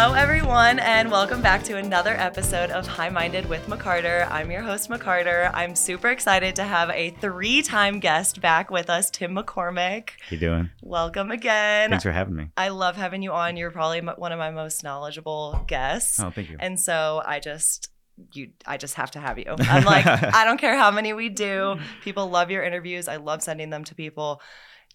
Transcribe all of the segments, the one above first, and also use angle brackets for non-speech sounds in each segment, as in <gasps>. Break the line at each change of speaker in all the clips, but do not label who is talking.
everyone, and welcome back to another episode of High Minded with McCarter. I'm your host, McCarter. I'm super excited to have a three time guest back with us, Tim McCormick.
You doing?
Welcome again.
Thanks for having me.
I love having you on. You're probably m- one of my most knowledgeable guests.
Oh, thank you.
And so I just you I just have to have you. I'm
<laughs>
like I don't care how many we do. People love your interviews. I love sending them to people.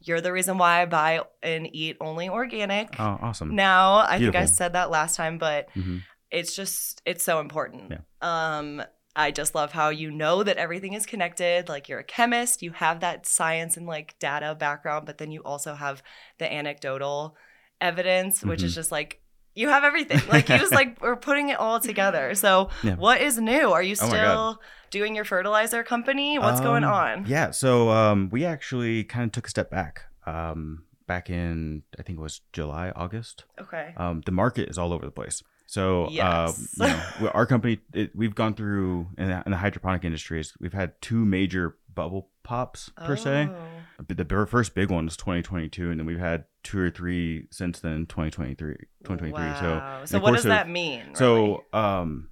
You're the reason why I buy and eat only organic.
Oh, awesome.
Now, I think I
Beautiful.
said that last time, but
Mhm.
it's just it's so important. Um I just love how you know that everything is connected. Like you're a chemist, you have that science and like data background, but then you also have the anecdotal evidence, which
Mm-hmm.
is just like you have everything. Like you just
<laughs>
like are putting it all together. So
Yeah.
what is new? Are you
Oh my God.
still doing your fertilizer company? What's going
Um,
on?
Yeah, so um, we actually kind of took a step back. Um, back in I think it was July, August.
Okay.
Um, the market is all over the place. So
Yes.
uh, you know, we- our company, it, we've gone through in the, in the hydroponic industries. We've had two major bubble pops Uh, per se.
Oh.
But The bir- first big one was 2022, and then we've had two or three since then, 2023, 2023. So
Wow.
in
So
the
what
course
does
of-
that mean? really?
So, um,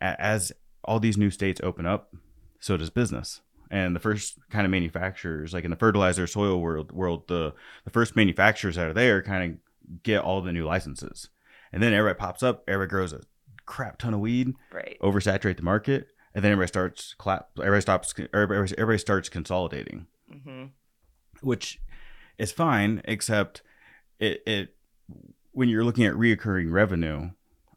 a- as all these new states open up, so does business. And the first kind of manufacturers, like in the fertilizer soil world, world the the first manufacturers that are there kind of get all the new licenses, and then everybody pops up, everybody grows a crap ton of weed,
right.
oversaturate the market, and then everybody starts clap, everybody stops, everybody, everybody starts consolidating
Mm-hmm.
which is fine, except it, it when you're looking at reoccurring revenue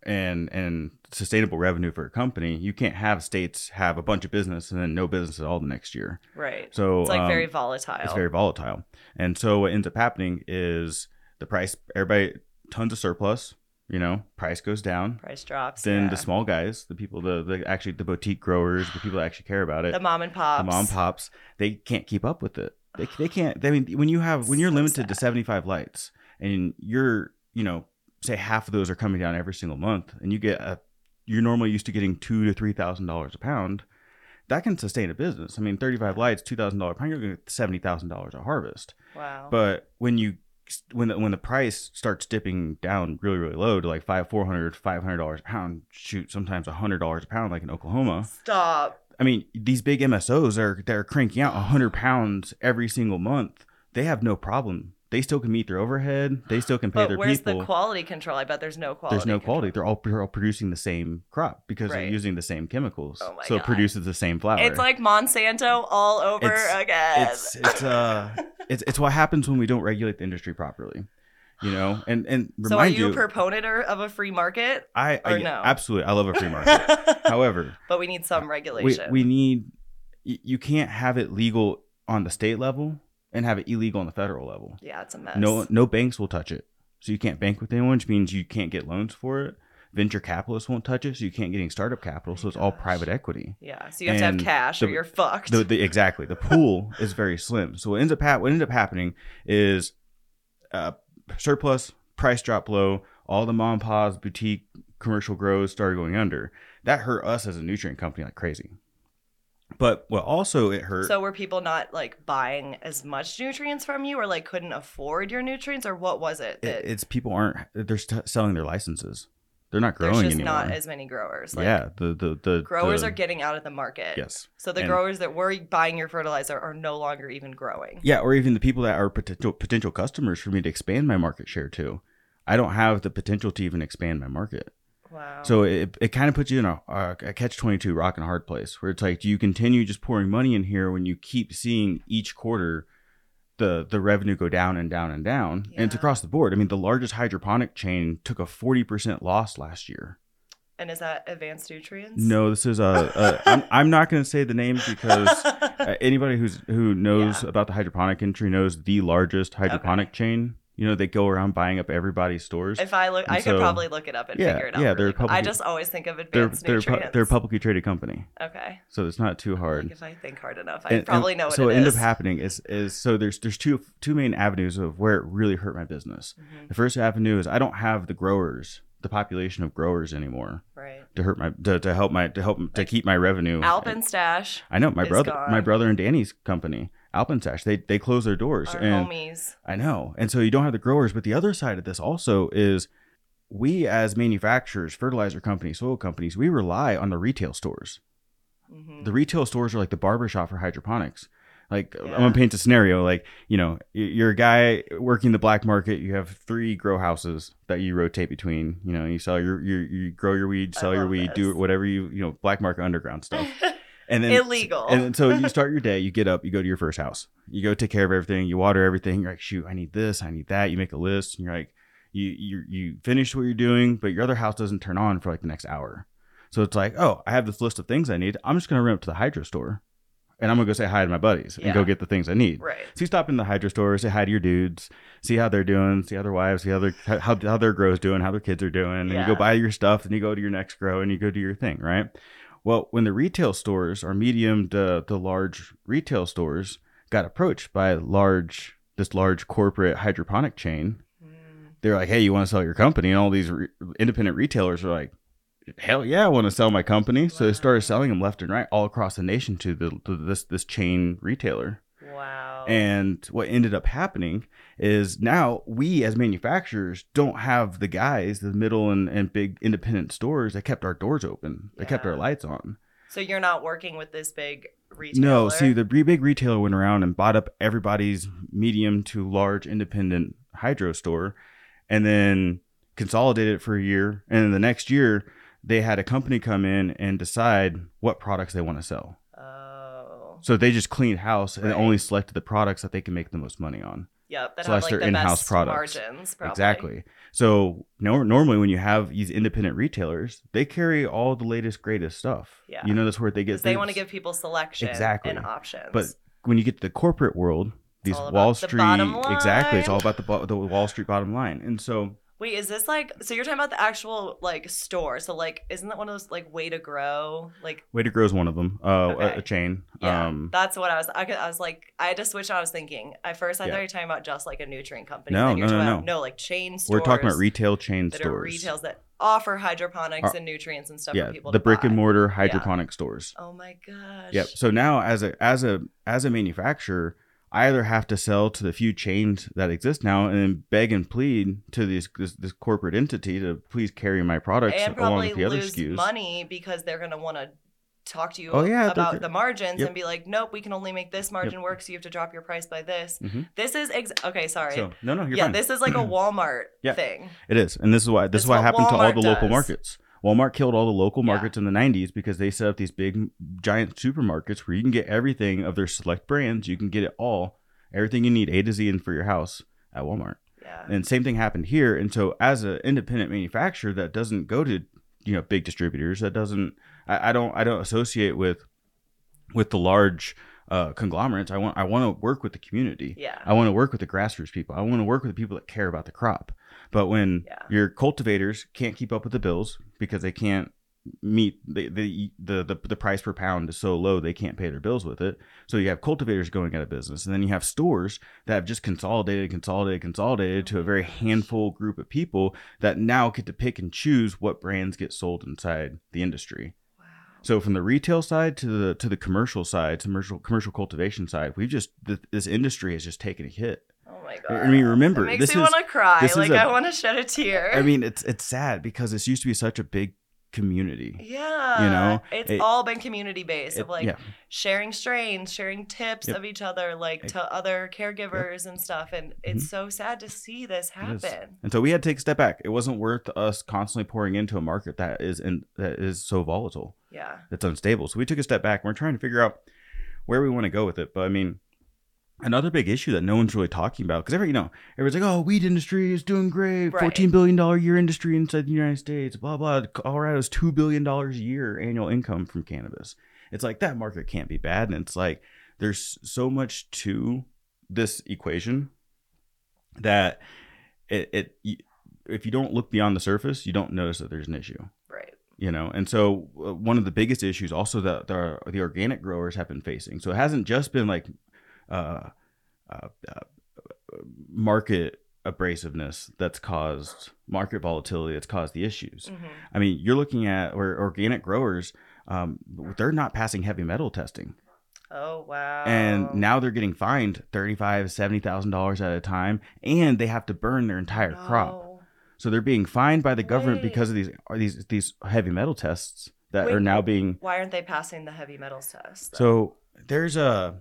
and and sustainable revenue for a company, you can't have states have a bunch of business and then no business at all the next year.
Right.
So
it's like
um,
very volatile.
it's very volatile. And so what ends up happening is the price everybody tons of surplus, you know, price goes down.
price drops.
Then
yeah.
the small guys, the people, the, the actually the boutique growers, the people that actually care about it,
the mom and pops.
the mom pops they can't keep up with it they, they can't i mean when you have when you're
So
limited to 75 lights and you're you know say half of those are coming down every single month and you get a you're normally used to getting two to three thousand dollars a pound that can sustain a business i mean 35 lights two thousand dollar pound you're gonna get seventy thousand dollars a harvest
Wow.
but when you when the, when the price starts dipping down really really low to like five four hundred five hundred dollars a pound shoot sometimes a hundred dollars a pound like in oklahoma
Stop.
I mean, these big MSOs are they're cranking out 100 pounds every single month. They have no problem. They still can meet their overhead. They still can pay
But
their
where's
people.
the quality control? I bet there's no quality.
There's no
control.
quality. They're all, they're all producing the same crop because
Right.
they're using the same chemicals.
Oh my
so
God.
it produces the same flour.
It's like Monsanto all over
It's-
again.
it's it's uh it's it's what happens when we don't regulate the industry properly. You
<sighs>
know, and and
so are
remind
you, a
you,
proponent or- of a free market?
I, I
or no?
absolutely I love a
<laughs>
free market.
but
However,
we need some
we,
regulation.
we need y- you can't have it legal on the state level and have it illegal on the federal level
yeah, it's a mess.
no no banks will touch it so you can't bank with anyone which means you can't get loans for it venture capitalists won't touch it so you can't get any startup capital so it's all
Gosh.
private equity
Yeah, so you have to have
And
cash or
the-
you're fucked.
the, the, exactly the pool <laughs> is very slim so what ends up ha- what ended up happening is uh, surplus price drop low all the mom and pops boutique commercial grows started going under that hurt us as a nutrient company like crazy but what also it hurt
so were people not like buying as much nutrients from you, or like couldn't afford your nutrients, or what was it?
it,
that
it's people aren't they're st- selling their licenses they're not growing
there's just
anymore
not as many growers. Like,
yeah the the, the
growers
the-
are getting out of the market.
yes
So the
And-
growers that were buying your fertilizer are no longer even growing.
yeah or even the people that are potential potential customers for me to expand my market share to i don't have the potential to even expand my market
Wow.
so it, it kind of puts you in a, a a catch 22 rock and hard place where it's like do you continue just pouring money in here when you keep seeing each quarter the, the revenue go down and down and down and it's
Yeah.
across the board i mean the largest hydroponic chain took a 40% loss last year
and is that advanced nutrients?
No, this is a. a I'm, I'm not going to say the name because uh, anybody who's who knows about the hydroponic industry knows the largest hydroponic chain. You know, they go around buying up everybody's
<laughs>
stores.
if I look,
And
I could
so-
probably look it up and
Yeah,
figure it out.
yeah,
really
they're
quick. I
publicly-
just always think of
They're
advanced
they're, pu-
nutrients.
they're a publicly traded company,
Okay.
so it's not too
Like,
hard.
if I think hard enough, I
And- and
probably know what
so
it
what ended
is.
up happening is is so there's there's two two main avenues of where it really hurt my business.
Mhm,
The first avenue is I don't have the growers, the population of growers anymore
Right.
to hurt my to, to help my to help to keep my revenue.
Alpenstash,
I know my
is
brother,
gone.
my brother and Danny's company, Alpensash. They they close their doors,
our
and
homies.
I know, and so you don't have the growers. But the other side of this also is we as manufacturers, fertilizer companies, soil companies, we rely on the retail stores.
Mhm. <laughs>
The retail stores are like the barbershop for hydroponics. Like I'm
Yeah.
gonna paint a scenario. Like you know, y- you're a guy working the black market. You have three grow houses that you rotate between. You know, you sell your, your you grow your weed,
I
sell your
love
weed,
this.
do whatever you you know, black market underground stuff. And then
Illegal.
and then,
<laughs>
so you start your day, you get up, you go to your first house, you go take care of everything, you water everything. You're like, shoot, I need this, I need that. You make a list, and you're like, you you you finish what you're doing, but your other house doesn't turn on for like the next hour. So it's like, oh, I have this list of things I need. I'm just gonna run up to the hydro store, and I'm gonna go say hi to my buddies and go
Yeah.
get the things I need.
right.
So you stop in the hydro store, say hi to your dudes, see how they're doing, see how their wives, see how their how, how their grow's doing, how their kids are doing, and you go
Yeah.
buy your stuff, and you go to your next grow, and you go do your thing, right? Well, when the retail stores or medium to, to large retail stores got approached by large this large corporate hydroponic chain,
Mm.
they're like, "Hey, you want to sell your company?" And all these re- independent retailers are like, "Hell yeah, I want to sell my company!" So they started
Wow.
selling them left and right all across the nation to the to this this chain retailer.
Wow.
And what ended up happening is now we as manufacturers don't have the guys, the middle and, and big independent stores that kept our doors open, that kept our
Yeah.
lights on.
so you're not working with this big retailer.
No, see, the re- big retailer went around and bought up everybody's medium to large independent hydro store and then consolidated it for a year. And then the next year, they had a company come in and decide what products they want to sell.
Oh.
So they just cleaned house and
Right.
only selected the products that they can make the most money on.
Yep. That
So
have
that's
like
their
the
in-house
best
products.
margins. Probably.
Exactly. So nor normally when you have these independent retailers, they carry all the latest greatest stuff.
Yeah.
You know that's where they get.
Because they want to
things.
give people selection
Exactly.
and options.
But when you get to the corporate world, these
all about
Wall
the
Street
bottom
exactly, it's
line.
all about the bo- the Wall Street bottom line, and so
wait, is this like? So you're talking about the actual like store? So like, isn't that one of those like way to grow? Like,
Way to Grow is one of them. Uh, a- a,
Okay.
chain.
yeah,
um,
that's what I was. I, could- I was like, I had to switch. What I was thinking at first. I
Yeah.
thought you were talking about just like a nutrient company.
No,
then you're
no, no,
talking
no.
About, like chain stores.
we're talking about retail chain
that are
stores.
retails that offer hydroponics
Are-
and nutrients and stuff
yeah,
for people.
the
to
brick and
buy.
mortar hydroponic stores.
Oh my gosh.
Yep. So now as a as a as a manufacturer, I either have to sell to the few chains that exist now and then beg and plead to these this, this corporate entity to please carry my products
and
along
probably
with the other
lose
SKUs.
money because they're going to want to talk to you
Oh, yeah, they're gonna-
about the margins
Yep.
and be like, nope, we can only make this margin work, so you have to drop your price by this.
Mhm.
This is ex- okay. Sorry.
So no, no, you're
yeah,
fine.
this is
<clears throat>
like a Walmart
Yeah.
thing.
it is, and this is why this
It's
is what
what
happened to all
Walmart
the local
does.
markets. Walmart killed all the local
Yeah.
markets in the 90s because they set up these big giant supermarkets where you can get everything of their select brands. You can get it all, everything you need A to Z and for your house at Walmart.
Yeah.
And same thing happened here. And so, as an independent manufacturer that doesn't go to you know big distributors, that doesn't I, I don't I don't associate with with the large uh, conglomerates. I want I want to work with the community.
yeah.
I want to work with the grassroots people. I want to work with the people that care about the crop. But when
Yeah.
your cultivators can't keep up with the bills because they can't meet the the, the the the price per pound is so low they can't pay their bills with it. So you have cultivators going out of business, and then you have stores that have just consolidated, consolidated, consolidated to a very handful group of people that now get to pick and choose what brands get sold inside the industry.
Wow.
So from the retail side to the to the commercial side, to commercial commercial cultivation side, we've just th- this industry has just taken a hit.
Oh my
I
god.
mean, remember,
it makes
this
me
is-
want to cry.
this is
Like
a-
I want to shed a tear.
I mean, it's it's sad because this used to be such a big community.
yeah.
know,
it's
it-
all been community based
It-
of like
yeah,
sharing strains, sharing tips
Yep.
of each other, like
Ex-
to other caregivers and stuff. And it's so sad to see this
Mm-hmm. is.
happen.
and so we had to take a step back. It wasn't worth us constantly pouring into a market that is in that is so volatile,
Yeah.
that's unstable. So we took a step back. and We're trying to figure out where we want to go with it. But I mean, another big issue that no one's really talking about because every you know everyone's like, oh, weed industry is doing great,
Right.
fourteen billion dollar year industry inside the United States, blah blah. Colorado's two billion dollars a year annual income from cannabis. It's like that market can't be bad, and it's like there's so much to this equation that it, it y- if you don't look beyond the surface, you don't notice that there's an issue
Right.
you know and so uh, one of the biggest issues also that the, the organic growers have been facing so it hasn't just been like uh, uh, uh, market abrasiveness that's caused market volatility that's caused the issues
hmm
i mean you're looking at where organic growers um, they're not passing heavy metal testing
Oh wow.
and now they're getting fined $35 $70000 at a time and they have to burn their entire crop
No.
So they're being fined by the government
Right.
because of these are these these heavy metal tests that
Wait.
are now being
Why aren't they passing the heavy metals test? though?
so there's a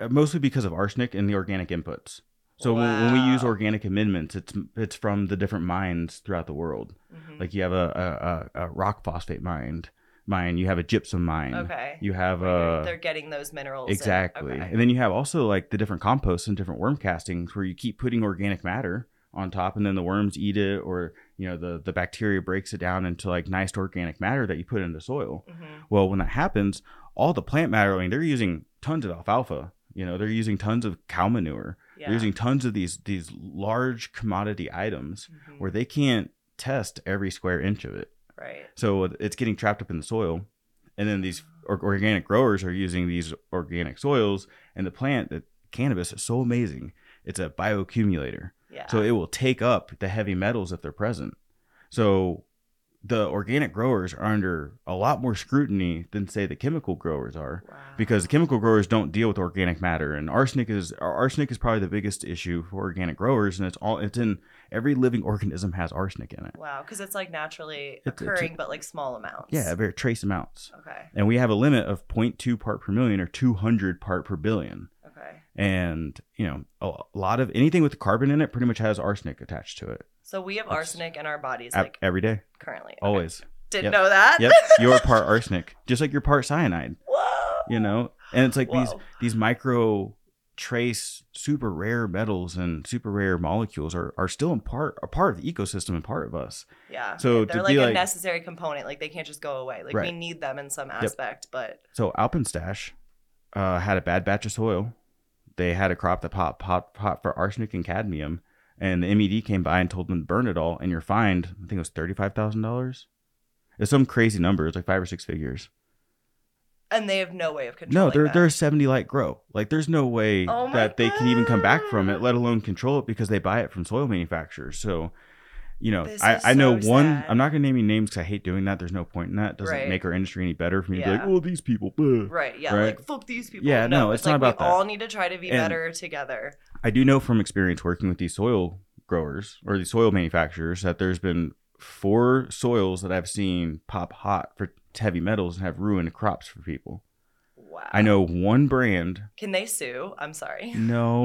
uh, mostly because of arsenic in the organic inputs. So when, when we use
Wow.
organic amendments, it's it's from the different mines throughout the world.
Mhm.
Like you have a a, a, a rock phosphate mine, mine. You have a gypsum mine.
okay.
You have
they're,
a
they're getting those minerals. in.
uh, Exactly.
Okay.
And then you have also like the different composts and different worm castings where you keep putting organic matter on top and then the worms eat it or you know the the bacteria breaks it down into like nice organic matter that you put into soil.
Mhm.
Well, when that happens, all the plant matter, I mean, they're using tons of alfalfa, you know, they're using tons of cow manure.
Yeah.
They're using tons of these these large commodity items
Mhm.
where they can't test every square inch of it.
right.
So uh, it's getting trapped up in the soil, and then these or- organic growers are using these organic soils, and the plant that cannabis is so amazing. It's a bioaccumulator,
Yeah.
so it will take up the heavy metals if they're present. So the organic growers are under a lot more scrutiny than say the chemical growers are
Wow.
because the chemical growers don't deal with organic matter and arsenic is arsenic is probably the biggest issue for organic growers and it's all it's in every living organism has arsenic in it
Wow, because it's like naturally
It's- it's a-
occurring, but like small amounts.
yeah very trace amounts
Okay.
and we have a limit of 0.2 part per million or 200 part per billion
Okay.
and you know a a lot of anything with carbon in it pretty much has arsenic attached to it
So we have
That's-
arsenic in our bodies,
Ab-
like
every day
currently. Okay. <laughs>
always
Didn't
Yep.
know that.
yep you're part arsenic just like you're part cyanide
<laughs> Whoa.
you know and it's like these
Whoa.
these micro trace super rare metals and super rare molecules are, are still in part a part of the ecosystem and part of us
Yeah.
so
they're
to
like
be
a
like-
necessary component. Like they can't just go away. Like we
Right.
need them in some aspect, but
So Alpenstash uh, had a bad batch of soil. They had a crop that popped pop, pop for arsenic and cadmium, and the MED came by and told them to burn it all, and you're fined. I think it was thirty five thousand dollars. It's some crazy number. It's like five or six figures.
and they have no way of controlling.
No, they're
that.
they're a seventy light grow. Like there's no way
Oh my
that they can even come back from it,
God.
let alone control it because they buy it from soil manufacturers. So. You know,
This
I,
is
I know
so
one.
sad.
I'm not gonna name any names because I hate doing that. There's no point in that. It doesn't
Right.
make our industry any better for me to be
Yeah.
like, oh, these people. bleh."
right. Yeah.
right.
Like fuck these people.
Yeah, no, it's
like
not about
we
that.
all need to try to be
And-
better together.
I do know from experience working with these soil growers or these soil manufacturers that there's been four soils that I've seen pop hot for heavy metals and have ruined crops for people.
Wow.
I know one brand.
Can they sue? I'm sorry.
No,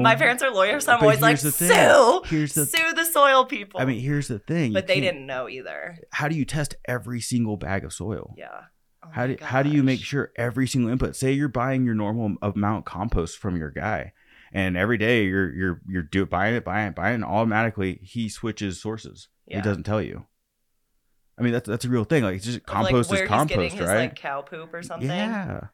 <laughs> My parents are lawyers, so I'm
But
always like
here's the thing.
sue,
Here's the.
sue the soil people.
I mean, here's the thing.
but
you
they
can't-
didn't know either.
How do you test every single bag of soil?
Yeah. Oh
How
my
do how do you make
gosh.
sure every single input? Say you're buying your normal amount compost from your guy, and every day you're you're you're do, buying it, buying it, buying it. And automatically, he switches sources.
Yeah.
He doesn't tell you. I mean, that's that's a real thing. Like it's just
Of, like,
compost
where
is
he's
compost,
getting his,
right?
like cow poop or something.
Yeah.
Wow.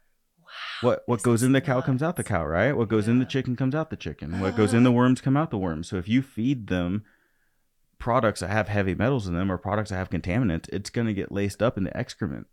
What what
this
goes
is
in the cow comes out the
nuts.
cow, right? What goes in the
Yeah.
chicken comes out the chicken. What
<gasps>
goes in the worms come out the worms. So if you feed them products that have heavy metals in them or products that have contaminants, it's going to get laced up in the excrement.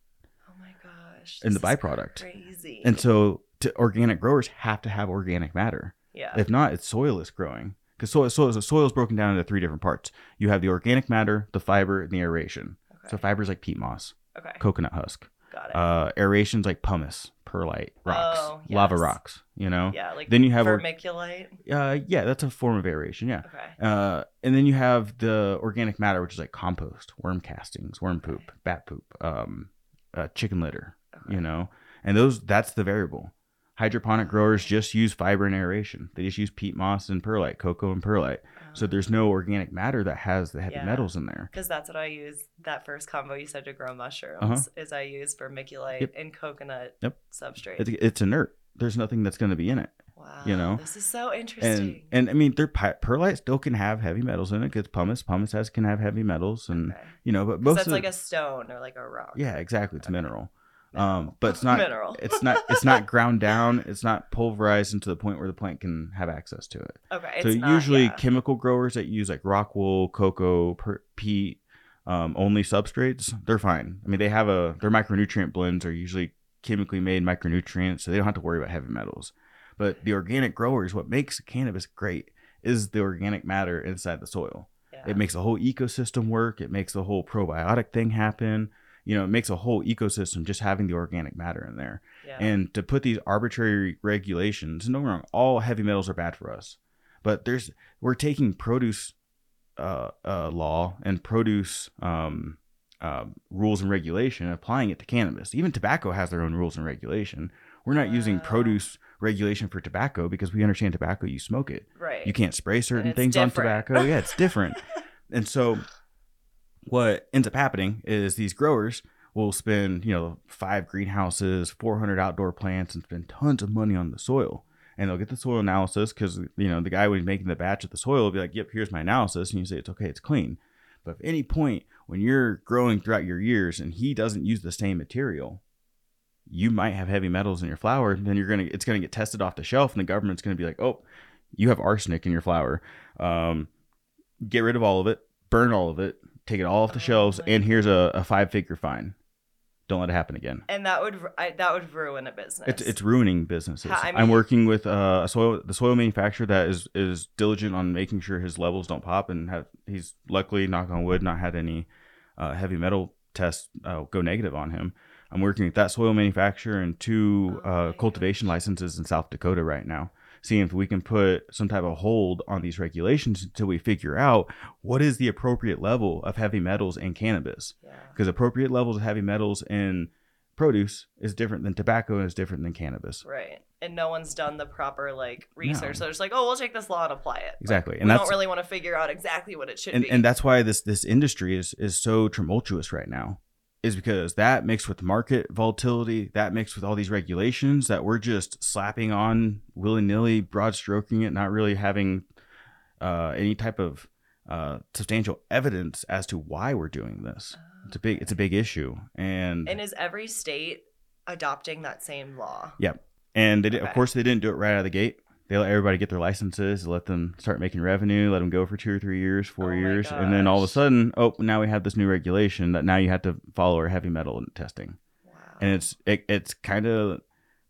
Oh my gosh.
And the
this is
byproduct.
Crazy.
And so to organic growers have to have organic matter.
yeah.
If not, it's soil is growing. Because soil, soil, so soil is broken down into three different parts. You have the organic matter, the fiber, and the aeration.
okay.
So fiber is like peat moss,
okay.
coconut husk.
Got it.
Uh, aeration's like pumice, perlite, rocks,
Oh,
lava
yes.
rocks. You know.
yeah. Like
then you have or-
vermiculite.
Uh, yeah, that's a form of aeration. Yeah.
Okay.
Uh, and then you have the organic matter, which is like compost, worm castings, worm poop,
Okay.
bat poop, um, uh, chicken litter.
okay.
You know, and those that's the variable. Hydroponic growers just use fiber and aeration. They just use peat moss and perlite, cocoa and perlite. So there's no organic matter that has the heavy
Uh-huh. Yeah.
metals in there.
Because that's what I use. That first combo you said to grow mushrooms is I use vermiculite
Uh-huh. Yep.
and coconut
Yep.
substrate.
It's, it's inert. There's nothing that's going to be in it.
wow.
know,
This is so
And
interesting.
and I mean, their pi- perlite still can have heavy metals in it because pumice pumice has can have heavy metals and
okay.
you know, but
'Cause
most
that's
of
like a stone or like a rock.
yeah, exactly. It's
Okay.
mineral.
Mineral.
Um, but it's not
mineral.
it's not it's not ground down. It's not pulverized into the point where the plant can have access to it.
Okay. It's
so
not,
usually
yeah.
chemical growers that use like rock wool, cocoa, per- peat, um, only substrates, they're fine. I mean, they have a their micronutrient blends are usually chemically made micronutrients, so they don't have to worry about heavy metals. But the organic growers, what makes cannabis great is the organic matter inside the soil.
yeah.
It makes the whole ecosystem work. It makes the whole probiotic thing happen. You know, it makes a whole ecosystem just having the organic matter in there.
yeah.
And to put these arbitrary regulations, no wrong, all heavy metals are bad for us. But there's we're taking produce uh, uh, law and produce um, uh, rules and regulation, applying it to cannabis. Even tobacco has their own rules and regulation. We're not using
Wow.
produce regulation for tobacco because we understand tobacco. You smoke it.
Right.
You can't spray certain
it's
things on
different.
tobacco. Yeah, it's
<laughs>
different. and so what ends up happening is these growers will spend, you know, five greenhouses, 400 outdoor plants and spend tons of money on the soil. And they'll get the soil analysis because, you know, the guy who's making the batch of the soil will be like, yep, here's my analysis. And you say, it's okay, it's clean. But if any point when you're growing throughout your years and he doesn't use the same material, you might have heavy metals in your flour. And then you're going to, it's going to get tested off the shelf and the government's going to be like, oh, you have arsenic in your flour. Um, get rid of all of it, burn all of it, take it all off the
Oh
shelves,
my
and here's a, a five figure fine. Don't let it happen again.
and that would ru- I, that would ruin a business.
It's, it's ruining businesses.
Ha- I
I'm
mean-
working with uh, a soil the soil manufacturer that is is diligent on making sure his levels don't pop, and have, he's luckily, knock on wood, not had any uh, heavy metal tests uh, go negative on him. I'm working with that soil manufacturer and two
Oh
uh,
my
cultivation licenses in South Dakota right now, seeing if we can put some type of hold on these regulations until we figure out what is the appropriate level of heavy metals in cannabis
yeah.
because appropriate levels of heavy metals in produce is different than tobacco and is different than cannabis.
Right. And no one's done the proper like research. So it's like, oh, we'll take this law and apply it.
Exactly,
Like,
and
we
that's
don't really want to figure out exactly what it should
and,
be.
and that's why this this industry is is so tumultuous right now, is because that mixed with market volatility, that mixed with all these regulations that we're just slapping on willy nilly, broad stroking it, not really having uh, any type of uh, substantial evidence as to why we're doing
Oh.
this. It's a big it's a big issue, and
And is every state adopting that same law?
And they did, of
Okay.
course, they didn't do it right out of the gate. They let everybody get their licenses, let them start making revenue, let them go for two or three years, four
Oh my
years, and then all of a
gosh.
sudden, oh, now we have this new regulation that now you have to follow our heavy metal testing,
Wow.
and it's it, it's kind of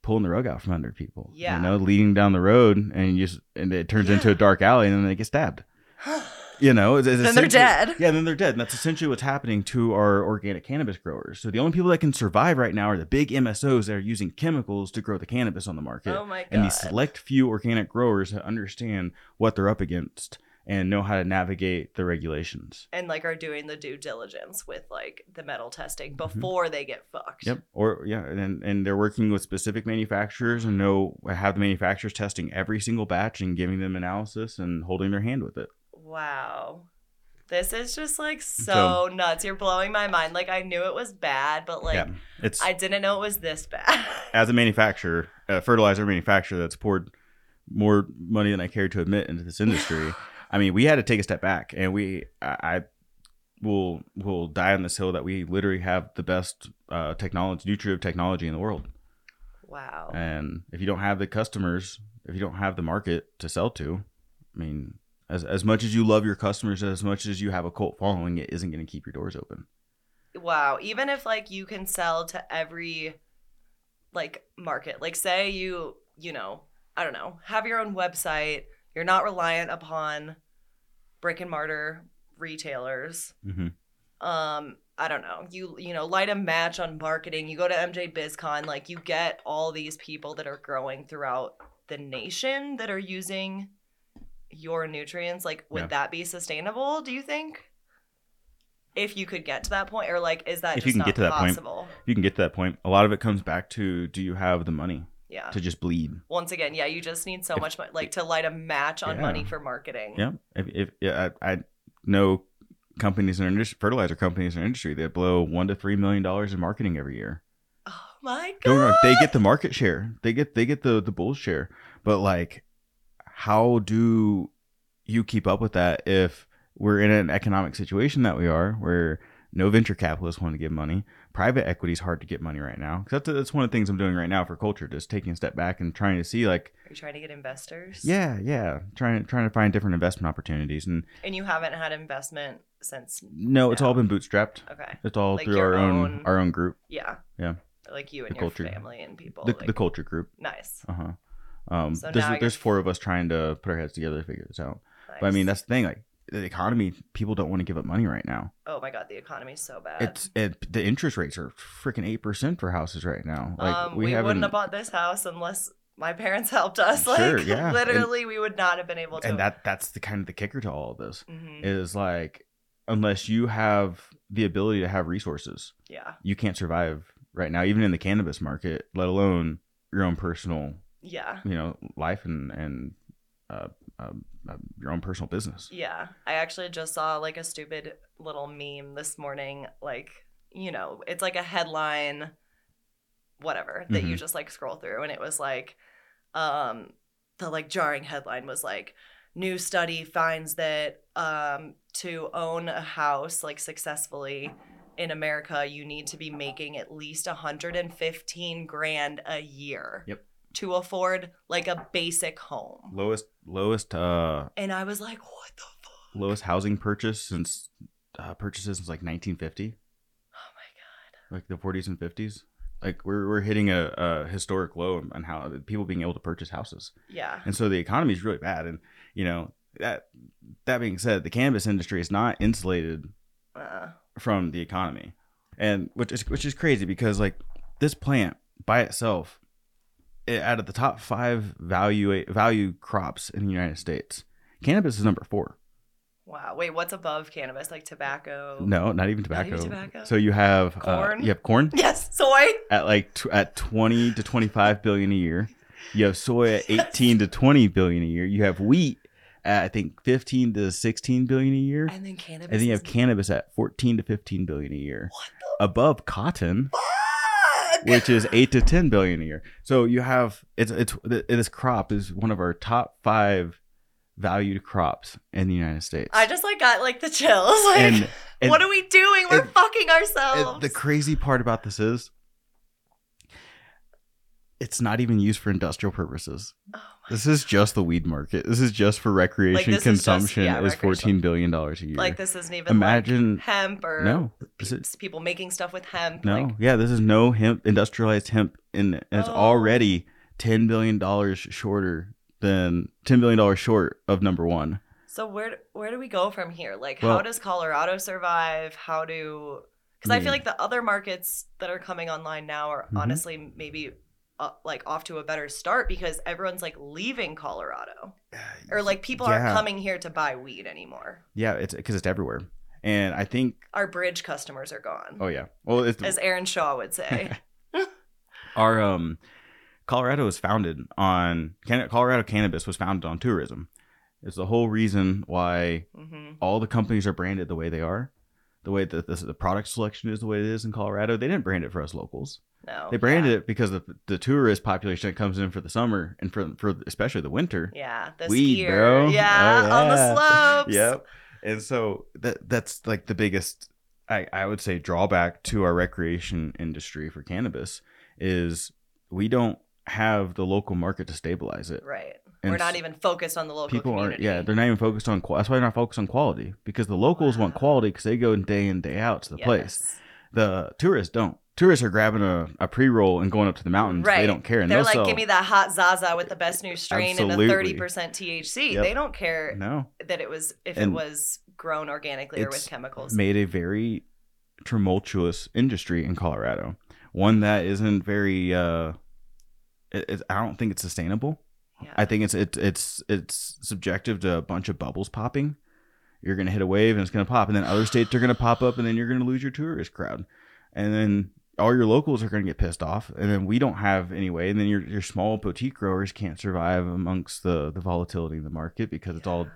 pulling the rug out from under people.
Yeah.
you know, leading down the road, and you just and it turns into a
Yeah.
dark alley, and then they get stabbed.
<laughs>
You know, it's, it's
then they're
essentially-
dead. <laughs>
yeah, then they're dead. And that's essentially what's happening to our organic cannabis growers. So the only people that can survive right now are the big MSOs that are using chemicals to grow the cannabis on the market.
Oh my god.
and these select few organic growers that understand what they're up against and know how to navigate the regulations.
and like are doing the due diligence with like the metal testing before they get fucked.
Mm-hmm. Yep. Or yeah, and and they're working with specific manufacturers and know have the manufacturers testing every single batch and giving them analysis and holding their hand with it.
Wow. This is just like so, nuts. You're blowing my mind. Like I knew it was bad, but like
yeah, it's
I didn't know it was this bad. <laughs>
as a manufacturer, a fertilizer manufacturer that's poured more money than I care to admit into this industry. I mean, we had to take a step back, and we I, I will will die on this hill that we literally have the best uh, technology, nutritive technology in the world.
wow.
And if you don't have the customers, if you don't have the market to sell to, I mean, as as much as you love your customers, as much as you have a cult following, it isn't going to keep your doors open.
Wow. Even if like you can sell to every like market, like say you, you know, I don't know, have your own website, you're not reliant upon brick and mortar retailers.
Mm-hmm.
Um, I don't know. You you know, light a match on marketing. You go to MJ BizCon, like you get all these people that are growing throughout the nation that are using your nutrients. Like would
Yeah.
that be sustainable, do you think? If you could get to that point or like is that
If
just
you can
not
get to that point.
possible?
You can get to that point. A lot of it comes back to do you have the money
Yeah.
to just bleed.
Once again, yeah, you just need so
If-
much money, like to light a match on
Yeah.
money for marketing.
Yeah. If, if yeah, I, I know companies in our industry, fertilizer companies in our industry that blow one to three million dollars in marketing every year.
Oh my god.
Don't get me wrong, they get the market share. They get they get the the bull share. But like, how do you keep up with that if we're in an economic situation that we are where no venture capitalists want to give money. Private equity is hard to get money right now. 'Cause That's, that's one of the things I'm doing right now for culture, just taking a step back and trying to see like,
Are you trying to get investors?
yeah, yeah, trying trying to find different investment opportunities. And
And you haven't had investment since
No, it's
No.
all been bootstrapped.
okay.
It's all
Like
through
your
our own,
own-
our own group,
Yeah.
Yeah.
Like you
The
and your
culture.
family and people.
the,
like,
the culture group.
nice.
Uh huh. Um,
So
there's
now you're-
there's four of us trying to put our heads together to figure this out. But I
Nice.
mean, that's the thing. Like the economy, people don't want to give up money right now.
oh my god, the economy's so bad.
It's it, the interest rates are freaking eight percent for houses right now. Like
um,
we,
we,
haven't.
wouldn't have bought this house unless my <laughs> parents helped us. Like
Sure, yeah.
literally, we would not have been able to.
and that that's the kind of the kicker to all of this
Mhm.
is like unless you have the ability to have resources
yeah,
you can't survive right now even in the cannabis market let alone your own personal
yeah,
you know life and and uh, um, uh, your own personal business
yeah. I actually just saw like a stupid little meme this morning. Like you know, it's like a headline, whatever that you just like scroll through, and it was like, um, the like jarring headline was like, new study finds that um to own a house like successfully in America, you need to be making at least 115 grand a year.
Yep.
To afford like a basic home.
lowest lowest uh
And I was like, what the fuck?
lowest housing purchase since uh, purchases since like 1950
Oh my
like the 40s and 50s like we're, we're hitting a, a historic low on how people being able to purchase houses
god. Yeah.
and so the economy is really bad and you know that that being said the cannabis industry is not insulated
Uh,
from the economy and which is which is crazy because like this plant by itself it, out of the top five value value crops in the united states cannabis is number four
wow. Wait, what's above cannabis? Like tobacco?
no not even
Not
tobacco,
even tobacco?
so you have
Corn?
uh, you have corn
Yes, soy.
at like t- at 20 to 25 billion a year. You have soy at 18 to 20 billion a year. You have wheat at I think 15 to 16 billion a year.
And then cannabis.
And then you have
is-
cannabis at 14 to 15 billion a year.
What
Above cotton,
the fuck?
which is 8 to 10 billion a year. So you have it's it's th- this crop is one of our top 5 valued crops in the United States.
I just like got like the chills. Like,
And- and-
what are we doing? We're
and-
fucking
And
ourselves.
the crazy part about this is it's not even used for industrial purposes.
Oh
This is just the weed market. This is just for recreation
this is just-
consumption
yeah,
is
recreational.
fourteen billion dollars a year.
like this isn't even
Imagine
like hemp or
no, This is-
people making stuff with hemp.
no,
Like,
yeah. This is no hemp, industrialized hemp, and and it's
Oh.
already ten billion dollars shorter than ten billion dollars short of number one.
so where where do we go from here? Like, how
Well-
does Colorado survive? How do? Because I feel
Yeah.
like the other markets that are coming online now are
Mhm.
honestly maybe uh, like off to a better start because everyone's like leaving Colorado or like people aren't
Yeah.
coming here to buy weed anymore.
Yeah, it's because it's everywhere, and I think
Our bridge customers are gone,
oh yeah, well it's
as Aaron Shaw would
<laughs>
say.
our um Colorado was founded on Can- Colorado cannabis was founded on tourism. It's the whole reason why
hmm
all the companies are branded the way they are. The way that this, the product selection is the way it is in Colorado, they didn't brand it for us locals.
No,
They branded it because the, the tourist population that comes in for the summer and for, for especially the winter.
Yeah, the
Weed,
skier.
bro.
Yeah,
Oh,
on the
yeah.
slopes.
Yep. And so that that's like the biggest I, I would say drawback to our recreation industry for cannabis is we don't have the local market to stabilize it.
Right.
And
We're not
s-
even focused on the local
people aren't
community.
yeah, they're not even focused on qual- that's why they're not focused on quality because the locals want
Wow.
quality because they go day in day out to the place.
Uh-huh. Yes.
The tourists don't. Tourists are grabbing a, a pre roll and going up to the mountains.
Right.
They don't care. And
They're
they'll
like,
sell-
give me that hot Zaza with the best new strain
Absolutely.
and a thirty percent THC.
Yep.
They don't care
no.
that it was if it
And
was grown organically or with
it's
chemicals.
made a very tumultuous industry in Colorado. One that isn't very. Uh, it, it- I don't think it's sustainable.
yeah.
I think it's it's it's it's subjective to a bunch of bubbles popping. You're gonna hit a wave and it's gonna pop, and then other states are gonna pop up, and then you're gonna lose your tourist crowd, and then all your locals are gonna get pissed off, and then we don't have any way, and then your your small boutique growers can't survive amongst the the volatility in the market because it's all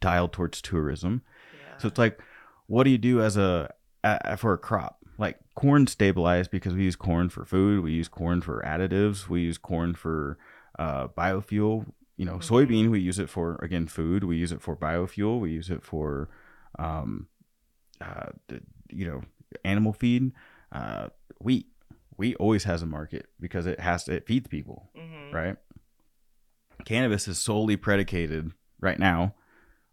dialed towards tourism.
Yeah.
So it's like, what do you do as a, a for a crop? Like corn stabilized because we use corn for food, we use corn for additives, we use corn for uh, biofuel. You know,
Mhm.
soybean we use it for again food, we use it for biofuel, we use it for, um, uh, the, you know, animal feed. Uh, wheat, wheat always has a market because it has to it feeds people
Mhm.
right? Cannabis is solely predicated right now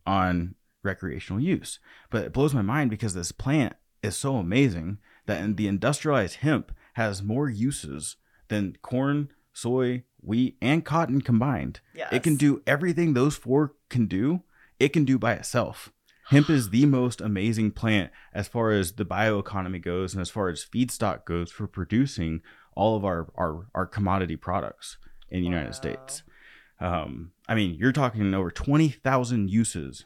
on recreational use. But it blows my mind because this plant is so amazing that in the industrialized hemp has more uses than corn, soy, wheat, and cotton combined. It can
Yes.
do everything those four can do, it can do by itself. Hemp is the most amazing plant as far as the bioeconomy goes and as far as feedstock goes for producing all of our, our, our commodity products. in the United
Wow.
States. Um, I mean, you're talking over 20,000 uses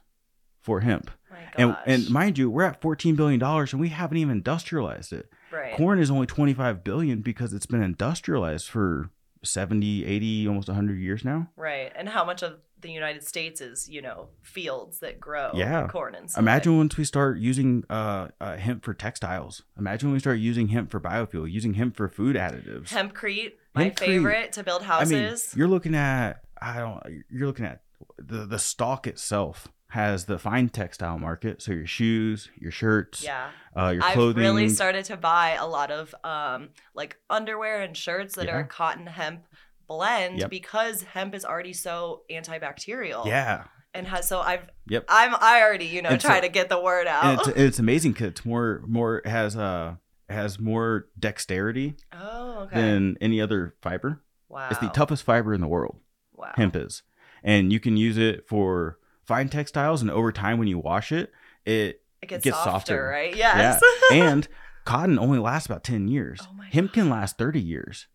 for hemp.
My gosh.
And, and mind you, we're at $14 billion and we haven't even industrialized it.
right.
Corn is only 25 billion because it's been industrialized for 70, 80, almost 100 years now.
Right. And how much of the United States is, you know, fields that grow
Yeah.
corn and stuff.
Imagine once we start using uh, uh, hemp for textiles. Imagine when we start using hemp for biofuel, using hemp for food additives.
hempcrete, my
Hempcrete.
favorite to build
I mean,
houses.
you're looking at I don't you're looking at the the stock itself has the fine textile market, so your shoes, your shirts,
yeah.
uh, your
I've
clothing.
really started to buy a lot of um like underwear and shirts that
Yeah.
are cotton hemp blend
Yep.
because hemp is already so antibacterial.
yeah,
And has so I've
Yep.
I'm I already, you know,
And so-
trying to get the word
and it's
out.
it's amazing because it's more more it has uh it has more dexterity
<laughs> oh, okay.
than any other fiber.
wow.
It's the toughest fiber in the world.
wow.
hemp is. And you can use it for fine textiles and over time when you wash it,
<laughs>
it
It gets,
gets
softer,
softer.
right? Yes. <laughs>
and cotton only lasts about 10 years.
Oh my
hemp can last 30 years.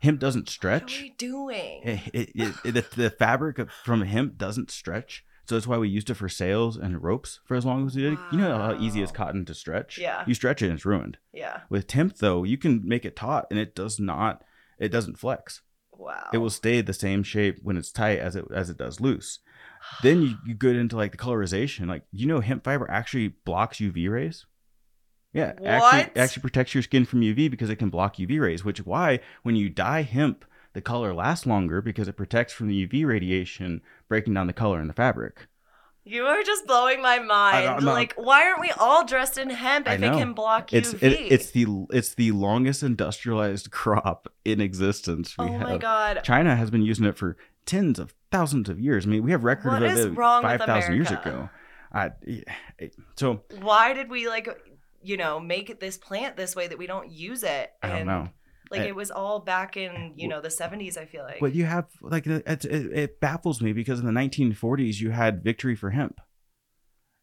Hemp doesn't
What are
stretch.
we doing?
<laughs> It, it, it, it- the, the fabric of- from hemp doesn't stretch. So that's why we used it for sails and ropes for as long as we did. You know how easy is
Wow.
cotton to stretch?
Yeah.
You stretch it and it's ruined.
yeah.
With hemp though, you can make it taut and it does not it doesn't flex.
Wow.
It will stay the same shape when it's tight as it as it does loose. then you, you get into like the colorization. Like you know, hemp fiber actually blocks UV rays. Yeah, it
What?
actually actually protects your skin from UV because it can block UV rays. Which is why when you dye hemp, the color lasts longer because it protects from the UV radiation breaking down the color in the fabric.
<sighs> You are just blowing my mind.
I'm not-
like, why aren't we all dressed in hemp
I
if it
know.
can block UV?
It's it, it's the it's the longest industrialized <laughs> crop in existence. We
oh my
have.
god.
China has been using it for tens of thousands of years. I mean, we have record
What
of
is
it
wrong with
five thousand years
America?
ago. I, it- so
Why did we like, you know, make it this plant this way that we don't use it?
I don't
And,
know.
Like
I-
it was all back in you
Well-
know the seventies. I feel like.
But you have like the- it, it, it baffles me because in the 1940s you had Victory for Hemp.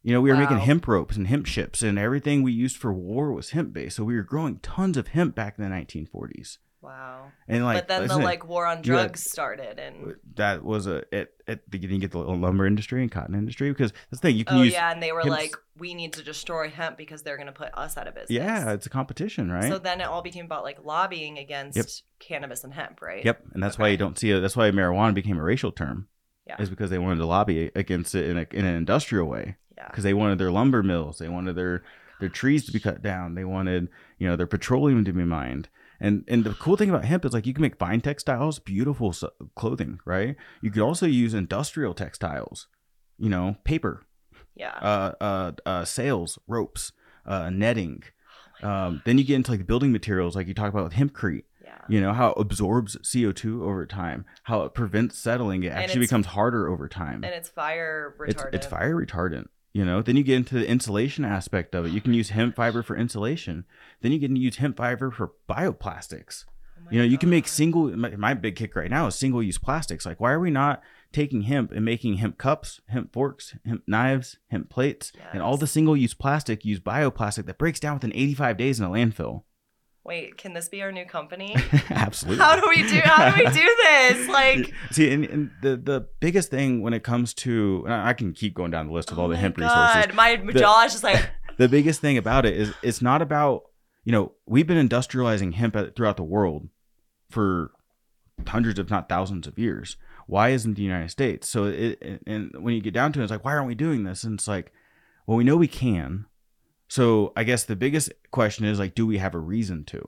You know, we were making
Wow.
hemp ropes and hemp ships, and everything we used for war was hemp based. So we were growing tons of hemp back in the 1940s.
wow.
And like,
but then the
listen,
like war on
you had-
drugs started, and
that was a it. it you didn't get the lumber industry and cotton industry because that's the thing you can
oh
use.
yeah, and they were
hemp's-
like, we need to destroy hemp because they're going to put us out of business.
Yeah, it's a competition, right?
So then it all became about like lobbying against cannabis and hemp, right?
Yep, and that's why
Okay.
you don't see it. That's why marijuana became a racial term.
Yeah.
is because they wanted to lobby against it in, a, in an industrial way.
Yeah.
because they wanted their lumber mills, they wanted their their trees to be cut down, they wanted you know their petroleum to be mined. And and the cool thing about hemp is like you can make fine textiles, beautiful s- clothing, right? You could also use industrial textiles, you know, paper,
Yeah.
uh, uh, uh, sails, ropes, uh, netting.
Oh my
Um, then you get into like the building materials, like you talk about with hempcrete
yeah.
you know how it absorbs CO2 over time, how it prevents settling. It actually
it's-
becomes harder over time.
And it's fire retardant.
It's it's fire retardant. You know, then you get into the insulation aspect of it. You can use hemp fiber for insulation. Then you can use hemp fiber for bioplastics.
Oh my
You know, you can make
God.
single. My, my big kick right now is single use plastics. Like, why are we not taking hemp and making hemp cups, hemp forks, hemp knives, hemp plates, and all
Yes.
the single use plastic use bioplastic that breaks down within 85 days in a landfill? <laughs>
Wait, can this be our new company?
Absolutely.
how do we do? How do we
<laughs>
do this? Like,
See, and, and the the biggest thing when it comes to, and I I can keep going down the list of
oh
all the
my
hemp resources.
God, my jaw's just like,
The biggest thing about it is it's not about you know we've been industrializing hemp at- throughout the world for hundreds, if not thousands, of years. Why isn't the United States? So it and- and when you get down to it, it's like why aren't we doing this? And it's like, well, we know we can. So I guess the biggest question is like, do we have a reason to?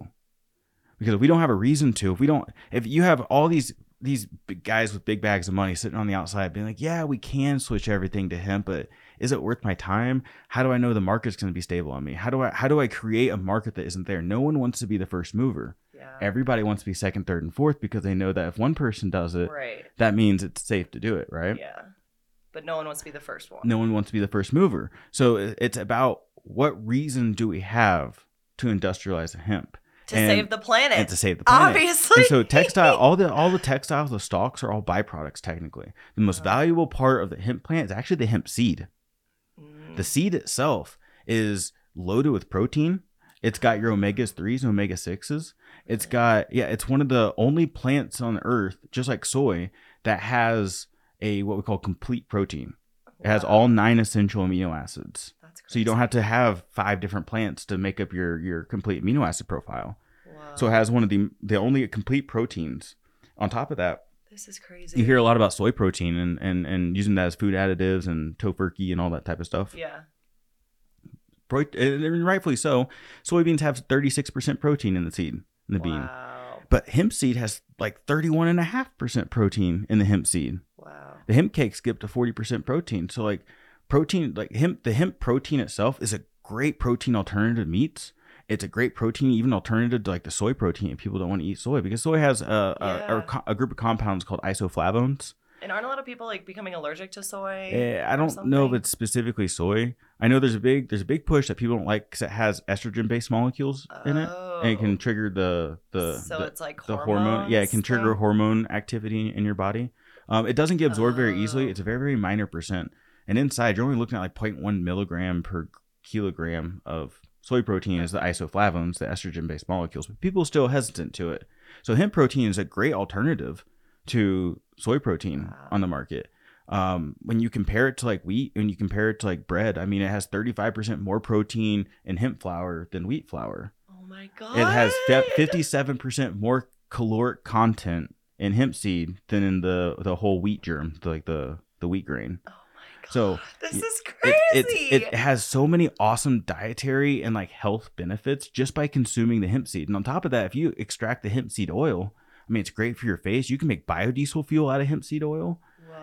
Because if we don't have a reason to, if we don't, if you have all these these big guys with big bags of money sitting on the outside being like, yeah, we can switch everything to hemp, but is it worth my time? How do I know the market's going to be stable on me? How do I how do I create a market that isn't there? No one wants to be the first mover.
yeah,
Everybody wants to be second, third, and fourth because they know that if one person does it,
right,
that means it's safe to do it, right?
yeah. But no one wants to be the first one.
no one wants to be the first mover. So it- it's about what reason do we have to industrialize hemp
to
and-
save the planet.
and to save the planet?
Obviously.
And so
<laughs>
textile, all the all the textiles, the stalks are all byproducts technically. The most
Wow.
valuable part of the hemp plant is actually the hemp seed.
Mm,
The seed itself is loaded with protein It's got your omegas threes and omega sixes. It's got yeah, it's one of the only plants on Earth, just like soy, that has a what we call complete protein. It has
Wow.
all nine essential amino acids.
Mm, That's
So you don't
crazy.
have to have five different plants to make up your your complete amino acid profile.
Wow.
So it has one of the the only complete proteins. On top of that,
this is crazy.
you hear a lot about soy protein and and and using that as food additives and tofurkey and all that type of stuff.
Yeah.
Pro- and and rightfully so. Soybeans have 36% protein in the seed in the bean.
Wow.
But hemp seed has like 31.5% protein in the hemp seed.
Wow.
The hemp cake skipped to 40% protein. So like protein like hemp the hemp protein itself is a great protein alternative to meats. It's a great protein, even alternative to like the soy protein. If people don't want to eat soy because soy has a, a,
Yeah.
a, co- a group of compounds called isoflavones.
And aren't a lot of people like becoming allergic to soy?
Eh, I
or
don't know if
something?
it's specifically soy. I know there's a big there's a big push that people don't like because it has estrogen based molecules in it, and it can trigor the the
Oh. so
the,
it's like
the hormone. Yeah, it can
hormones,
trigger
like-
hormone activity in your body. Um, it doesn't get absorbed very easily.
Oh.
It's a very very minor percent, and inside you're only looking at like 0.1 milligram per kilogram of soy protein is the isoflavones, the estrogen based molecules. But people are still hesitant to it. So hemp protein is a great alternative to soy protein
Wow.
on the market. Um, when you compare it to like wheat, when you compare it to like bread, I mean, it has 35% more protein in hemp flour than wheat flour.
Oh my god.
It has fe- 57% more caloric content in hemp seed than in the the whole wheat germ, the- like the the wheat grain.
Oh my god.
So,
this
it-
is
It,
crazy.
it it has so many awesome dietary and like health benefits just by consuming the hemp seed. And on top of that, if you extract the hemp seed oil, I mean it's great for your face. You can make biodiesel fuel out of hemp seed oil.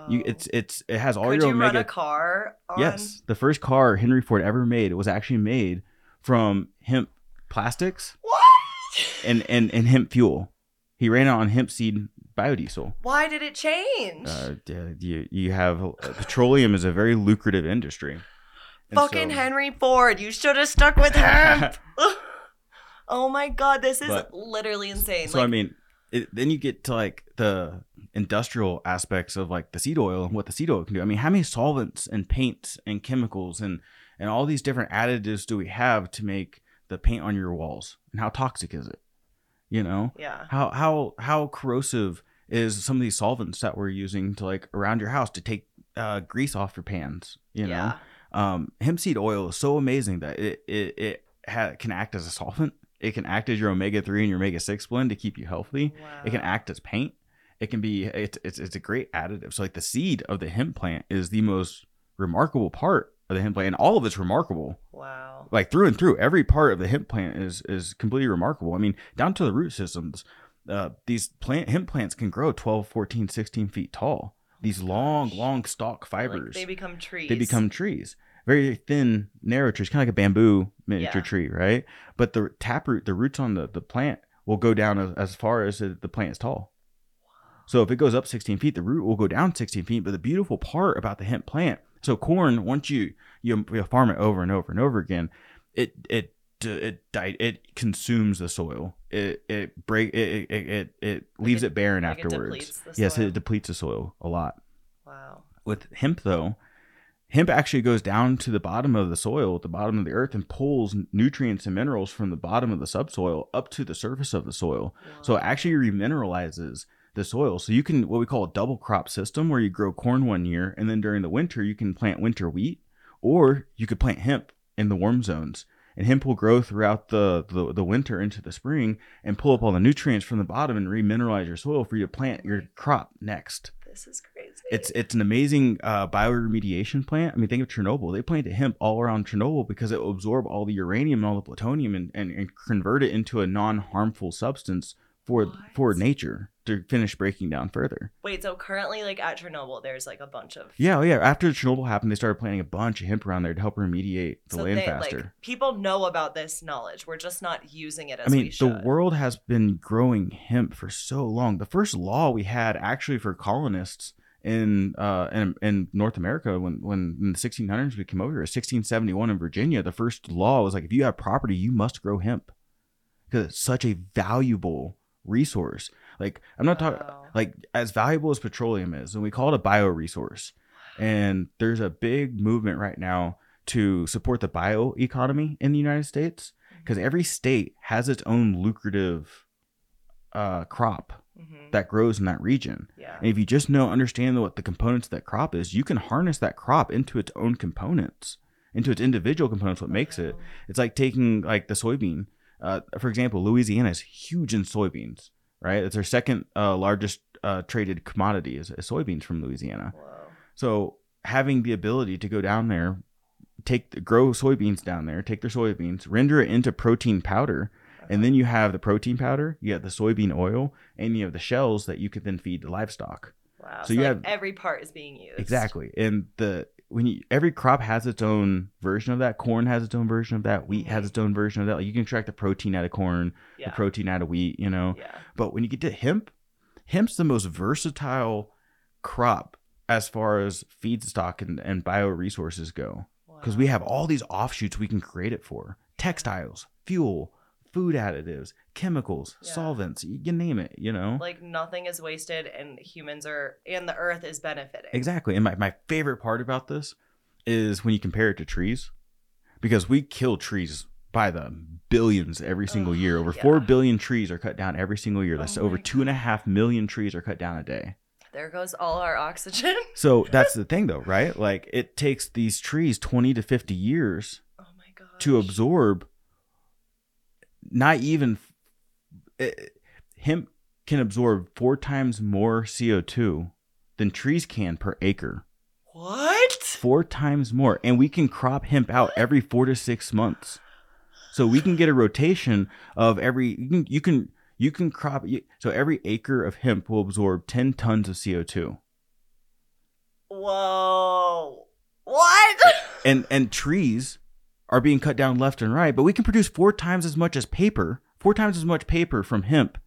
You
Whoa.
it's it's it has all
Oh. Could
your
you
omega
run a car on
Yes, the first car Henry Ford ever made was actually made from hemp plastics <laughs>
What?
and and and hemp fuel. He ran out on hemp seed biodiesel.
Why did it change?
Uh, yeah, you you have uh, petroleum is a very lucrative industry. And
Fucking
so-
Henry Ford. You should have stuck with
<laughs>
him. <laughs> oh my god, this is
But-
literally insane.
So
like,
I mean, it, then you get to like the industrial aspects of like the seed oil and what the seed oil can do. I mean, how many solvents and paints and chemicals and and all these different additives do we have to make the paint on your walls? And how toxic is it? You know.
yeah.
how how how corrosive is some of these solvents that we're using to like around your house to take uh, grease off your pans you know
Yeah.
um hemp seed oil is so amazing that it it, it ha- can act as a solvent it can act as your omega-3 and your omega-6 blend to keep you healthy
Wow.
it can act as paint it can be it's it's, it's a great additive so like the seed of the hemp plant is the most remarkable part of the hemp plant and all of it's remarkable
Wow.
like through and through every part of the hemp plant is is completely remarkable i mean down to the root systems uh, these plant hemp plants can grow 12 14 16 feet tall these long long stalk
Oh Like,
fibers
they
they,
become trees.
become trees very thin narrow trees kind of like a bamboo
Yeah.
miniature tree right but the taproot the roots on the, the plant will go down as, as far as the the plant is tall so if it goes up 16 feet, the root will go down 16 feet. But the beautiful part about the hemp plant, so corn, once you you, you farm it over and over and over again, it it it di- it consumes the soil. It it break it it it, it, it leaves
it-
it barren
like it
afterwards.
depletes the
yes,
soil.
it depletes the soil a lot.
Wow.
With hemp though, hemp actually goes down to the bottom of the soil, at the bottom of the earth, and pulls nutrients and minerals from the bottom of the subsoil up to the surface of the soil. So it
Wow.
actually remineralizes the soil. So you can what we call a double crop system where you grow corn one year and then during the winter you can plant winter wheat or you could plant hemp in the warm zones. And hemp will grow throughout the, the, the winter into the spring and pull up all the nutrients from the bottom and remineralize your soil for you to plant your crop next.
This is crazy.
It's it's an amazing uh, bioremediation plant. I mean, think of Chernobyl. They planted hemp all around Chernobyl because it will absorb all the uranium and all the plutonium and, and, and convert it into a non harmful substance for
What?
for nature to finish breaking down further.
Wait, so currently, like at Chernobyl, there's like a bunch of
Yeah, oh yeah. After Chernobyl happened, they started planting a bunch of hemp around there to help remediate the
so
land
they, Like,
faster.
people know about this knowledge. We're just not using it as
I mean,
we should.
the world has been growing hemp for so long. The first law we had actually for colonists in uh in, in North America when when in the 1600s we came over here, 1671 in Virginia, the first law was like if you have property, you must grow hemp because it's such a valuable resource. Like I'm not talking
Wow.
like as valuable as petroleum is, and we call it a bioresource. And there's a big movement right now to support the bioeconomy in the United States because every state has its own lucrative uh, crop
Mhm.
that grows in that region.
yeah.
And if you just know, understand what the components of that crop is, you can harness that crop into its own components, into its individual components, what makes it. It's like taking like the soybean. Uh, for example, Louisiana is huge in soybeans, right? It's their second uh, largest uh, traded commodity is, is soybeans from Louisiana.
Whoa.
So having the ability to go down there, take the, grow soybeans down there, take their soybeans, render it into protein powder, and then you have the protein powder, you have the soybean oil, and you have the shells that you could then feed the livestock.
Wow.
so
So,
you
like,
have-
every part is being used.
Exactly. And the when you, every crop has its own version of that. Corn has its own version of that. Wheat has
Mhm.
its own version of that. Like you can extract the protein out of corn,
Yeah.
the protein out of wheat, you know.
yeah.
But when you get to hemp, hemp's the most versatile crop as far as feedstock and, and bioresources go. Because we
Wow.
have all these offshoots we can create it for. Textiles, fuel, food additives, chemicals,
Yeah.
solvents, you can name it, you know.
like nothing is wasted, and humans are and the earth is benefiting.
Exactly. And my, my favorite part about this is when you compare it to trees, because we kill trees by the billions every single
Ugh,
year. Over
yeah.
4 billion trees are cut down every single year.
Oh
That's
my
over two and a half million trees are cut down a day.
There goes all our oxygen. <laughs>
So that's the thing, though, right? Like it takes these trees 20 to 50 years
Oh my god.
to absorb not even it, hemp can absorb four times more CO2 than trees can per acre.
What?
Four times more. And we can crop hemp out every four to six months. So we can get a rotation of every, you can, you can, you can crop, you, so every acre of hemp will absorb 10 tons of CO2.
Whoa. What? <laughs>
and and trees are being cut down left and right, but we can produce four times as much as paper, four times as much paper from hemp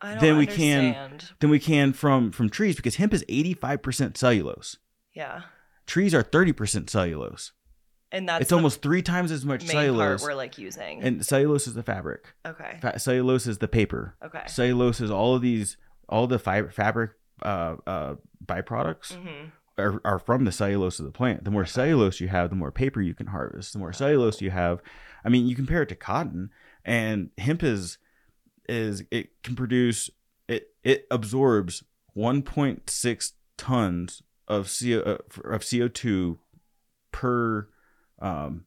I don't
Then we can-
understand. can.
than we can from from trees because hemp is 85% cellulose.
Yeah.
Trees are 30% cellulose.
And that's
it's
the
almost three times as much
main part
cellulose.
we're like using.
And cellulose is the fabric.
okay.
Fa- cellulose is the paper.
Okay.
Cellulose is all of these all the fiber fabric uh, uh, byproducts
hmm
are, are from the cellulose of the plant. The more cellulose you have, the more paper you can harvest. The more
Wow.
cellulose you have, I mean, you compare it to cotton and hemp is is it can produce it it absorbs 1.6 tons of CO uh, f- of CO2 per um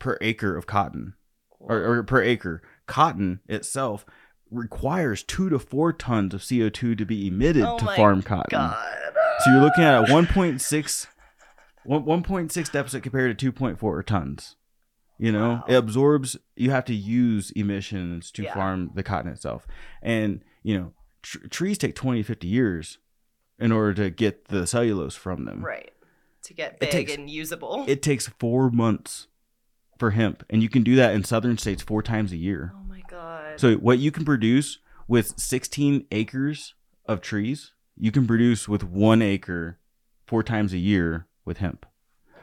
per acre of cotton or, or per acre. Cotton itself requires 2 to 4 tons of CO2 to be emitted
Oh
to
my
farm cotton.
God.
So you're looking at a 1.6 one- 1.6 deficit compared to 2.4 tons. You know,
Wow.
it absorbs you have to use emissions to
Yeah.
farm the cotton itself. And, you know, tr- trees take 20 to 50 years in order to get the cellulose from them.
right to get
It
big
takes-
and usable.
It takes 4 months for hemp, and you can do that in southern states 4 times a year.
oh my god.
So what you can produce with 16 acres of trees, you can produce with 1 acre 4 times a year with hemp.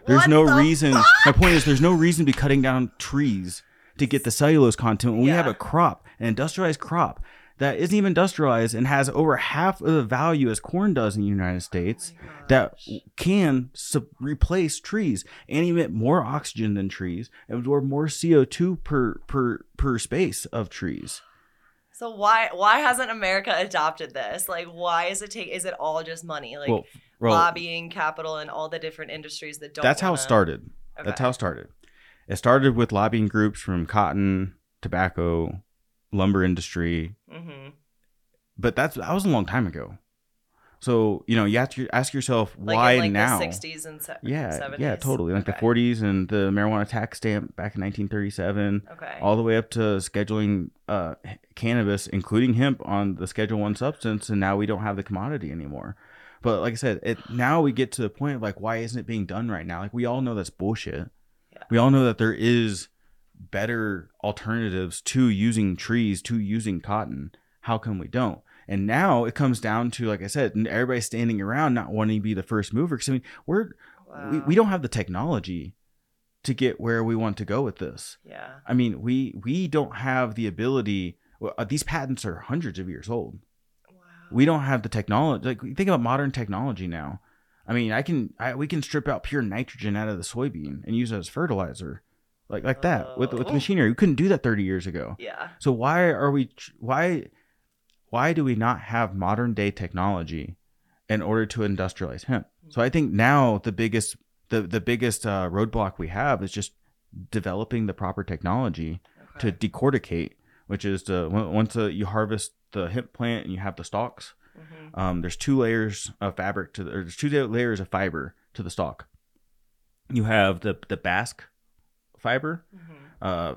There's
What
no
the
reason. <laughs>
fuck?
My point is, there's no reason to be cutting down trees to get the cellulose content when we
Yeah.
have a crop, an industrialized crop that isn't even industrialized and has over half of the value as corn does in the United States
Oh my
that
gosh.
can sub- replace trees and emit more oxygen than trees and absorb more CO2 per per per space of trees.
So why why hasn't America adopted this? Like why is it take is it all just money? Like
well, well,
lobbying, capital, and all the different industries that don't
that's how it
wanna-
started.
Okay.
That's how it started. It started with lobbying groups from cotton, tobacco, lumber industry,
Mhm.
but that's that was a long time ago. So you know, you have to ask yourself
Like
why
in, like,
now?
The 60s and se-
yeah,
70s.
yeah, totally. Like
Okay.
the 40s and the marijuana tax stamp back in 1937,
Okay.
all the way up to scheduling uh, h- cannabis, including hemp, on the Schedule One substance, and now we don't have the commodity anymore. But like I said, it now we get to the point of like, why isn't it being done right now? Like we all know that's bullshit.
Yeah.
We all know that there is better alternatives to using trees, to using cotton. How come we don't? And now it comes down to, like I said, n- everybody standing around not wanting to be the first mover. Because I mean, we're we,
Wow.
we don't have the technology to get where we want to go with this.
Yeah.
I mean, we we don't have the ability. Well, uh, these patents are hundreds of years old.
Wow.
We don't have the technology. Like think about modern technology now. I mean, I can I, we can strip out pure nitrogen out of the soybean and use it as fertilizer. like like that with with
Oh.
machinery. We couldn't do that 30 years ago.
Yeah.
So why are we tr- why why do we not have modern day technology in order to industrialize hemp? So I think now the biggest the the biggest uh, roadblock we have is just developing the proper technology
Okay.
to decorticate, which is to on- once uh, you harvest the hemp plant and you have the stalks,
Mhm.
um, there's two layers of fabric to the, or there's two da- layers of fiber to the stalk. You have the the basque fiber.
Mhm.
Uh,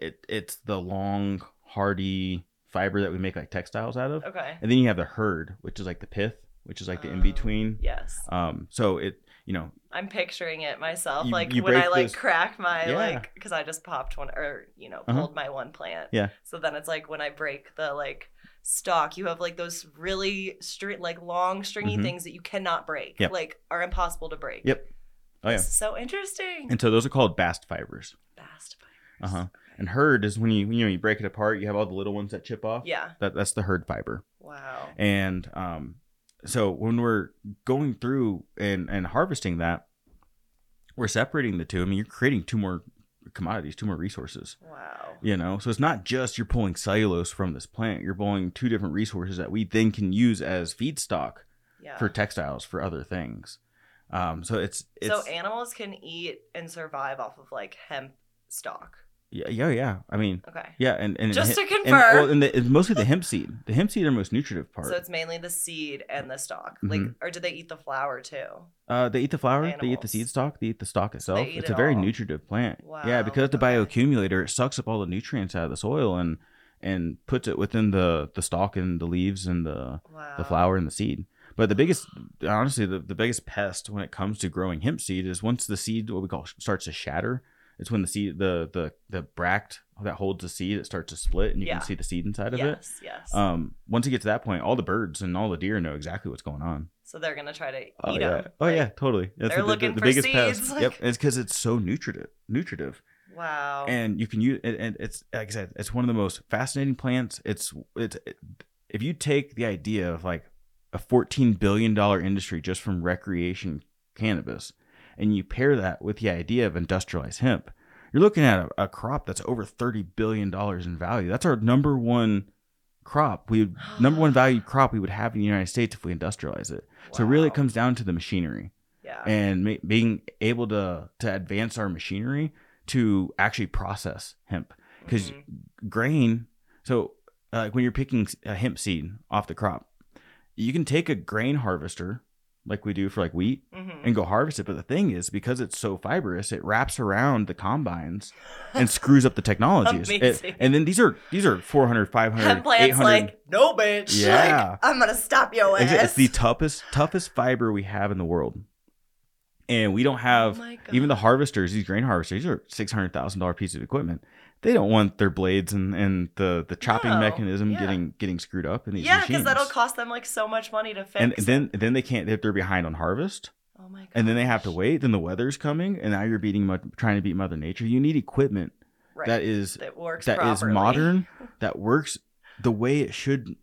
it it's the long hardy fiber that we make like textiles out of,
Okay.
and then you have the herd, which is like the pith, which is like the
Oh,
in between.
Ah, Yes.
Um, so it you know
I'm picturing it myself.
You-
like
you
when I
break
like
this-
crack my
Yeah.
like because I just popped one or you know
Uh-huh.
pulled my one plant.
Yeah.
So then it's like when I break the like stalk, you have like those really straight like long stringy
Mhm.
things that you cannot break.
Yep.
Like are impossible to break.
Yep. oh yeah,
This is so interesting.
and so those are called bast fibers.
Fast fibers.
Uh-huh. And herd is when you you know you break it apart, you have all the little ones that chip off.
Yeah.
That that's the herd fiber.
Wow.
And um, so when we're going through and, and harvesting that, we're separating the two. I mean, you're creating two more commodities, two more resources.
Wow.
You know, so it's not just you're pulling cellulose from this plant. You're pulling two different resources that we then can use as feedstock
Yeah.
for textiles for other things. Um, so it's it's
so animals can eat and survive off of like hemp stalk.
yeah yeah yeah. I mean
Okay.
yeah, and and
Just
and,
to confirm.
and, well, and the, it's mostly the hemp seed. The hemp seed are the most nutritive part.
So it's mainly the seed and the stalk. Like,
Mhm.
or do they eat the flower too?
Uh, they eat the flower. They eat the
Animals.
seed stalk. They eat the stalk itself.
eat
it's
it
a very
all.
nutritive plant. Yeah, because the
Wow, okay.
bioaccumulator it sucks up all the nutrients out of the soil and and puts it within the the stalk and the leaves and the
Wow.
the flower and the seed. But the biggest, honestly, the, the biggest pest when it comes to growing hemp seed is once the seed, what we call, starts to shatter. It's when the seed, the the the bract that holds the seed, it starts to split, and you
Yeah.
can see the seed inside of it.
Yes, yes.
Um, once you get to that point, all the birds and all the deer know exactly what's going on.
so they're gonna try to eat
Oh
'em.
yeah. Oh
Like,
yeah, totally. That's
they're
the,
looking
the, the
for
biggest
seeds,
pest.
like- Oh.
Yep, it's because it's so nutritive, nutritive,
Wow.
and you can use. And, and it's like I said, it's one of the most fascinating plants. It's it's if you take the idea of like a fourteen billion dollar industry just from recreation cannabis, and you pair that with the idea of industrialized hemp, you're looking at a, a crop that's over thirty billion dollars in value. That's our number one crop. We
<gasps>
number one valued crop we would have in the United States if we industrialize it. So really, it
Wow. Ah.
comes down to the machinery
Yeah.
and ma- being able to to advance our machinery to actually process hemp because
Mhm.
grain. So uh, like when you're picking a hemp seed off the crop, you can take a grain harvester like we do for like wheat
Mhm. <laughs>
and go harvest it. But the thing is, because it's so fibrous, it wraps around the combines
<laughs>
and screws up the technologies. It-
Amazing.
and then these are these are 400, 500,
Hemp plants
800
like no bitch. <laughs>
Yeah.
Like, I'm gonna stop your
it's,
ass.
it's the toughest toughest fiber we have in the world and we don't have
Oh my God.
even the harvesters these grain harvesters these are $600000 piece of equipment they don't want their blades and, and the, the chopping
No,
mechanism
yeah.
getting getting screwed up in these
yeah,
machines
because that'll cost them like so much money to fix.
and then then they can't they're- they're behind on harvest
oh my god.
and then they have to wait then the weather's coming and now you're beating mo- trying to beat mother nature you need equipment
Right.
that is
that works.
that is
properly.
modern that works the way it should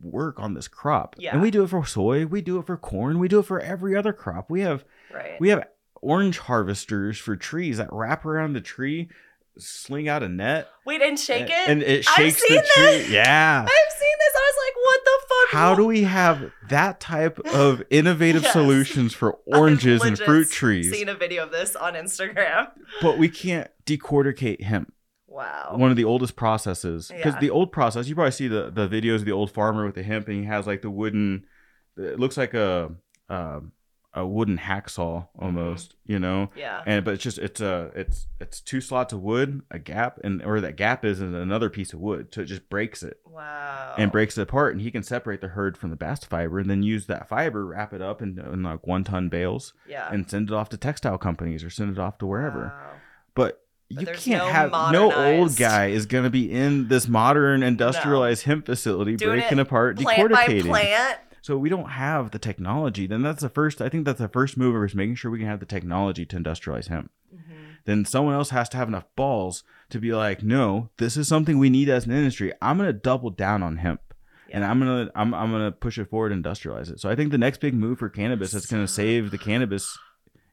work on this crop
Yeah.
and we do it for soy we do it for corn we do it for every other crop we have
Right.
we have orange harvesters for trees that wrap around the tree sling out a net
Wait and shake
and,
it.
and it
I've
shakes
seen
the
that.
tree yeah
I've seen this. I was like, what the fuck?
how do we have that type of
<laughs>
innovative
Yes.
solutions for oranges and
legit
fruit trees
Seen a video of this on Instagram. <laughs>
but we can't decorticate hemp
Wow.
one of the oldest processes because
Oh. Yeah.
the old process you probably see the the videos of the old farmer with the hemp and he has like the wooden it looks like a um a wooden hacksaw almost you know
Mm-hmm. yeah.
and but it's just it's a it's it's two slots of wood a gap and or that gap is in another piece of wood so it just breaks it
Wow.
and breaks it apart and he can separate the herd from the bast fiber and then use that fiber wrap it up in, in like one ton bales
Yeah.
and send it off to textile companies or send it off to wherever
Wow.
but
But
you
there's
can't
no
have no old
modernized-
guy is going to be in this modern industrialized hemp facility
Doing
breaking
it
apart
Plant by
decorticating
plant.
so we don't have the technology then that's the first i think that's the first move is making sure we can have the technology to industrialize hemp
Mhm.
then someone else has to have enough balls to be like no this is something we need as an industry i'm going to double down on hemp and
Yeah.
i'm going to I'm, I'm going to push it forward and industrialize it so i think the next big move for cannabis that's going to
So-
save the cannabis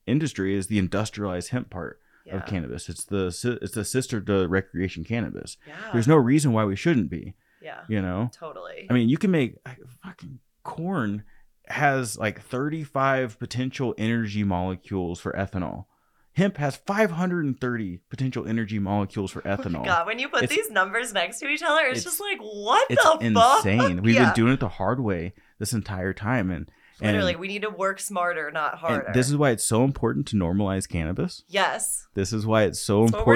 industry is the industrialized hemp part
Yeah.
of cannabis. It's the si- it's the sister to recreation cannabis.
Yeah.
There's no reason why we shouldn't be.
yeah.
You know,
Totally.
I mean, you can make I- fucking corn has like 35 potential energy molecules for ethanol. Hemp has 530 potential energy molecules for
<laughs> Oh my
ethanol.
God, when you put
It's-
these numbers next to each other, it's,
it's-
just like, what
it's
the fuck?
insane. We've
Yeah.
been doing it the hard way this entire time, and and-
Literally, we need to work smarter, not
and
harder.
this is why it's so important to normalize cannabis.
yes,
This is why it's so
That's what we're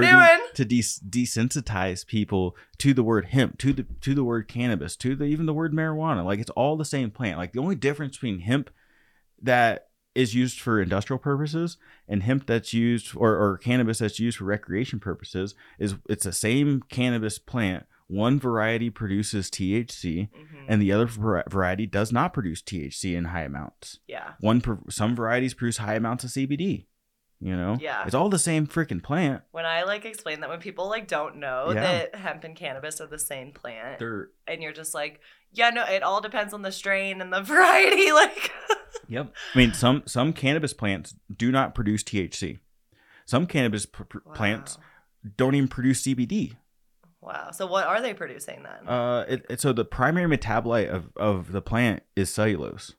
doing.
important to de- desensitize people to the word hemp, to the to the word cannabis, to the even the word marijuana. Like it's all the same plant. Like the only difference between hemp that is used for industrial purposes and hemp that's used or, or cannabis that's used for recreation purposes is it's the same cannabis plant. One variety produces THC
Mhm.
and the other var- variety does not produce THC in high amounts
yeah,
one per, some varieties produce high amounts of CBD. You know,
Yeah.
it's all the same freaking plant.
when I like explain that when people like don't know
Yeah.
that hemp and cannabis are the same plant,
They're
and you're just like, yeah, no, it all depends on the strain and the <laughs> variety. Like,
yep. I mean, some some cannabis plants do not produce THC. Some cannabis p- p- plants don't even produce CBD.
Wow. Wow. So what are they producing then?
Uh, it, it- so the primary metabolite of of the plant is cellulose.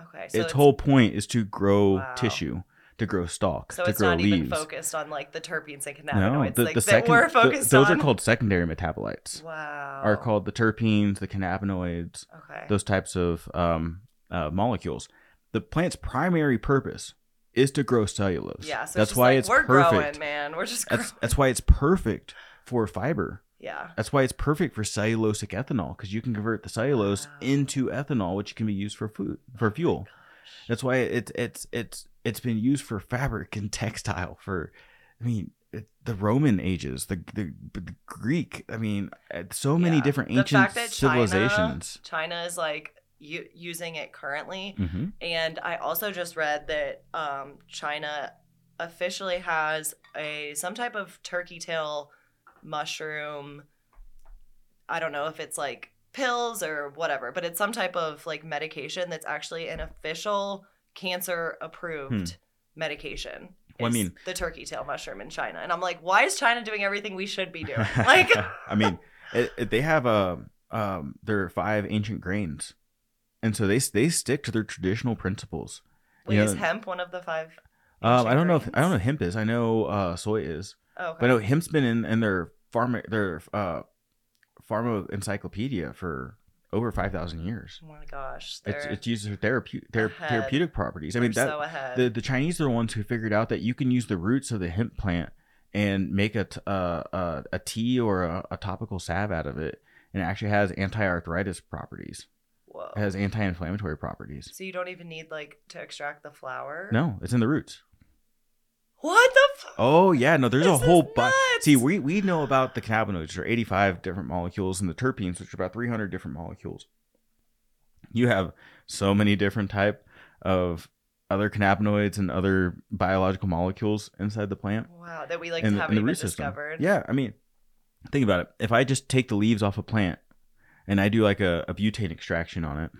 okay. So
its, whole point is to grow
Wow.
tissue, to grow stalk,
So
to
it's
grow
not
leaves.
even focused on like the terpenes and
no,
cannabinoids
the,
like,
the
that
second
we're
the-
focused
those
on.
are called secondary metabolites.
wow.
Are called the terpenes, the cannabinoids,
okay.
those types of um, uh, molecules. The plant's primary purpose is to grow cellulose.
yeah. So
that's
just
why
like,
it's
we're growing,
perfect.
man. We're just growing.
That's that's why it's perfect for fiber.
yeah.
That's why it's perfect for cellulosic ethanol because you can convert the cellulose
Wow. Oh
into ethanol, which can be used for food for fuel.
Gosh.
That's why it's it's it's it's been used for fabric and <laughs> textile for, I mean. It, the Roman ages, the, the the Greek. I mean, uh, so many
Yeah.
different
The
ancient
fact that China- <laughs>
civilizations.
China is like u- using it currently.
hmm
And I also just read that um, China officially has a some type of turkey tail mushroom. I don't know if it's like pills or whatever, but it's some type of like medication that's actually an official cancer approved
Hmm.
medication.
Well, I
is
mean-
the turkey tail mushroom in China, and I'm like, why is China doing everything we should be
<laughs>
doing? Like,
I mean, it, it- they have um um, their five ancient grains, and so they they stick to their traditional principles.
wait,
you
is
know-
hemp one of the five?
Um,
ancient
I don't know if
grains?
I don't know if hemp is. I know uh, soy is,
Oh, okay.
but no, hemp's been in, in their pharma their uh, pharma encyclopedia for over five thousand years.
oh my gosh,
It's
they're-
it's used for therapeutic thera-
ahead.
therapeutic properties. I mean
they're
that
so ahead.
the the Chinese are the ones who figured out that you can use the roots of the hemp plant and make a t- uh, uh, a tea or a, a topical salve out of it, and it actually has anti-arthritis properties.
Whoa.
It has anti-inflammatory properties.
So you don't even need like to extract the flour.
No, it's in the roots.
What the? F-
Oh yeah, no, there's
This
a
is
whole bu-
nuts!
See, we we know about the cannabinoids, which are 85 different molecules, and the terpenes, which are about 300 different molecules. You have so many different type of other cannabinoids and other biological molecules inside the plant.
wow, that we like
in the-
haven't
in the
even
root system.
discovered.
Yeah, I mean, think about it. If I just take the leaves off a plant and I do like a, a butane extraction on it,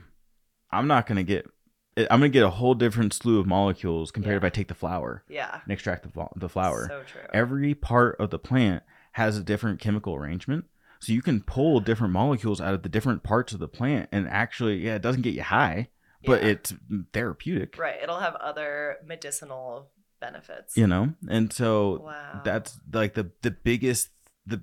I'm not gonna get. I'm gonna get a whole different slew of molecules compared if
Yeah.
I take the flower
Yeah.
and extract the, fl- the flower.
So true.
Every part of the plant has a different chemical arrangement, so you can pull different molecules out of the different parts of the plant, and actually, yeah, it doesn't get you high, but
Yeah.
it's therapeutic.
right. It'll have other medicinal benefits.
You know, and so
Wow.
that's like the the biggest the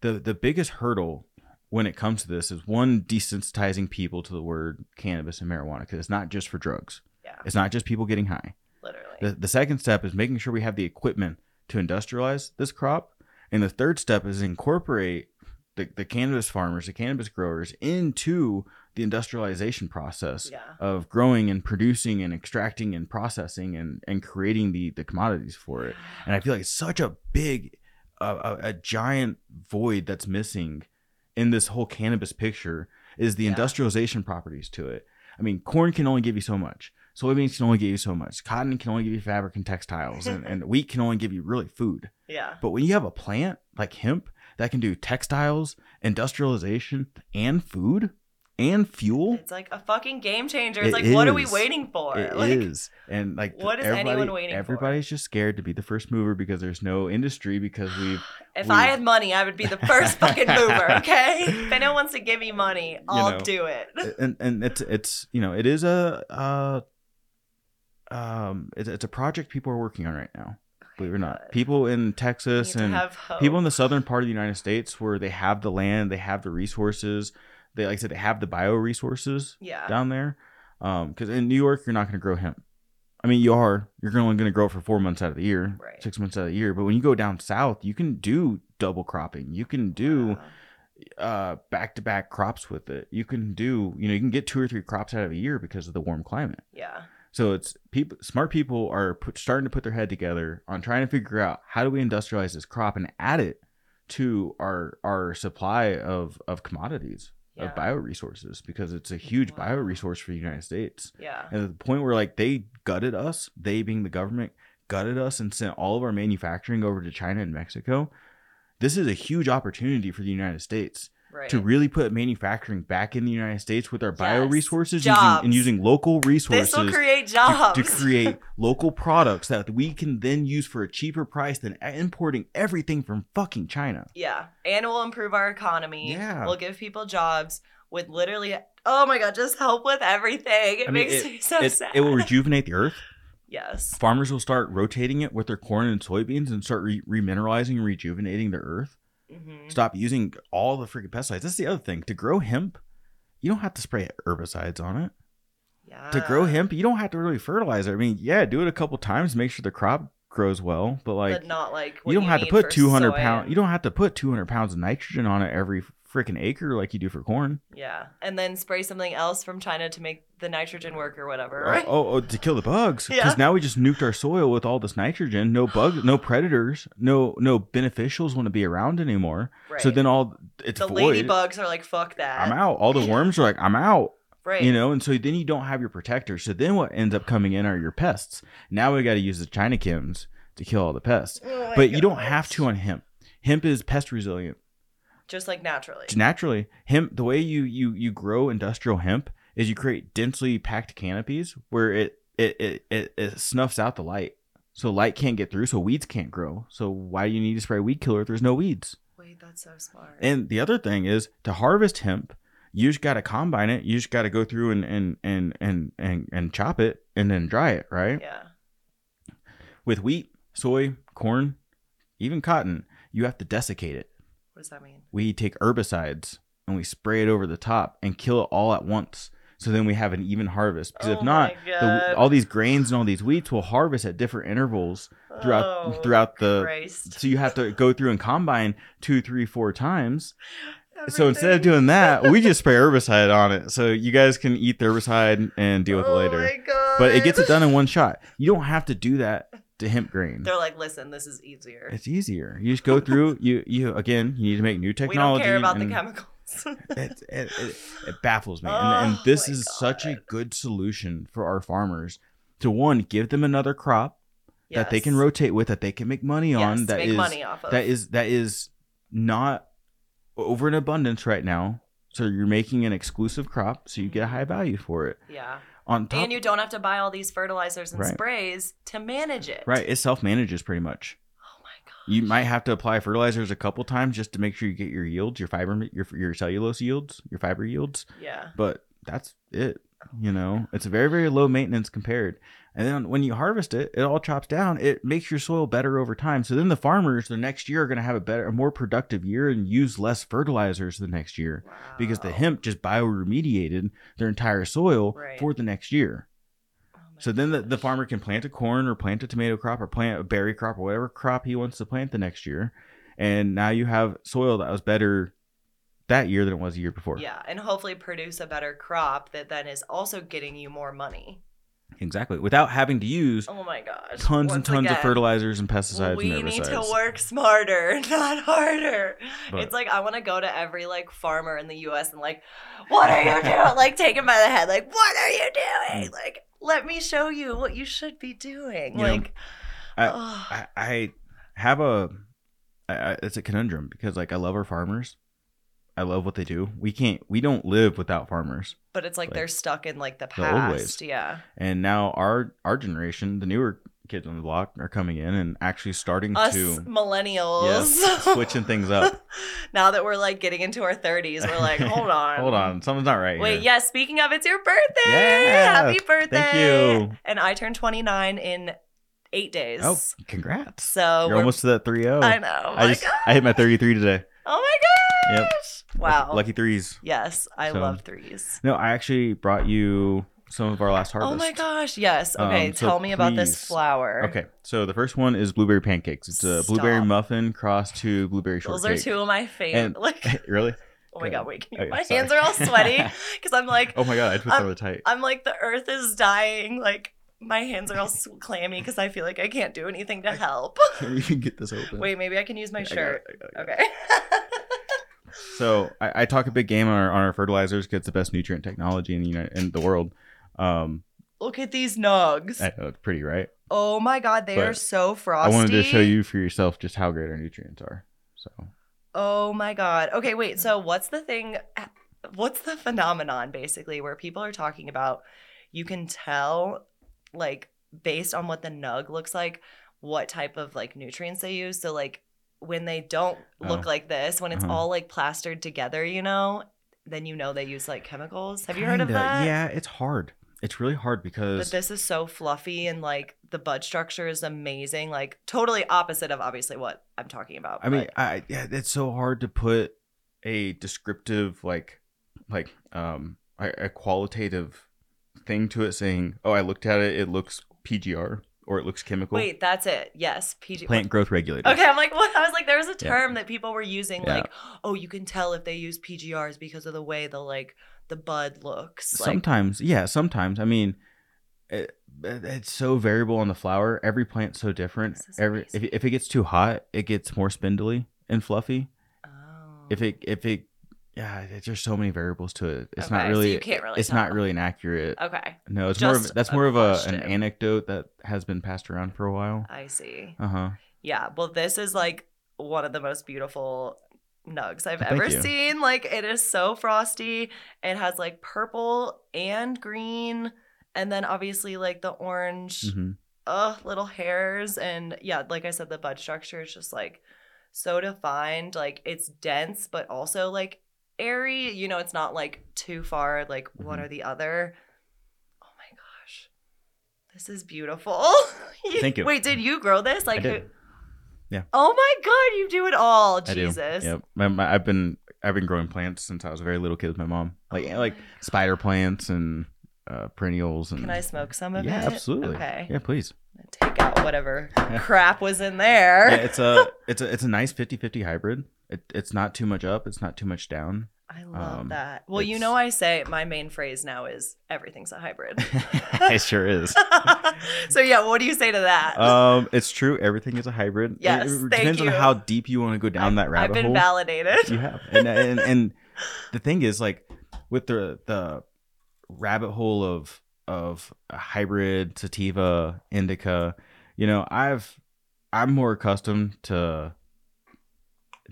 the the biggest hurdle when it comes to this is one desensitizing people to the word cannabis and marijuana because it's not just for drugs
yeah.
it's not just people getting high
Literally.
the, the second step is making sure we have the equipment to industrialize this crop and the third step is incorporate the, the cannabis farmers the cannabis growers into the industrialization process
yeah.
of growing and producing and extracting and processing and, and creating the, the commodities for it and I feel like it's such a big, uh, a, a giant void that's missing in this whole cannabis picture is the
Yeah.
industrialization properties to it. I mean, corn can only give you so much. Soybeans can only give you so much. Cotton can only give you fabric and textiles, and,
<laughs>
and wheat can only give you really food.
yeah.
But when you have a plant like hemp that can do textiles, industrialization, and food, and fuel.
It's like a fucking game changer.
It
It's like, what are we
is.
waiting for?
It is,
like,
and like
what is
everybody-
anyone waiting for?
Everybody's just scared to be the first mover because there's no industry because we've
if
we-
I had money, I would be the
<laughs>
first fucking mover. Okay, if anyone wants to give me money, I'll
know.
do it.
and and it's it's you know it is a uh um it's, it's a project people are working on right now. Believe it
<laughs>
or not, people in
We
Texas
need to
and
have hope.
people in the southern part of the United States where they have the land, they have the resources, they like I said they have the bio resources
yeah,
down there. Because in New York, you're not going to grow hemp. I mean, you are. You're only going to grow it for four months out of the year,
Right.
six months out of the year. But when you go down south, you can do double cropping. You can do
Wow.
uh, back-to-back crops with it. You can do, you know, you can get two or three crops out of a year because of the warm climate.
yeah,
So it's people, smart people are put, starting to put their head together on trying to figure out how do we industrialize this crop and add it to our our supply of of commodities
yeah,
of bioresources because it's a huge
Wow.
bioresource for the United States.
yeah.
And at the point where like they gutted us, they being the government gutted us and sent all of our manufacturing over to China and Mexico. This is a huge opportunity for the United States
Right.
to really put manufacturing back in the United States with our bioresources using,
Jobs.
and using local resources
this will create
to,
jobs. <laughs>
to create local products that we can then use for a cheaper price than e-, importing everything from fucking China.
yeah, and we'll improve our economy.
Yeah.
we'll give people jobs with literally. Oh my god, just help with everything. It
I mean,
makes
it-
me so
It,
sad. <laughs>
it will rejuvenate the earth.
yes.
Farmers will start rotating it with their corn and soybeans and start re- remineralizing and rejuvenating the earth.
Mhm.
Stop using all the freaking pesticides. That's the other thing. To grow hemp, you don't have to spray herbicides on it.
Yeah.
to grow hemp, you don't have to really fertilize it. I mean, yeah, do it a couple times, make sure the crop grows well, but like
but not like what
you don't have to
need
put
for
200
soy
pound
and-
you don't have to put 200 pounds of nitrogen on it every freaking acre like you do for corn.
Yeah, and then spray something else from China to make the nitrogen work or whatever.
Oh, oh, oh, to kill the bugs because
Yeah.
now we just nuked our soil with all this nitrogen. No bugs, no predators, no no beneficials want to be around anymore.
right.
Oh, So then all it's
the
void.
ladybugs are like, "Fuck that!"
I'm out.
<laughs>
All the worms are like, I'm out.
Right.
you know and so then you don't have your protectors so then what ends up coming in are your pests now we got to use the china chems to kill all the pests
Oh my
but you don't
gosh.
have to on hemp hemp is pest resilient
Just like naturally.
naturally hemp the way you you you grow industrial hemp is you create densely packed canopies where it it it, it, it snuffs out the light so light can't get through so weeds can't grow so why do you need to spray weed killer if there's no weeds
Wait, that's so smart.
and the other thing is to harvest hemp, you just got to combine it. You just got to go through and and and and and and chop it and then dry it, right?
yeah.
With wheat, soy, corn, even cotton, you have to desiccate it.
What does that mean?
We take herbicides and we spray it over the top and kill it all at once. So then we have an even harvest. Because
Oh
if not,
my God.
the, all these grains and all these wheats will harvest at different intervals throughout
Oh,
throughout the.
Christ.
So you have to go through and combine two, three, four times So instead of doing that, we just spray herbicide on it. So you guys can eat the herbicide and deal with it
Oh
later.
my God.
But it gets it done in one shot. You don't have to do that to hemp grain.
They're like, "Listen, this is easier.
It's easier. You just go through. You you again. You need to make new
we don't
technology.
care about the
and
chemicals." <laughs>
it, it, it, it baffles me. and, and
Oh
this
my
is such a good solution for our farmers to one give them another crop that they can
Yes.
rotate with, that they can make money
yes,
on. That
make
is-
money off of.
that is that is not over in abundance right now. So you're making an exclusive crop, so you get a high value for it.
yeah.
On top,
And you don't have to buy all these fertilizers and
Right.
sprays to manage it.
right, it self manages pretty much.
Oh my god.
You might have to apply fertilizers a couple times just to make sure you get your yields, your fiber, your your cellulose yields, your fiber yields.
Yeah.
But that's it. You know, it's very very low maintenance compared. And then when you harvest it, it all chops down. It makes your soil better over time. So then the farmers the next year are going to have a better, a more productive year and use less fertilizers the next year. because the
Wow.
hemp just bioremediated their entire soil
Right.
for the next year.
Oh my
So then the, the
gosh.
farmer can plant a corn or plant a tomato crop or plant a berry crop or whatever crop he wants to plant the next year. And now you have soil that was better that year than it was the year before.
Yeah, and hopefully produce a better crop that then is also getting you more money.
Exactly. Without having to use
Oh my gosh.
tons and
Once
tons of
again,
fertilizers and pesticides
We
and
need
herbicides.
to work smarter, <laughs> not harder.
But-
It's like I want to go to every like farmer in the US and like, what are you doing? <laughs> like take him by the head, like, what are you doing? Like, let me show you what you should be doing.
Mm. You know,
like
I-
ugh.
I, I have a I, I- it's a conundrum because like I love our farmers, I love what they do. We can't we don't live without farmers.
But it's like,
Like,
they're stuck in like the
the old
past.
ways.
Yeah.
And now our our generation, the newer kids on the block are coming in and actually starting
Us
to
millennials. <laughs>
switching things up.
now that we're like getting into our 30s, we're like, hold on.
<laughs> Hold on, something's not right
Wait,
here.
yeah, speaking of, it's your birthday.
Yeah.
Happy birthday.
you.
And I turned 29 in eight days.
Oh, congrats.
So
You're
we're-
almost to that 3 0.
I know. Oh
I
my
just
God.
I hit my 33 today.
<laughs> Oh my
Yep.
gosh. Wow.
Lucky, lucky threes.
Yes, I
So-
love threes.
No, I actually brought you some of our last harvest.
Oh my gosh. Yes. Okay.
Um, so
tell me about this
please-
flower.
Okay, so the first one is blueberry pancakes. It's a blueberry
Stop.
muffin crossed to blueberry
Those
shortcake.
are two of my
And-
favorite. <laughs>
<laughs>
Like,
really?
oh my
Go
god, wait, can you,
Oh, yeah,
my
sorry.
hands are all
<laughs>
sweaty because I'm like,
Oh my god, I twisted
Um,
really tight. <laughs>
I'm like the earth is dying. Like my hands are all s- clammy because I feel like I can't do anything to help.
Can you get this open?
wait, maybe I can use my
I got it,
shirt.
I got it, I got it.
Okay. <laughs>
So I, I talk a big game on our on our fertilizers because it's the best nutrient technology in the United, in the world. Um,
Look at these nugs.
I know, it's pretty, right?
oh my god, they
But
are so frosty.
I wanted to show you for yourself just how great our nutrients are. So
Oh my god. Okay, wait. So
Mm.
what's the thing what's the phenomenon basically where people are talking about you can tell like based on what the nug looks like what type of like nutrients they use. So like when they don't look
Oh.
like this, when it's
Uh-huh.
all like plastered together, you know, then you know they use like chemicals. Have you heard of
Kinda,
that?
Yeah, it's hard. It's really hard
But
because
this is so fluffy and like the bud structure is amazing. Like totally opposite of obviously what I'm talking about.
I mean,
but-
I yeah, it's so hard to put a descriptive like like um a, a qualitative thing to it saying, "Oh, I looked at it, it looks PGR or it looks chemical."
wait, that's it. Yes, PG.
Plant growth regulator.
Okay, I'm like, <laughs> what? I was like, there was a
Yeah.
term that people were using,
Yeah.
like, oh, you can tell if they use PGRs because of the way the like the bud looks. Like,
Sometimes, yeah, sometimes. I mean, it, it- it's so variable on the flower. Every plant's so different.
This is
Every if,
amazing.
if it gets too hot, it gets more spindly and fluffy.
oh.
If it if it yeah, it's just so many variables to it. It's not
Okay, so
really.
you can't really
It's not
tell.
really an accurate
okay,
No, it's more of
Just
that's
a
more of a, an
question.
anecdote that has been passed around for a while.
I see.
Uh huh.
Yeah. Well, this is like one of the most beautiful nugs I've
Thank
ever
you.
seen. Like, it is so frosty. It has like purple and green, and then obviously like the orange.
hmm
uh little hairs and yeah like i said the bud structure is just like so defined like it's dense but also like airy you know it's not like too far like one
Mhm.
or the other oh my gosh this is beautiful <laughs>
Thank you.
wait did you grow this like
did.
who-
Yeah.
oh my god you do it all
I do.
jesus
Yep. My, my, I've been I've been growing plants since I was a very little kid with my mom. Like
Oh
like
my God.
spider plants and uh, perennials and.
can i smoke some of
yeah,
it
absolutely.
okay
Yeah, please.
take out
<laughs>
whatever crap was in <laughs> there
Yeah, it's a it's a it's a nice 50-50 hybrid. It, it's not too much up. It's not too
<laughs>
much down.
I love
Um,
that. Well, you
it's-
know, I say my main phrase now is everything's a
<laughs>
hybrid. <laughs>
it sure is.
so yeah, what do you say to that?
Um, it's true. Everything is a hybrid. It-
Yes,
it,
thank
depends
you.
on how deep you want to go down that rabbit
I've been
hole.
validated.
<laughs> you have
<laughs>
and, and and the thing is like with the the rabbit hole of of a hybrid sativa indica you know i've i'm more accustomed to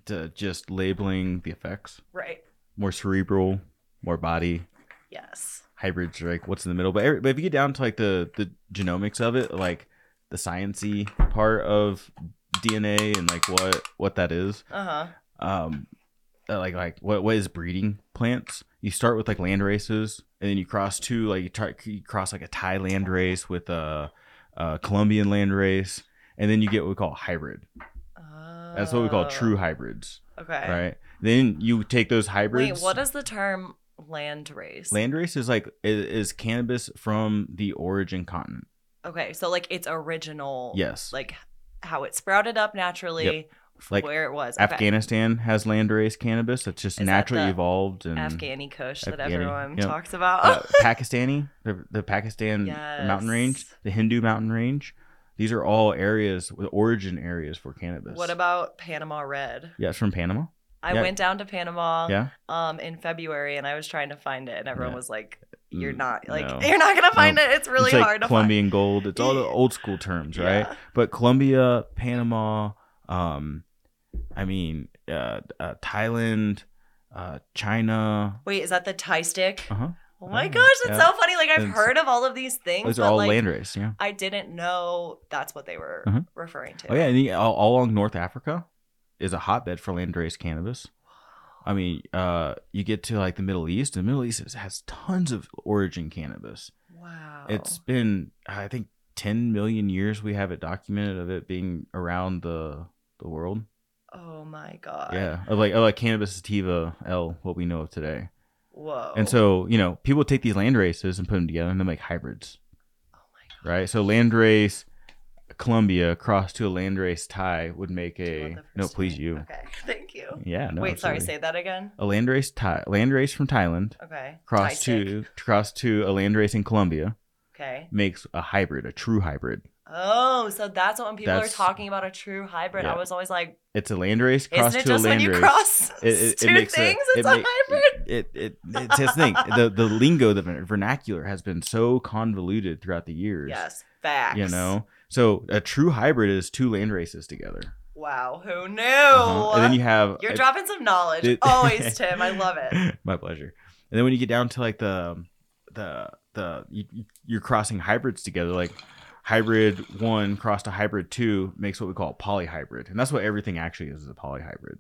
to just labeling the effects
Right.
more cerebral more body
Yes.
hybrids are like what's in the middle but, every, but if you get down to like the the genomics of it like the sciency part of dna and like what what that is
Uh huh.
um uh, like like what what is breeding plants you start with like land races and then you cross two like you try you cross like a thai land race with a, a colombian land race and then you get what we call a hybrid that's what we call true hybrids
Oh, Okay.
right then you take those
Wait,
hybrids
what is the term land race?
land race is like is, is cannabis from the origin continent
Okay, so like its original.
yes
Like how it sprouted up naturally.
Like
where it was.
afghanistan has land race cannabis that's just
Is that
naturally
the
evolved and
Okay. Afghani Kush that
Afghani,
everyone
yeah.
talks about. <laughs>
uh, Pakistani, the, the Pakistan mountain range,
Oh. Yes.
the Hindu mountain range. These are all areas with origin areas for cannabis.
what about Panama Red?
Yeah, it's from Panama.
I
Yeah.
went down to Panama.
Yeah,
um in February and I was trying to find it and everyone
Yeah.
was like you're
Mm,
not like
no.
<laughs> you're not gonna find
Nope.
it. It's really
it's like
hard to
Colombian gold. It's all the
<laughs> Yeah.
old school terms,
find.
right? But Colombia, Panama, um, I mean, uh, uh, Thailand, uh, China.
Wait, is that the tie stick?
Uh huh.
Oh my
Yeah,
gosh, that's
yeah.
so funny. Like I've
It's-
heard of all of these things,
Those
but
are all
like
land race. Yeah.
I didn't know that's what they were
Mhm.
referring to.
Oh yeah, and you- all, all along North Africa is a hotbed for land raised cannabis. I mean, uh, you get to like the Middle East, and the Middle East is- has tons of origin cannabis.
Wow.
It's been, I think, ten million years we have it documented of it being around the the world.
oh my god.
Yeah, of like of like cannabis sativa L, what we know of today.
Whoa.
And so you know, people take these land races and put them together and they make hybrids,
Oh my
right? So land race. Columbia crossed to a land race tie would make
God. Do you
a
want the first
no please
one?
you
Okay. <laughs> Thank you.
yeah no,
Wait, sorry,
absolutely.
say that again.
a land race Thai, land race from Thailand
Okay. Tie
cross
stick.
to cross to a land race in Colombia
Okay.
makes a hybrid, a true hybrid.
Oh, so that's what when people
That's-
are talking about a true hybrid.
Yeah.
I was always like,
It's a land race cross
isn't it
to a
just
land
when you
race.
cross
It- it- it
two
makes a-
things?
it
it's a
ma-
hybrid.
It, it, it's his
<laughs>
thing. The the lingo, the vernacular has been so convoluted throughout the years.
Yes. Facts.
You know? So a true hybrid is two land races together.
Wow. Who knew?
Uh-huh. And then you have
Oh, You're dropping some knowledge.
<laughs> Dude.
Always, Tim. I love it.
<laughs> My pleasure. And then when you get down to like the um, the the you, you- you're crossing hybrids together, like hybrid one crossed to hybrid two makes what we call a polyhybrid, and that's what everything actually is is a polyhybrid.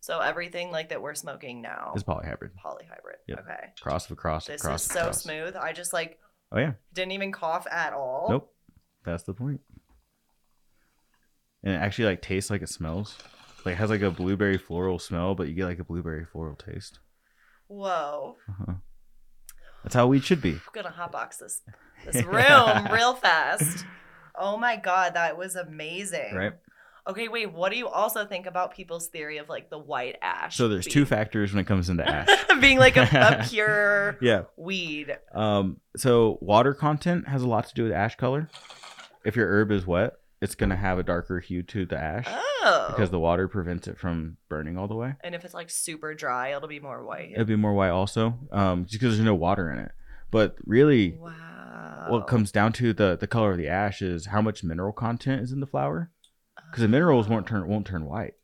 So everything like that we're smoking now
It's a polyhybrid.
polyhybrid.
Yep.
Okay.
Cross of a cross. of
This
cross
is
of
so
cross.
smooth. Oh. I just like
Oh yeah.
didn't even cough at all.
Nope. That's the point. And it actually like tastes like it smells. Like it has like a blueberry floral smell, but you get like a blueberry floral taste.
Whoa.
Uh-huh. That's how we should be.
I'm gonna hotbox this
<laughs>
this room real fast. Oh my god, that was amazing.
Right.
Okay, wait, what do you also think about people's theory of like the white ash?
So there's
being-
two factors when it comes into ash. <laughs>
being <laughs> like a, a pure
yeah.
weed.
Um, so water content has a lot to do with ash color. If your herb is wet, it's gonna have a darker hue to the ash
Oh.
because the water prevents it from burning all the way.
and if it's like super dry, it'll be more white.
It'd be more white also, um, just because there's no water in it. But really,
Wow.
what comes down to the the color of the ash is how much mineral content is in the flower, because the minerals won't turn won't turn white.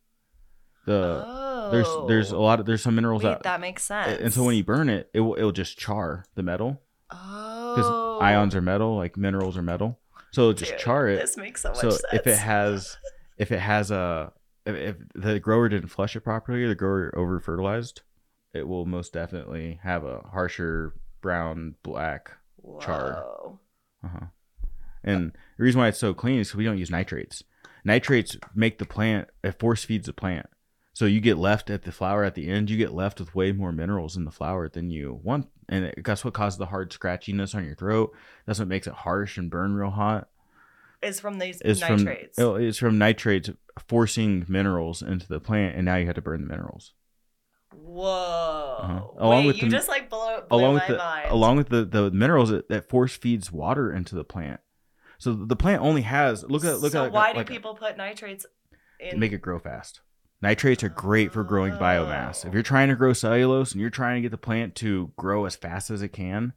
The
Oh.
there's there's a lot of there's some minerals
Wait,
that,
that makes sense.
and so when you burn it, it will it'll just char the metal.
oh
Ions are metal, like minerals are metal, so it'll just
Dude,
char it.
This makes so much
so
sense.
if it has if it has a if, if the grower didn't flush it properly the grower over fertilized it will most definitely have a harsher brown black char.
Whoa.
uh-huh. and the reason why it's so clean is 'cause we don't use nitrates nitrates make the plant it force feeds the plant so you get left at the flower at the end you get left with way more minerals in the flower than you want and it, that's what causes the hard scratchiness on your throat that's what makes it harsh and burn real hot
It's from these
is
nitrates.
from oh, it's from nitrates forcing minerals into the plant, and now you have to burn the minerals
Whoa.
Uh-huh. Along
Wait,
with
you
the-
just like blow, blew
along
my
with the
mind.
along with the the minerals that, that force feeds water into the plant. So the plant only has look at look
so
at
why
like,
do people put nitrates
to
in?
make it grow fast. Nitrates are great for growing biomass. If you're trying to grow cellulose and you're trying to get the plant to grow as fast as it can,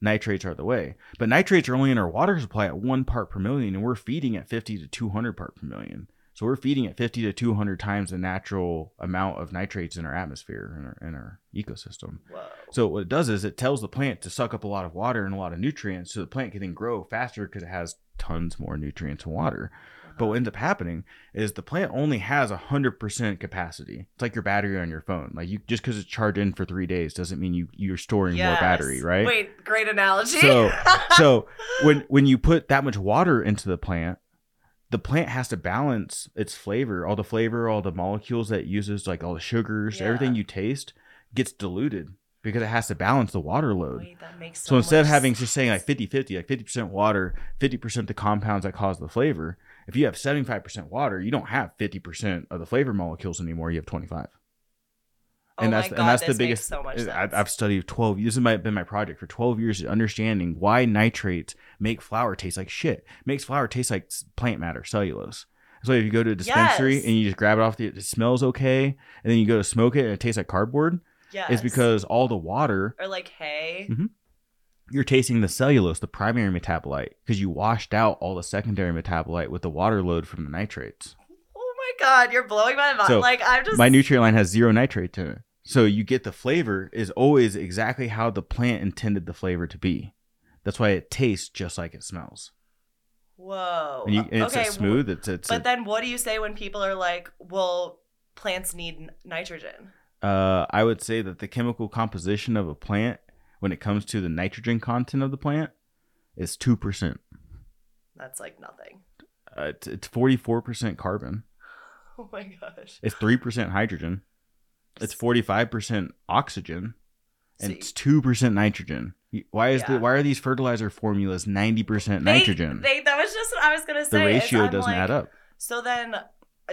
nitrates are the way. But nitrates are only in our water supply at one part per million, and we're feeding at 50 to 200 part per million. So we're feeding at 50 to 200 times the natural amount of nitrates in our atmosphere and our, in our ecosystem.
Whoa.
So what it does is it tells the plant to suck up a lot of water and a lot of nutrients, so the plant can then grow faster because it has tons more nutrients and water. But what ends up happening is the plant only has a hundred percent capacity. It's like your battery on your phone. Like you just because it's charged in for three days doesn't mean you you're storing more
Yes.
battery, right?
Wait, great analogy. <laughs>
So so when when you put that much water into the plant, the plant has to balance its flavor, all the flavor, all the molecules that it uses, like all the sugars,
Yeah.
everything you taste gets diluted because it has to balance the water load.
Wait, that makes so,
So instead of
much
having
sense.
just saying like 50 50, like 50% water, 50% the compounds that cause the flavor, if you have 75% water, you don't have 50% of the flavor molecules anymore. You have
oh
25. and
my
that's- and
God,
that's the
this makes
biggest-
So much sense.
I, I've studied 12 years. This has been my project for 12 years, is understanding why nitrates make flour taste like shit, makes flour taste like s- plant matter, cellulose. So if you go to a dispensary
Yes.
and you just grab it off the, it smells okay, and then you go to smoke it and it tastes like cardboard,
yes.
is because Mm-hmm. all the water
or like hay.
you're tasting the cellulose, the primary metabolite, because you washed out all the secondary metabolite with the water load from the nitrates.
Oh my God, you're blowing my mind.
So,
like I'm just
My nutrient line has zero nitrates in it. So you get the flavor is always exactly how the plant intended the flavor to be. That's why it tastes just like it smells.
Whoa.
And, you, and it's a
okay.
smooth. It's it's
But
a,
then what do you say when people are like, well, plants need n- nitrogen?
uh, I would say that the chemical composition of a plant, when it comes to the nitrogen content of the plant, is two percent.
That's like nothing.
Uh, it's it's forty four percent carbon.
<laughs> Oh my gosh.
It's three percent hydrogen. It's forty five percent oxygen, and
So
it's two percent nitrogen. Y- Why is
Yeah.
the why are these fertilizer formulas ninety percent
They-
nitrogen?
They, that was just what I was gonna say.
the
is
ratio
I'm
doesn't
like,
add up.
So then, uh,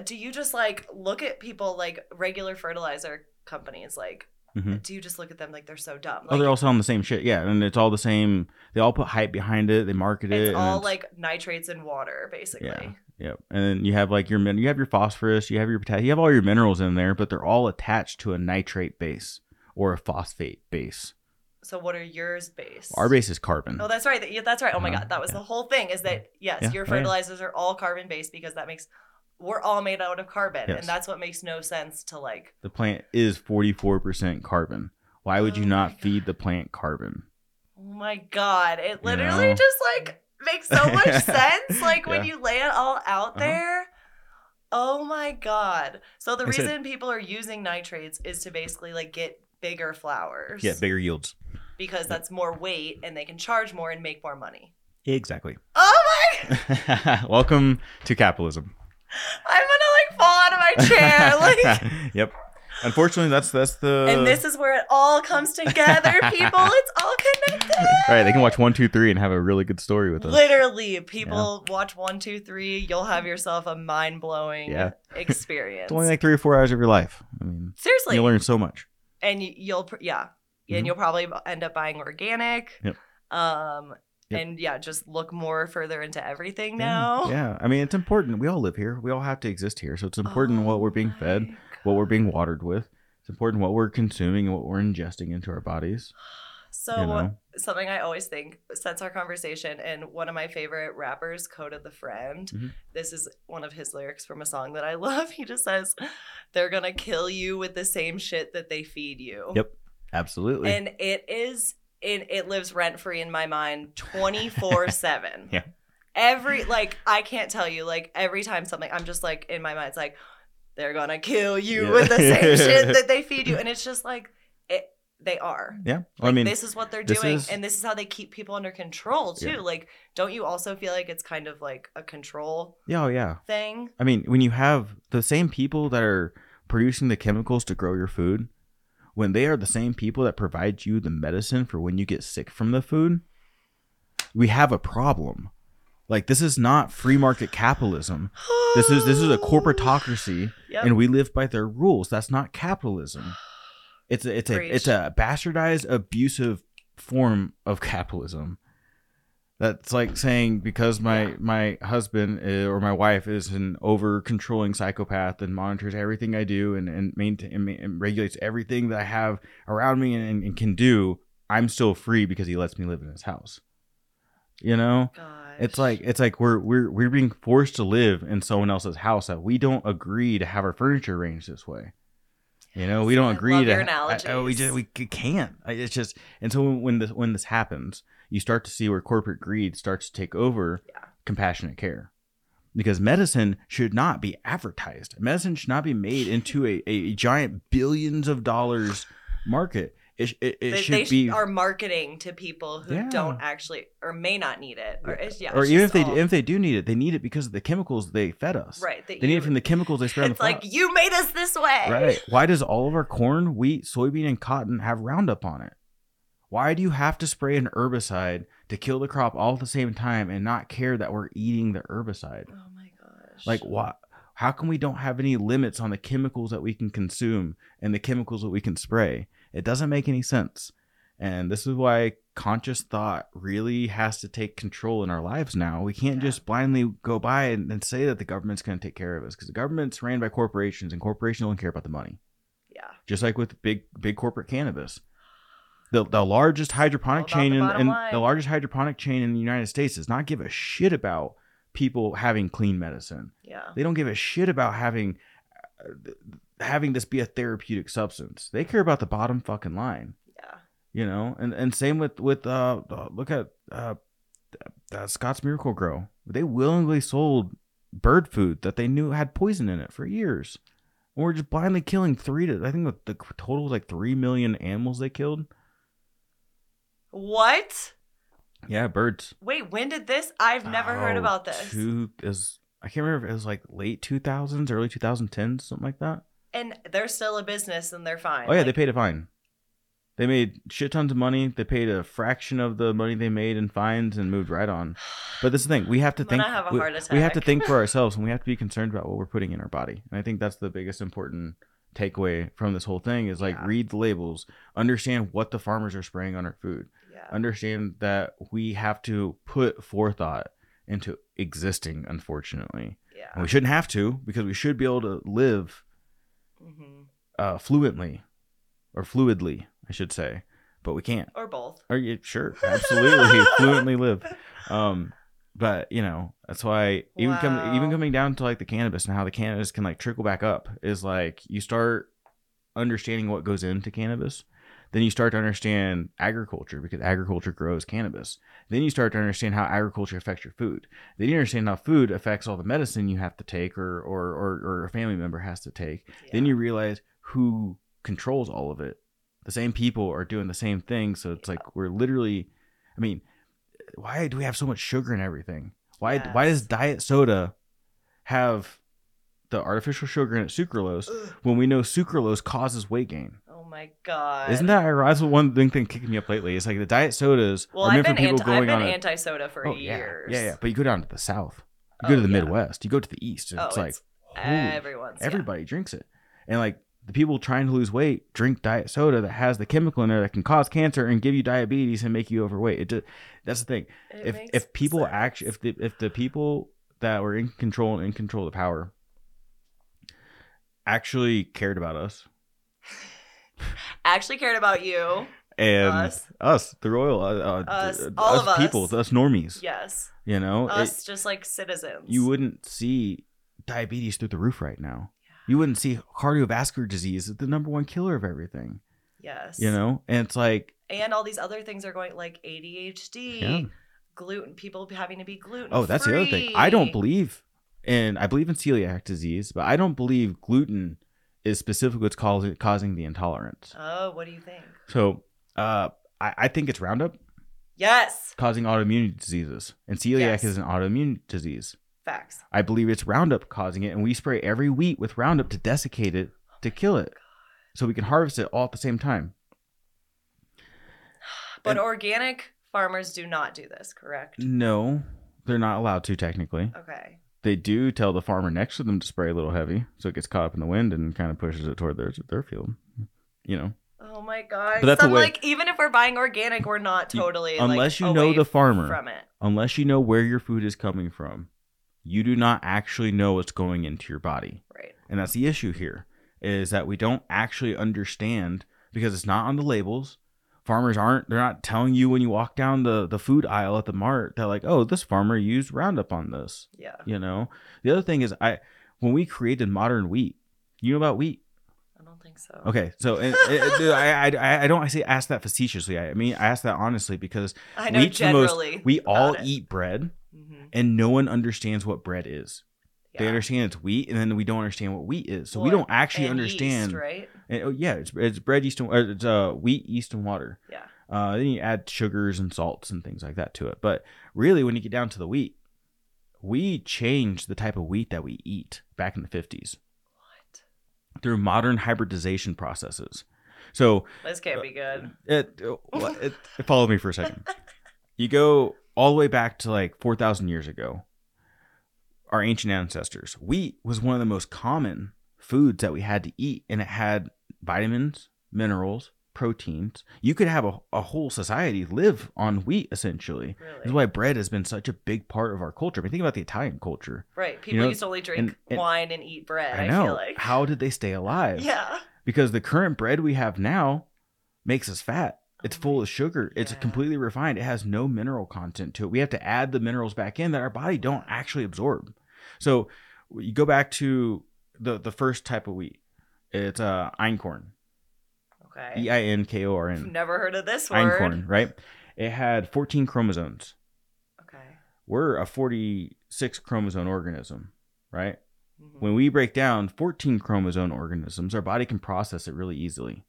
do you just like look at people like regular fertilizer companies? Like,
Mhm.
do you just look at them like they're so dumb? Like,
oh, they're all selling the same shit. Yeah, and it's all the same. They all put hype behind it. They market it.
it's
and
all
it's-
like nitrates and water, basically.
Yeah. Yep. And then you have like your min- you have your phosphorus, you have your potassium, you have all your minerals in there, but they're all attached to a nitrate base or a phosphate base.
So what are yours based?
Our base is carbon.
Oh, that's right. That- yeah, That's right. Oh my
Uh-huh.
god, that was
Yeah.
the whole thing. Is that yes,
Yeah.
your
Oh, yeah.
fertilizers are all carbon based because that makes we're all made out of carbon,
Yes.
and that's what makes no sense to like.
the plant is 44% carbon. Why would you
Oh
not
my
feed the plant carbon?
Oh my god, it
You
literally
know?
just like makes so
<laughs>
much sense. Like when
Yeah.
you lay it all out
Uh-huh.
there. Oh my god. So the
I said-
reason people are using nitrates is to basically like get bigger flowers.
Yeah, bigger yields.
because that's more weight and they can charge more and make more money.
Exactly.
Oh my
<laughs> Welcome to capitalism.
I'm gonna like fall out of my
<laughs>
chair. Like
yep. Unfortunately, that's that's the
And this is where it all comes together, people. It's all connected.
right. They can watch one, two, three, and have a really good story with us.
Literally, people watch one, two, three. You'll have yourself a mind blowing
Yeah. <laughs>
experience.
It's only like three or four hours of your life. I mean,
Seriously,
you learn so much.
and you, you'll pr- yeah,
Mhm.
and you'll probably bu- end up buying organic.
Yep.
Um,
Yep.
and yeah, just look more further into everything
Yeah,
now.
Yeah, I mean, it's important. We all live here. We all have to exist here. So it's important
Oh
what we're being
my
fed,
God.
what we're being watered with. It's important what we're consuming and what we're ingesting into our bodies.
So
you know?
something I always think since our conversation, and one of my favorite rappers, Coda the Friend,
Mhm.
this is one of his lyrics from a song that I <laughs> love. He just says, They're gonna kill you with the same shit that they feed you.
Yep. Absolutely.
And it is it it lives rent free in my mind 24 7.
<laughs> Yeah.
Every like I can't tell you, like every time something I'm just like in my mind, it's like, they're gonna kill you
Yeah.
with the
<laughs>
same shit that they feed you. And it's just like it they are.
yeah. Well,
Like,
I mean,
this is what they're
this
doing,
is-
and this is how they keep people under control too.
Yeah.
Like, don't you also feel like it's kind of like a control
yeah, oh, yeah.
thing?
I mean, when you have the same people that are producing the chemicals to grow your food, when they are the same people that provide you the medicine for when you get sick from the food, we have a problem. Like this is not free market capitalism. This is this is
<gasps>
a corporatocracy
Yep.
and we live by their rules. That's not
<sighs>
capitalism. It's a, it's a it's a bastardized, abusive form of capitalism. That's like saying because my
Yeah.
my husband uh, or my wife is an over controlling psychopath and monitors everything I do and and, maintain, and, ma- and regulates everything that I have around me and, and, and can do, I'm still free because he lets me live in his house. You know,
Gosh.
it's like it's like we're we're we're being forced to live in someone else's house that we don't agree to have our furniture arranged this way. You know, we
Yes,
don't
I
agree
love
to.
your
I- I- we just we
analogies.
c- can't. I- It's just and so when this when this happens, you start to see where corporate greed starts to take over
Yeah.
compassionate care, because medicine should not be advertised. Medicine should not be made into a, a giant billions of dollars market. It sh- it, it
they,
should
they sh-
be
are marketing to people who
Yeah.
don't actually or may not need it, or it's, yeah,
or
it's
even if
just
they
all-
if they do need it, they need it because of the chemicals they fed us.
right, that
They need
you-
it from the chemicals they spread
<laughs>
on
it's
the like,
like you made us this way,
Right. Why does all of our corn, wheat, soybean, and cotton have Roundup on it? Why do you have to spray an herbicide to kill the crop all at the same time and not care that we're eating the herbicide?
Oh my gosh,
Like what? How come we don't have any limits on the chemicals that we can consume and the chemicals that we can spray? It doesn't make any sense. And this is why conscious thought really has to take control in our lives now. We can't
Yeah.
just blindly go by and, and say that the government's going to take care of us because the government's ran by corporations and corporations don't care about the money.
yeah,
Just like with big big corporate cannabis. The, the largest hydroponic
about
chain
the
in,
bottom
in
line.
the largest hydroponic chain in the United States does not give a shit about people having clean medicine.
yeah,
They don't give a shit about having uh, having this be a therapeutic substance. They care about the bottom fucking line.
Yeah.
You know, and and same with with uh look at uh, uh Scott's Miracle Grow. They willingly sold bird food that they knew had poison in it for years. And we're just blindly killing three to I think the, the total was like three million animals they killed.
What?
Yeah, birds.
Wait, when did this? I've never heard
Oh,
about this.
Two is I can't remember if it was like late two thousands, early two thousand tens, something like that.
And they're still a business and they're fine.
Oh yeah, they
Like,
paid a fine. They made shit tons of money. They paid a fraction of the money they made in fines and moved right on. But this is the thing:
<sighs>
we have to
I'm gonna
think.
have a
we,
heart
we have to
attack.
think
<laughs>
for ourselves, and we have to be concerned about what we're putting in our body. And I think that's the biggest important takeaway from this whole thing: is like
Yeah.
read the labels, understand what the farmers are spraying on our food,
yeah.
understand that we have to put forethought into existing. Unfortunately,
Yeah.
and we shouldn't have to because we should be able to live
Mhm.
uh, fluently or fluidly, I should say, but we can't.
Or both.
Are you sure? Absolutely, fluently live. Um, but you know that's why even
Wow.
coming even coming down to like the cannabis and how the cannabis can like trickle back up is like you start understanding what goes into cannabis. Then you start to understand agriculture because agriculture grows cannabis. Then you start to understand how agriculture affects your food. Then you understand how food affects all the medicine you have to take or or or, or a family member has to take then
Yeah.
you realize who controls all of it the same people are doing the same thing so it's like we're literally i mean why do we have so much sugar in everything why why does
Yes.
diet soda have the artificial sugar in it sucralose
Ugh.
when we know sucralose causes weight gain
Oh my god.
isn't that ironic? That's the one thing thing kicking me up lately. It's like the diet sodas
Well,
are
I've
meant
been
for people
anti, I've
going
been
on a-
anti soda for
Oh, yeah.
years.
Yeah, yeah. But you go down to the south, you go
Oh,
to the
yeah.
Midwest, you go to the East, and
Oh,
it's like
it's
holy
Everyone's. yeah.
Everybody drinks it. And like the people trying to lose weight drink diet soda that has the chemical in there that can cause cancer and give you diabetes and make you overweight. It just, that's the thing.
It
if
makes
if people
sense.
actually if the if the people that were in control and in control of the power actually cared about us
actually cared about you,
and us,
Us.
the royal uh, uh,
Us,
uh,
all of us.
people, us normies,
yes,
you know, it-
us just like citizens.
you wouldn't see diabetes through the roof right now.
Yeah.
You wouldn't see cardiovascular disease is the number one killer of everything.
yes,
you know and it's like
and all these other things are going like ADHD,
yeah.
gluten, people having to be gluten.
oh that's the other thing i don't believe in i believe in celiac disease but i don't believe gluten is specifically what's causing causing the intolerance
Oh, what do you think?
so uh I, I think it's roundup
Yes,
causing autoimmune diseases and celiac
Yes.
is an autoimmune disease
facts.
i believe it's roundup causing it and we spray every wheat with roundup to desiccate it
Oh
to kill it so we can harvest it all at the same time
But
And-
organic farmers do not do this, correct?
no they're not allowed to technically
Okay.
they do tell the farmer next to them to spray a little heavy so it gets caught up in the wind and kind of pushes it toward their their field you know
Oh my god.
But that's
so
a
I'm
way-
like, even if we're buying organic, we're not
You-
totally like,
unless you know
away
the farmer
from it.
unless you know where your food is coming from you do not actually know what's going into your body
Right.
and that's the issue here is that we don't actually understand because it's not on the labels farmers aren't they're not telling you when you walk down the the food aisle at the mart they're like oh this farmer used roundup on this
Yeah.
you know the other thing is i when we created modern wheat you know about wheat
I don't think so.
Okay, so and, and- dude, I, I I don't actually ask that facetiously. I mean, I ask that honestly because
I know
wheat's the most-
generally.
we all
about it.
eat bread,
Mhm.
and no one understands what bread is. They
Yeah.
understand it's wheat, and then we don't understand what wheat is. So we
Well,
don't actually
And
understand.
yeast, right?
and- oh, yeah, it's, it's bread, yeast, and uh, it's uh, wheat, yeast, and water.
Yeah.
Uh, then you add sugars and salts and things like that to it. But really, when you get down to the wheat, we changed the type of wheat that we eat back in the fifties
What?
through modern hybridization processes. So
This can't be good.
it, well,
<laughs>
it, it follow me for a second. You go all the way back to like 4,000 years ago, our ancient ancestors. Wheat was one of the most common foods that we had to eat, and it had vitamins, minerals, proteins. You could have a, a whole society live on wheat, essentially. This
Really.
is why bread has been such a big part of our culture. I mean, think about the Italian culture.
right. People
know,
used to only drink
and- and-
wine and eat bread. I,
I know.
feel like. <laughs>
How did they stay alive?
Yeah.
because the current bread we have now makes us fat. It's
Oh
full
my-
of sugar. It's
yeah.
completely refined. It has no mineral content to it. We have to add the minerals back in that our body don't actually absorb. So you go back to the the first type of wheat. It's uh einkorn.
Okay.
E I N K O R
I've
N.
never heard of this word.
Einkorn, right? It had 14 chromosomes.
Okay.
We're a 46 chromosome organism, right?
Mhm.
When we break down 14 chromosome organisms, our body can process it really easily.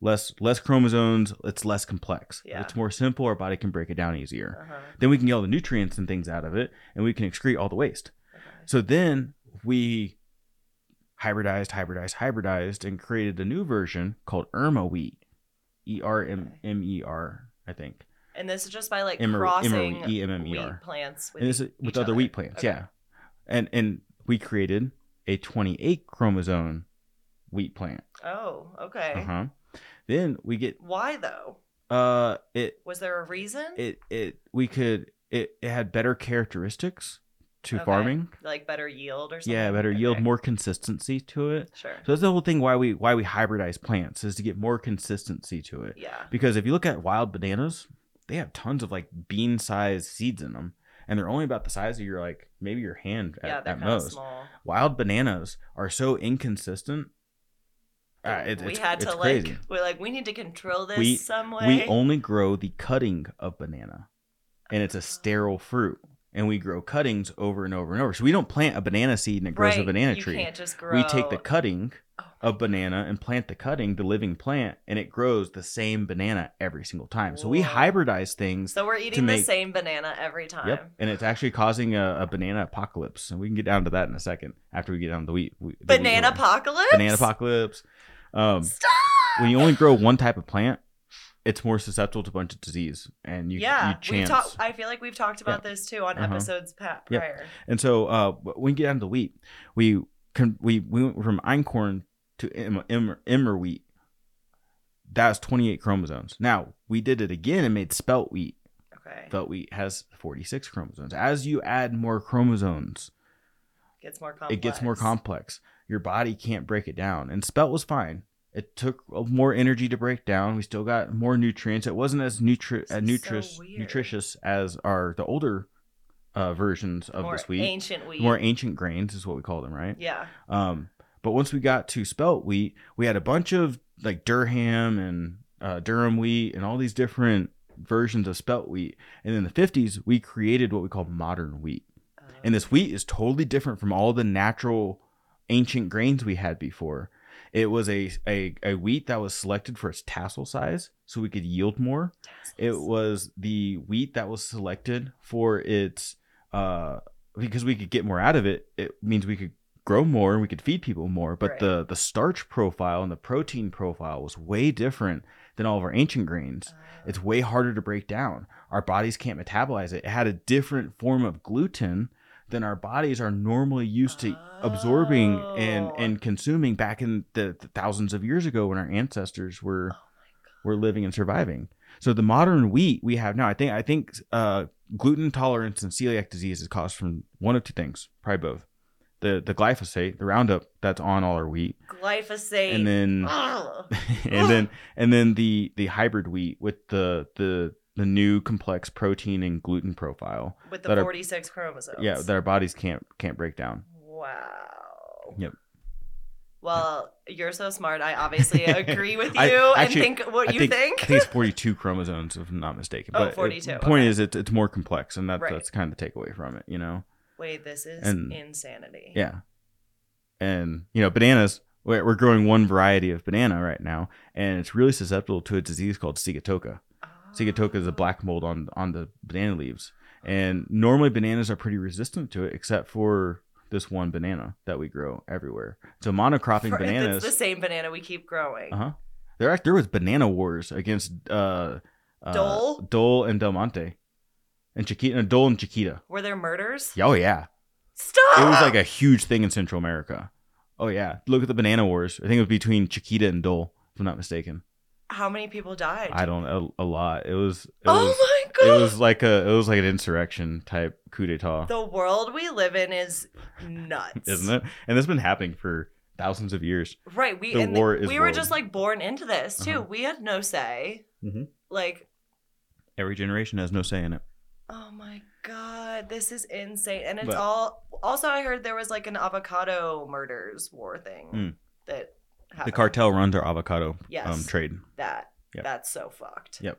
Less less chromosomes, it's less complex.
Yeah.
It's more simple, our body can break it down easier.
uh-huh.
Then we can get all the nutrients and things out of it and we can excrete all the waste.
okay.
So then we hybridized, hybridized, hybridized, and created a new version called Irma wheat. E R M M E R, I think.
And this is just by like
Emmer-
crossing
Emmer- E-M-M-E-R.
wheat plants with e-
E and this is
each
with other wheat plants,
Okay.
yeah. And and we created a 28 chromosome wheat plant.
Oh, okay.
Uh huh. Then we get
Why though?
uh it
Was there a reason?
it it we could it, it had better characteristics to
Okay.
farming.
like better yield or something?
Yeah, better yield,
Okay.
more consistency to it.
Sure.
So that's the whole thing why we why we hybridize plants is to get more consistency to it.
yeah.
Because if you look at wild bananas, they have tons of like bean sized seeds in them, and they're only about the size of your like maybe your hand at,
yeah, they're
at
kind of
most. Uh,
small.
Wild bananas are so inconsistent. Uh, it-
we
it's,
had to
it's
like
crazy.
we're like we need to control this
We-
some way.
We only grow the cutting of banana, and it's a sterile fruit. And we grow cuttings over and over and over. So we don't plant a banana seed and it grows
right,
a banana
you
tree.
Can't just grow.
we take the cutting
Oh
of banana and plant the cutting, the living plant, and it grows the same banana every single time. So we
Whoa.
hybridize things.
so we're eating the
make-
same banana every time.
Yep, and it's actually causing a, a banana apocalypse, and we can get down to that in a second after we get down to the wheat. we- the wheat
Banana
roll.
apocalypse.
Banana apocalypse. Um,
Stop.
when you only grow one type of plant, it's more susceptible to a bunch of disease, and you
yeah,
you chance.
we talked. I feel like we've talked about this too on
Uh-huh.
episodes pa-
Yep.
prior.
And so uh, when we get down to the wheat, we con- we we went from einkorn to em- em- emmer wheat. That was 28 chromosomes. Now we did it again and made spelt wheat.
Okay,
Spelt wheat has 46 chromosomes. As you add more chromosomes,
gets more complex.
it gets more complex. Your body can't break it down. And spelt was fine. It took uh, more energy to break down. We still got more nutrients. It wasn't as nutri-
This
uh,
is
nutritious
so weird.
nutritious as are the older uh, versions of
more
this wheat
Ancient wheat.
more ancient grains is what we call them, right?
yeah.
Um, but once we got to spelt wheat, we had a bunch of like Durham and uh, Durham wheat and all these different versions of spelt wheat. And in the 50s, we created what we call modern wheat. And this wheat is totally different from all the natural ancient grains we had before. It was a, a, a wheat that was selected for its tassel size so we could yield more it was the wheat that was selected for its uh because we could get more out of it it means we could grow more and we could feed people more but
Right.
the the starch profile and the protein profile was way different than all of our ancient grains it's way harder to break down our bodies can't metabolize it it had a different form of gluten than our bodies are normally used to absorbing and
Oh.
and consuming back in the, the thousands of years ago when our ancestors were
Oh
were living and surviving. So the modern wheat we have now, I think I think uh, gluten tolerance and celiac disease is caused from one of two things, probably both. The the glyphosate, the Roundup that's on all our wheat,
glyphosate.
and then
Ugh.
<laughs> and then and then the the hybrid wheat with the the the new complex protein and gluten profile.
with the
that are-
46 chromosomes.
Yeah, that our bodies can't can't break down.
wow.
Yep.
Well, you're so smart. I obviously agree with you
<laughs> I- actually,
and think what
I
you
think,
think.
I think it's 42 <laughs> chromosomes, if I'm not mistaken.
Oh,
but it-
42,
The point
okay.
is, it's, it's more complex, and that,
Right.
that's kind of the takeaway from it, you know?
Wait, this is
and-
insanity.
Yeah. And, you know, bananas, we're, we're growing one variety of banana right now, and it's really susceptible to a disease called Sigatoka. Sigatoka is a black mold on, on the banana leaves. And normally bananas are pretty resistant to it, except for this one banana that we grow everywhere. So monocropping
<laughs> For-
bananas,
It's the same banana we keep growing.
uh-huh. There, act- there was banana wars against uh, uh,
Dole?
Dole and Del Monte. And Chiquita, and Dole and Chiquita.
Were there murders?
Oh, yeah.
Stop.
it was like a huge thing in Central America. Oh yeah, look at the banana wars. I think it was between Chiquita and Dole, if I'm not mistaken.
How many people died?
I don't a, a lot. It was it
oh
was
my god.
it was like a it was like an insurrection type coup d'état,
the world we live in is nuts.
<laughs> isn't it? And that's been happening for thousands of years.
Right. We
The
and
war is
we were
world.
just like born into this too.
Uh-huh.
We had no say.
Mhm.
Like,
Every generation has no say in it.
oh my god, this is insane, and it's
But-
all Also, I heard there was like an avocado murders war thing
Mm.
that happened.
The cartel runs our avocado
Yes.
um, trade.
That.
Yep.
That's so fucked.
Yep.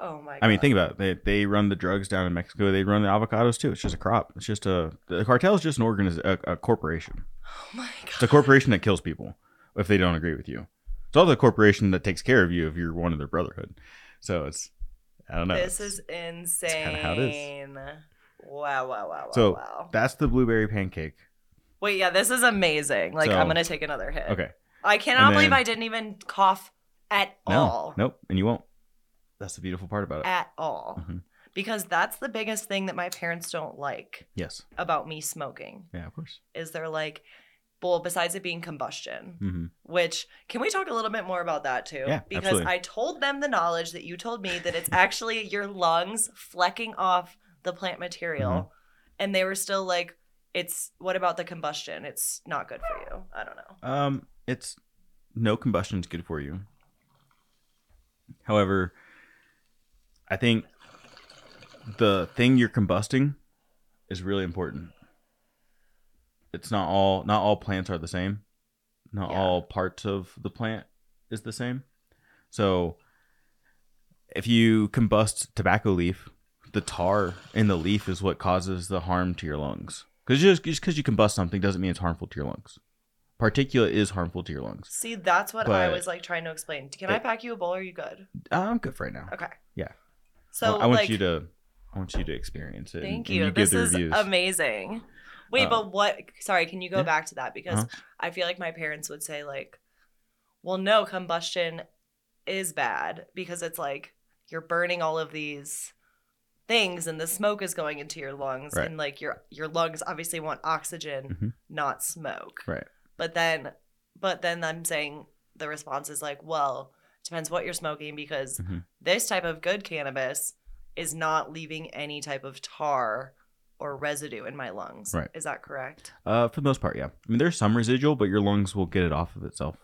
Oh my god.
I mean, think about it. They, they run the drugs down in Mexico. They run the avocados too. It's just a crop. It's just a the cartel is just an organiz a, a corporation.
Oh
<laughs>
my god.
It's a corporation that kills people if they don't agree with you. It's also a corporation that takes care of you if you're one of their brotherhood. So it's I don't know.
This is insane.
kinda how it is.
Wow, wow, wow, wow,
So-
wow.
that's the blueberry pancake.
Wait, yeah, this is amazing. Like, I'm
So-
gonna take another hit.
Okay.
I cannot
And
believe
then-
I didn't even cough at
No.
all. Uh,
Nope. And you won't. That's the beautiful part about it.
At all.
Mhm.
Because that's the biggest thing that my parents don't like
yes.
about me smoking.
Yeah. Of course.
Is they're like, well, besides it being combustion,
hmm
which can we talk a little bit more about that too?
Yeah,
because
absolutely.
I told them the knowledge that you told me that it's actually your lungs flecking off the plant material,
Mhm.
and they were still like, "It's what about the combustion? It's not good for you." I don't know.
Um, it's no combustion's good for you. However, I think the thing you're combusting is really important. It's not all not all plants are the same. Not
Yeah.
all parts of the plant is the same. So if you combust tobacco leaf, the tar in the leaf is what causes the harm to your lungs. Because just because you combust something doesn't mean it's harmful to your lungs. Particulate is harmful to your lungs.
See, that's what I
But-
was like trying to explain. Can I
It-
pack you a bowl? Are you good?
I'm good for right now.
Okay.
Yeah.
So
I want
like,
you to, I want you to experience it. and-
Thank
and
you.
give
This
the
is
reviews.
amazing. Wait,
Uh,
but what? Sorry, can you go
yeah. Uh-huh.
back to that because I feel like my parents would say like, "Well, no, combustion is bad because it's like you're burning all of these things and the smoke is going into your lungs
Right.
and like your your lungs obviously want oxygen,
Mhm.
not smoke."
Right.
But then, but then I'm saying the response is like, "Well, depends what you're smoking because
Mhm.
this type of good cannabis is not leaving any type of tar or residue in my lungs.
Right.
Is that correct?
Uh, for the most part, yeah. I mean, there's some residual, but your lungs will get it off of itself.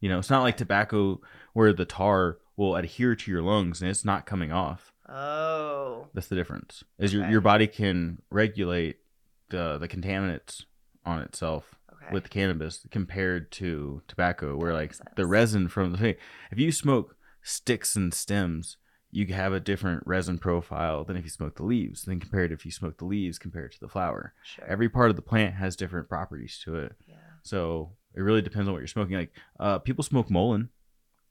You know, it's not like tobacco where the tar will adhere to your lungs and it's not coming off.
Oh.
That's the difference. Is your
Okay.
your body can regulate the the contaminants on itself
Okay.
with cannabis compared to tobacco, where
That
like
makes
the
sense.
resin from the thing. If you smoke sticks and stems, you have a different resin profile than if you smoke the leaves. Then compared if you smoke the leaves compared to the flower.
sure.
Every part of the plant has different properties to it.
yeah.
So it really depends on what you're smoking. Like uh, people smoke Mullen,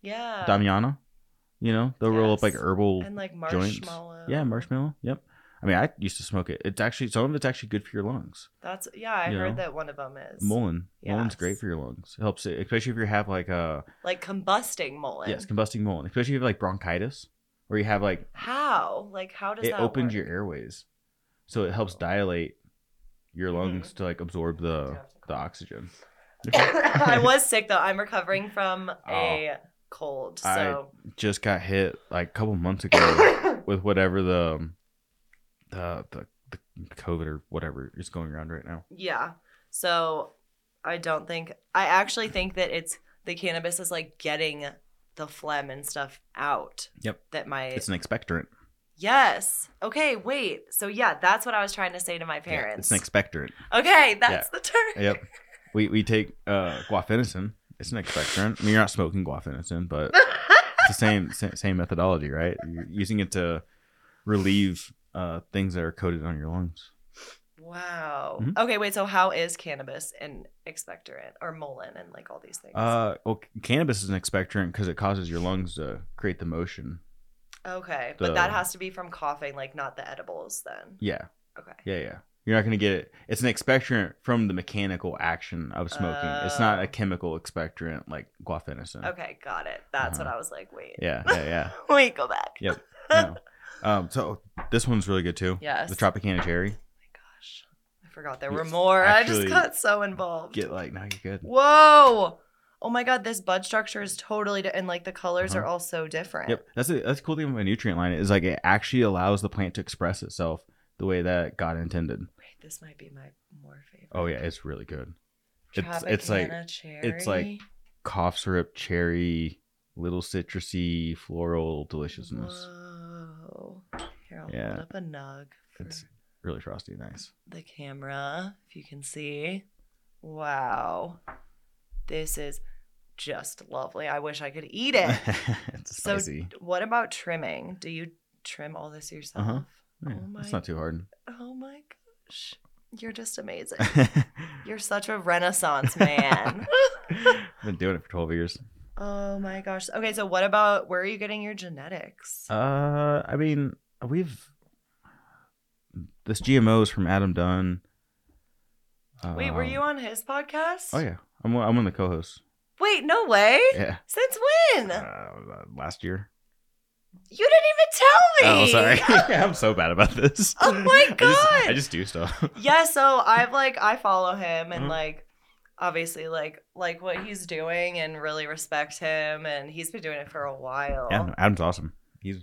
Yeah.
Damiana. You know, they'll roll up like
Uh. Yes.
herbal.
and like
joints.
marshmallow.
yeah, marshmallow. Yep. I mean, I used to smoke it. It's actually some of it's actually good for your lungs.
That's yeah. I
You
heard
know?
that one of them is
Mullen, Mullen's
Yes.
great for your lungs. It helps, it, especially if you have like a
like combusting mullen.
yes, combusting Mullen, especially if you have like bronchitis, or you have like
How? Like how does
it
that?
opens
work?
your airways, so it helps
Oh.
dilate your
Mhm.
lungs to like absorb
Do
the
I have to
oh, the
cough?
oxygen.
<laughs>
<coughs>
I was sick though. I'm recovering from a cold.
Oh. I-
So
Just got hit like a couple months ago. with whatever the the the, the COVID or whatever is going around right now.
Yeah. So I don't think I actually think that it's the cannabis is like getting the phlegm and stuff out.
Yep.
That my
It's an expectorant.
Yes. Okay, wait. So yeah, that's what I was trying to say to my
Yeah,
parents.
it's an expectorant.
<laughs> okay, that's the term.
Yep. we we take uh guafenicin. It's an expectorant. I mean, you're not smoking guafenicin, but it's the same sa- same methodology, right? You're using it to relieve uh things that are coated on your lungs.
<laughs> wow.
Mhm.
Okay, wait. So how is cannabis an expectorant or molin and like all these things?
Uh well, c- cannabis is an expectorant because it causes your lungs to create the motion.
okay,
the-
but that has to be from coughing, like not the edibles then.
Yeah.
Okay.
Yeah, yeah. You're not going to get it. It's an expectorant from the mechanical action of smoking. it's not
Oh.
a chemical expectorant like guafenicin.
Okay, got it. That's
Uh-huh.
what I was like, wait.
Yeah, yeah,
<laughs> wait, go back.
Yep.
<laughs>
yeah. no. Um, so this one's really good too.
Yes. Oh
The Tropicana cherry.
my gosh. I forgot there
You
were more. I
actually
just got so involved.
Get like, now you're good.
Whoa. Oh my god, this bud structure is totally di- and like the colors
Uh-huh.
are all so different.
Yep. That's a, that's the cool thing about a nutrient line is like it actually allows the plant to express itself the way that God intended.
Wait, this might be my more favorite.
Oh yeah, it's really good. it's- it's like-
Tropicana cherry.
it's like Cough syrup, cherry, little citrusy, floral deliciousness.
Whoa. Here, I'll
Yeah.
hold up a nug. For...
It's really frosty and nice.
the camera if you can see. Wow. This is just lovely. I wish I could eat it.
<laughs> it's
So-
spicy.
what about trimming? Do you trim all this yourself?
Uh-huh. Yeah,
oh
It's
my-
not too hard.
Oh my gosh. You're just amazing. You're such a renaissance
<laughs>
man.
I've <laughs> been doing it for 12 years.
oh my gosh. Okay, so what about where are you getting your genetics?
Uh, I mean, we've this GMO is from Adam Dunn.
Wait, were
Um,
you on his podcast?
Oh yeah, I'm one- I'm one of the co-hosts.
Wait, no way. <laughs>
Yeah,
Since when?
uh, last year.
you didn't
Oh,
even tell me. <laughs>
sorry. <laughs> I'm so bad about this.
Oh my
I just, I
God.
just do stuff. <laughs>
yeah so i've like i follow him and
Mhm.
like obviously like like what he's doing and really respect him and he's been doing it for a while
Yeah, Adam's awesome. He's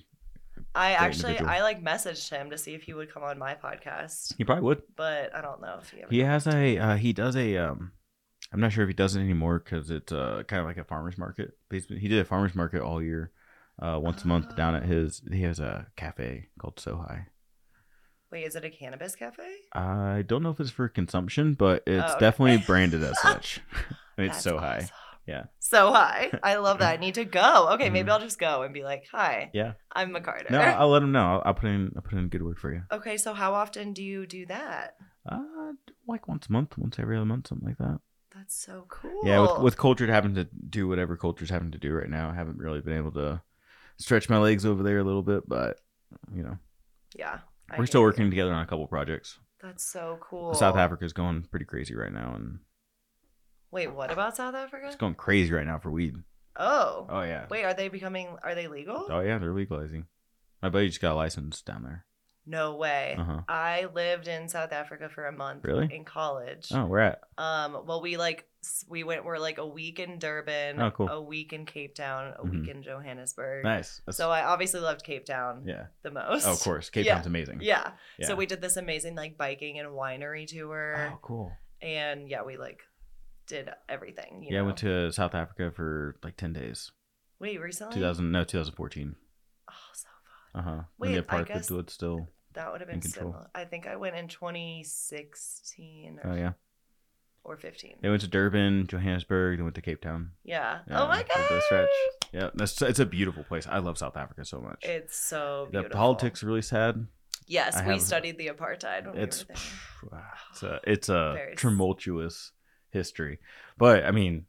i
great
actually
individual.
i like messaged him to see if he would come on my podcast
he probably would.
but i don't know if he ever
He has a uh, he does a um. I'm not sure if he does it anymore because it's uh, kind of like a farmers market. But he's been, he did a farmers market all year, uh, once a month down at his. He has a cafe called So High.
wait is it a cannabis cafe
I don't know if it's for consumption, but it's
Oh, okay.
definitely branded
<laughs>
as such. <laughs> and it's
That's
so high.
awesome.
Yeah.
so high i love
<laughs>
that i need to go okay maybe
Mhm.
i'll just go and be like hi
Yeah.
i'm mccarter
No, I'll let him know. I'll, I'll put in I'll put in a good word for you.
<laughs> okay so how often do you do that
Uh, like once a month, once every other month, something like that.
that's so cool
Yeah, with, with cultured having to do whatever culture's having to do right now, I haven't really been able to stretch my legs over there a little bit, but you know,
yeah I
we're still
hear you.
working together on a couple projects.
that's so cool
South Africa's going pretty crazy right now, and
Wait, what about South Africa?
it's going crazy right now for weed.
Oh.
Oh yeah,
Wait, are they becoming are they legal?
oh yeah, they're legalizing. My buddy just got a license down there.
No way.
Uh huh.
I lived in South Africa for a month
Really?
in college.
Oh, we're at
Um well we like s- we went we're like a week in Durban,
Oh, cool. Mm-hmm.
a week in Cape Town, a week in Johannesburg.
nice. That's-
So I obviously loved Cape Town
Yeah.
the most.
Oh, of course. Cape
Yeah.
Town's amazing.
<laughs> Yeah.
Yeah.
So we did this amazing like biking and winery tour
Oh, cool.
and yeah, we like did everything. You
yeah, I
know?
went to South Africa for like ten days.
Wait, recently?
Two thousand no, two thousand fourteen.
Oh, so fun.
Uh huh.
Wait,
When
I
they parked
guess-
the wood still.
That would have
In
been
control.
similar. I think I went in 2016 or,
Oh yeah.
or 15.
They went to Durban, Johannesburg. They went to Cape Town.
yeah.
Yeah,
Oh my
did the
god.
stretch. Yeah, that's it's a beautiful place. I love South Africa so much.
It's so
the
beautiful.
politics are really sad.
Yes,
I
we
have-
studied the apartheid when
It's ah,
we were there.
it's a it's a
Very s-
tumultuous history, but I mean,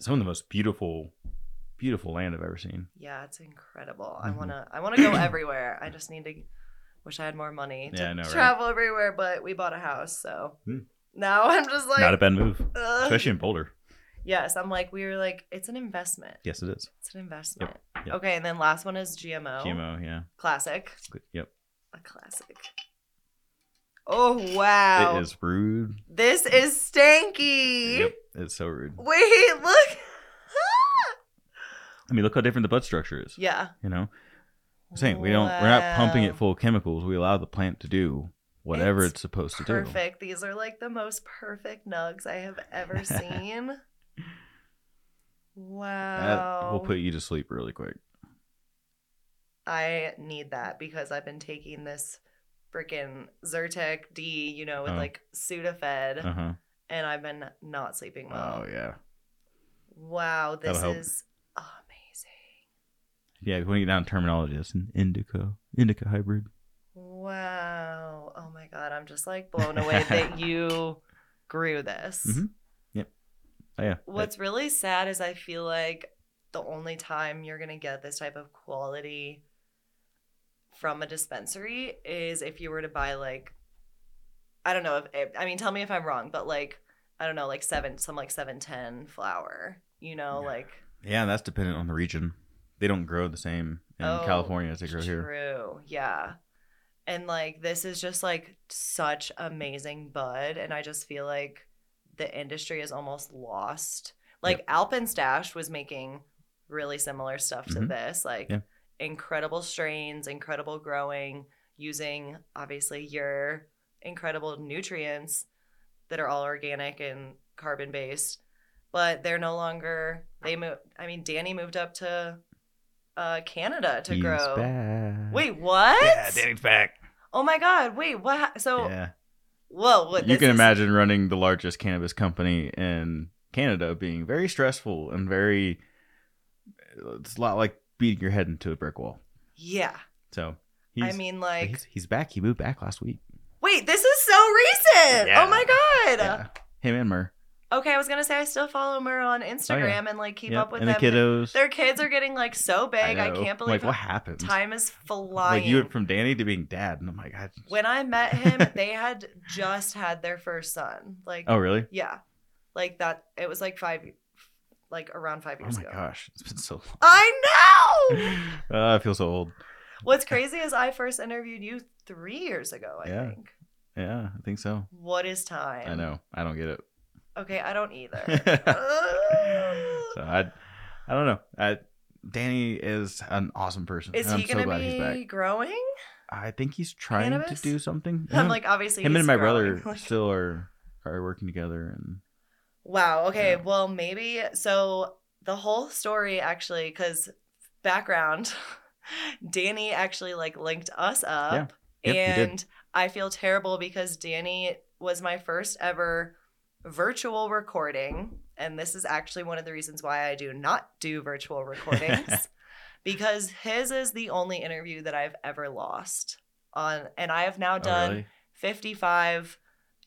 some of the most beautiful, beautiful land I've ever seen.
Yeah, it's incredible. I
Mhm.
wanna I wanna go everywhere. I just need to wish I had more money to
Yeah, I know, right?
travel everywhere, but we bought a house, so
Hmm.
now <laughs> I'm just like
Not a bad move,
ugh.
especially in Boulder.
Yes, I'm like we were like it's an investment.
Yes, it is.
It's an investment.
yep.
Okay, and then last one is GMO.
GMO, yeah.
Classic.
Good- Yep.
A classic. Oh wow.
It is rude.
This is stanky.
Yep, it's so rude.
Wait, look.
I mean, look how different the bud structure is.
Yeah.
You know, same. We don't. We're not pumping it full of chemicals. We allow the plant to do whatever
It's
it's, supposed to do.
Perfect. These are like the most perfect nugs I have
<laughs>
ever seen. wow.
That will put you to sleep really quick.
I need that because I've been taking this freaking Zyrtec D, you know, with
Oh.
like Sudafed,
Uh huh.
and I've been not sleeping well.
Oh yeah.
Wow, this
That'll help.
is amazing.
Yeah. When you get down to terminology, it's an indica, indica hybrid.
Wow. Oh my God. I'm just like blown away
<laughs>
that you grew this.
Mhm. Oh yeah.
What's really sad is I feel like the only time you're going to get this type of quality from a dispensary is if you were to buy, like, I don't know if, if I mean, tell me if I'm wrong, but like, I don't know, like seven, some like 710 flower, you know,
Yeah.
like,
Yeah, that's dependent on the region. They don't grow the same in
Oh,
California as they grow
True.
here.
Yeah. And like this is just like such amazing bud and I just feel like the industry is almost lost. Like Alpenstash was making really similar stuff to
Mhm.
this, like
Yeah.
incredible strains, incredible growing, using obviously your incredible nutrients that are all organic and carbon based, but they're no longer they moved I mean Danny moved up to uh Canada to
He's
grow.
back.
Wait, what?
Danny's back.
oh my god, wait, what? ha- So
yeah.
whoa, what,
You
this
can
is-
imagine running the largest cannabis company in Canada being very stressful and very. It's a lot like beating your head into a brick wall.
Yeah,
So he's,
I mean, like,
he's, he's back. He moved back last week.
wait, this is so recent.
Yeah.
Oh my god.
Yeah. Him and Mur.
Okay, I was gonna say I still follow Mur on Instagram and like keep
Oh, Yep.
up with
and
them.
the kiddos.
Their kids are getting like so
I
big. I,
know.
can't
Like,
believe
what
how-
happened?
time is flying.
Like, you went from Danny to being dad. And I'm like, I
when I
<laughs>
met him, they had just had their first son. Like, <laughs>
oh, really?
yeah, like that. It was like five, like around five
Oh
years
my
ago.
gosh. It's
<laughs>
been so <laughs>
I know.
long. Uh, I feel so old.
What's crazy is I first interviewed you three years ago. I
Yeah.
think.
Yeah, I think so.
What is time?
I know. I
<sighs>
don't get it.
Okay, I don't
<laughs>
either.
so I, I don't know. I, Danny is an awesome person.
is
and I'm
he gonna
so glad he's
be
back.
growing?
I think he's trying
cannabis?
to do something.
I'm
Yeah.
like, obviously,
him
he's
and my
growing. <laughs>
brother
Like,
still are are working together, and
Wow. Okay.
Yeah.
Well, maybe so. The whole story actually, because background, <laughs> Danny actually like linked us up,
Yep, he did.
and I feel terrible because Danny was my first ever virtual recording, and this is actually one of the reasons why I do not do virtual
<laughs>
recordings, because his is the only interview that I've ever lost on, and I have now done
Oh, really?
fifty five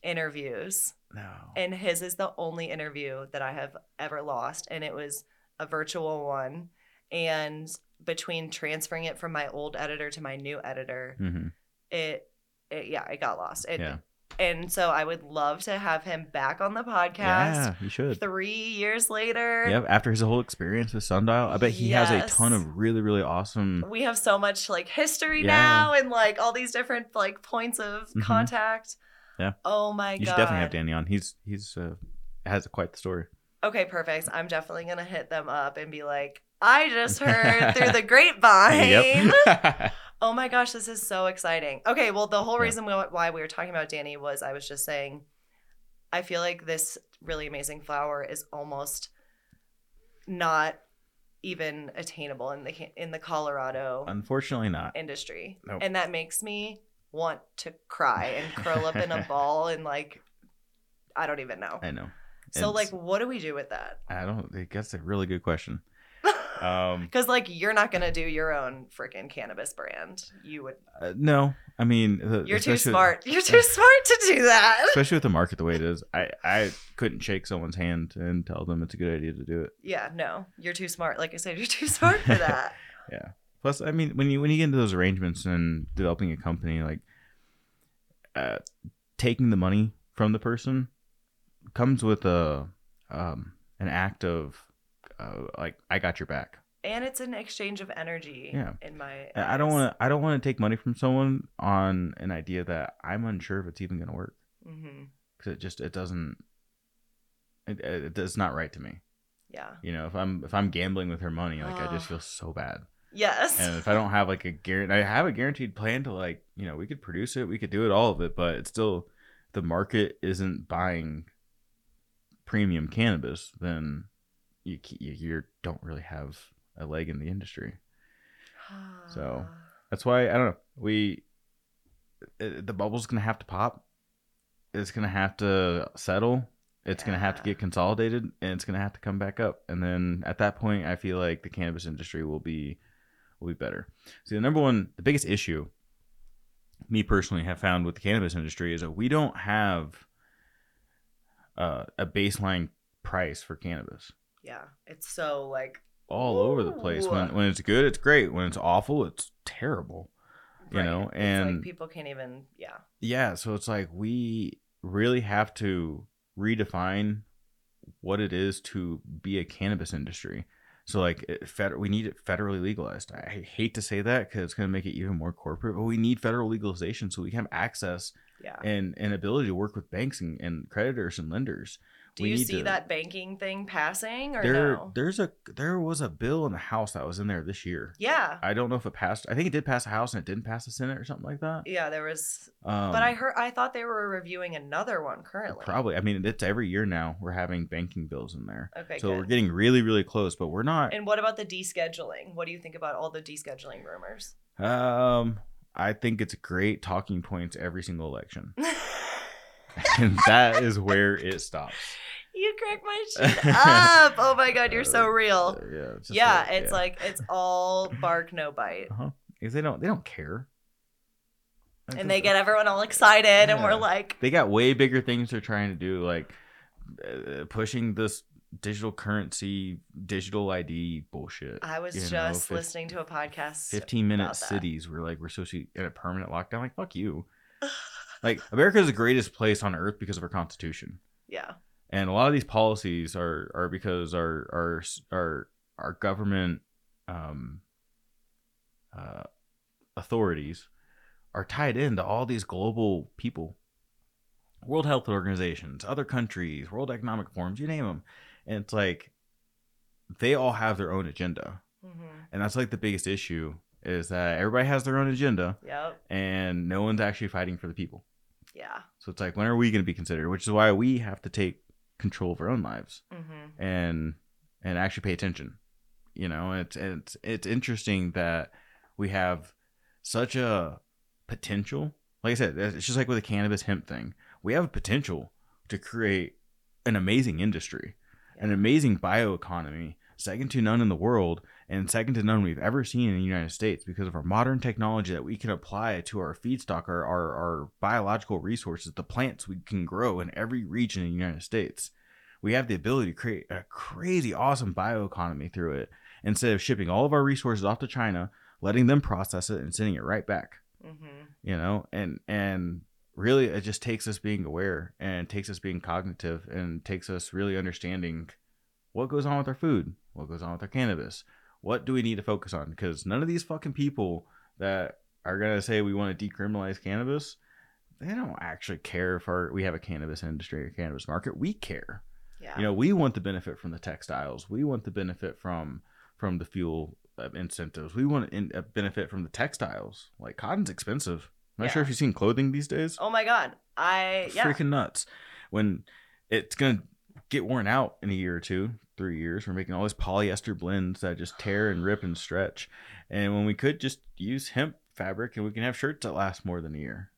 interviews
No.
and his is the only interview that I have ever lost, and it was a virtual one. And between transferring it from my old editor to my new editor,
hmm
it, it yeah, it got lost. It,
Yeah.
And so I would love to have him back on the podcast
Yeah, you should.
three years later.
Yep. After his whole experience with Sundial, I bet he has a ton
Yes. Oh
of really, really awesome.
We have so much like history
Yeah.
now and like all these different like points of
Mhm.
contact.
Yeah.
Oh my
You
god.
should definitely have Danny on. He's he's uh, has quite the story.
Okay, perfect. I'm definitely gonna hit them up and be like, I
<laughs>
just heard through the grapevine.
Yep. <laughs>
Oh my gosh, this is so exciting. Okay, well, the whole
Yeah.
reason wh- why we were talking about Danny was I was just saying, I feel like this really amazing flower is almost not even attainable in the ca- in the Colorado
Unfortunately, not.
industry,
Nope.
and that makes me want to cry and curl up in
<laughs>
a ball and like, I don't even know.
I know.
So
It's-
like, what do we do with that?
<laughs> I don't. think That's a really good
<sighs>
question. Um,
Because like you're not gonna do your own freaking cannabis brand. You would.
uh, no, I mean the-
You're too
Uh, especially-
smart. You're
<laughs>
too smart to do that.
Especially with the market the way it is, I I couldn't shake someone's hand and tell them it's a good idea to do it.
Yeah, no, you're too smart. Like I said, you're too smart
<laughs>
for that.
Plus, I mean, when you when you get into those arrangements and developing a company, like uh, taking the money from the person comes with a um, an act of uh, like I got your back.
and it's an exchange of energy.
Yeah.
In my.
I I don't want to I don't want to take money from someone on an idea that I'm unsure if it's even going to work.
hmm
because it just it doesn't it, it, it's not right to me
Yeah.
you know if i'm if i'm gambling with her money like i just
Ugh.
feel so bad
Yes.
and if i don't have like a guarantee i have a guaranteed plan to like you know we could produce it we could do it all of it but it's still the market isn't buying premium cannabis then you ca- you you don't really have a leg in the industry
<sighs>
so, that's why i don't know we uh, the bubble's gonna have to pop it's gonna have to settle it's gonna have to
Yeah.
get consolidated and it's gonna have to come back up and then at that point i feel like the cannabis industry will be will be better see the number one the biggest issue me personally have found with the cannabis industry is that we don't have uh, a baseline price for cannabis
Yeah, it's so like.
all over the place
Ooh.
when, when it's good it's great when it's awful it's terrible You
right.
know,
It's like
and-
people can't even. Yeah.
Yeah, so it's like we really have to redefine what it is to be a cannabis industry. So like it, fed, we need it federally legalized. I hate to say that because it's going to make it even more corporate, but we need federal legalization so we can have access
Yeah.
and, and ability to work with banks and, and creditors and lenders.
Do
we
you
need
see
to-
that banking thing passing or
There
no?
there's a there was a bill in the House that was in there this year.
Yeah.
I don't know if it passed. I think it did pass the House and it didn't pass the Senate or something like that.
Yeah, there was.
Um,
But I heard. I thought they were reviewing another one currently.
Probably. I mean, it's every year now we're having banking bills in there.
Okay.
so
good.
we're getting really, really close, but we're
<sighs>
not.
And what about the descheduling? What do you think about all the descheduling rumors?
Um, I think it's great talking points every single election. <laughs> and that is where it stops.
You crack
<laughs>
my shit up. Oh my god, you're so real.
Uh, yeah, it's just
yeah,
like-
it's like it's all bark, no
<laughs>
bite.
uh-huh. 'Cause they don't they don't care. That's
And
just-
they get everyone all excited, and we're
Yeah.
like,
they got way bigger things they're trying to do, like uh, pushing this digital currency, digital ID bullshit.
I was
you know,
just
fif-
listening to a podcast.
15 minute
about that.
cities where like we're supposed to be in a permanent lockdown. Like,
<laughs>
fuck you. like, America is the greatest place on earth because of our constitution.
Yeah.
And a lot of these policies are, are because our, our, s- our, our government um, uh, authorities are tied into all these global people, World Health Organizations, other countries, World Economic Forums, you name them. And it's like they all have their own agenda
Mm-hmm.
and that's like the biggest issue is that everybody has their own agenda
Yep.
and no one's actually fighting for the people
Yeah.
so it's like when are we going to be considered which is why we have to take control of our own lives
Mm-hmm.
and and actually pay attention you know it's it's it's interesting that we have such a potential like i said it's just like with the cannabis hemp thing we have a potential to create an amazing industry an amazing bioeconomy second to none in the world and second to none we've ever seen in the united states because of our modern technology that we can apply to our feedstock our our, our biological resources the plants we can grow in every region in the united states we have the ability to create a crazy awesome bioeconomy through it instead of shipping all of our resources off to china letting them process it and sending it right back
Mm-hmm.
you know and and really it just takes us being aware and takes us being cognitive and takes us really understanding what goes on with our food what goes on with our cannabis what do we need to focus on because none of these fucking people that are going to say we want to decriminalize cannabis they don't actually care if our, we have a cannabis industry or cannabis market we care
Yeah.
you know we want the benefit from the textiles we want the benefit from from the fuel uh, incentives we want in, a benefit from the textiles like cotton's expensive i'm not sure
Yeah.
if you've seen clothing these days
oh my god. I yeah.
freaking nuts when it's gonna get worn out in a year or two three years we're making all these polyester blends that just tear and rip and stretch and when we could just use hemp fabric and we can have shirts that last more than a year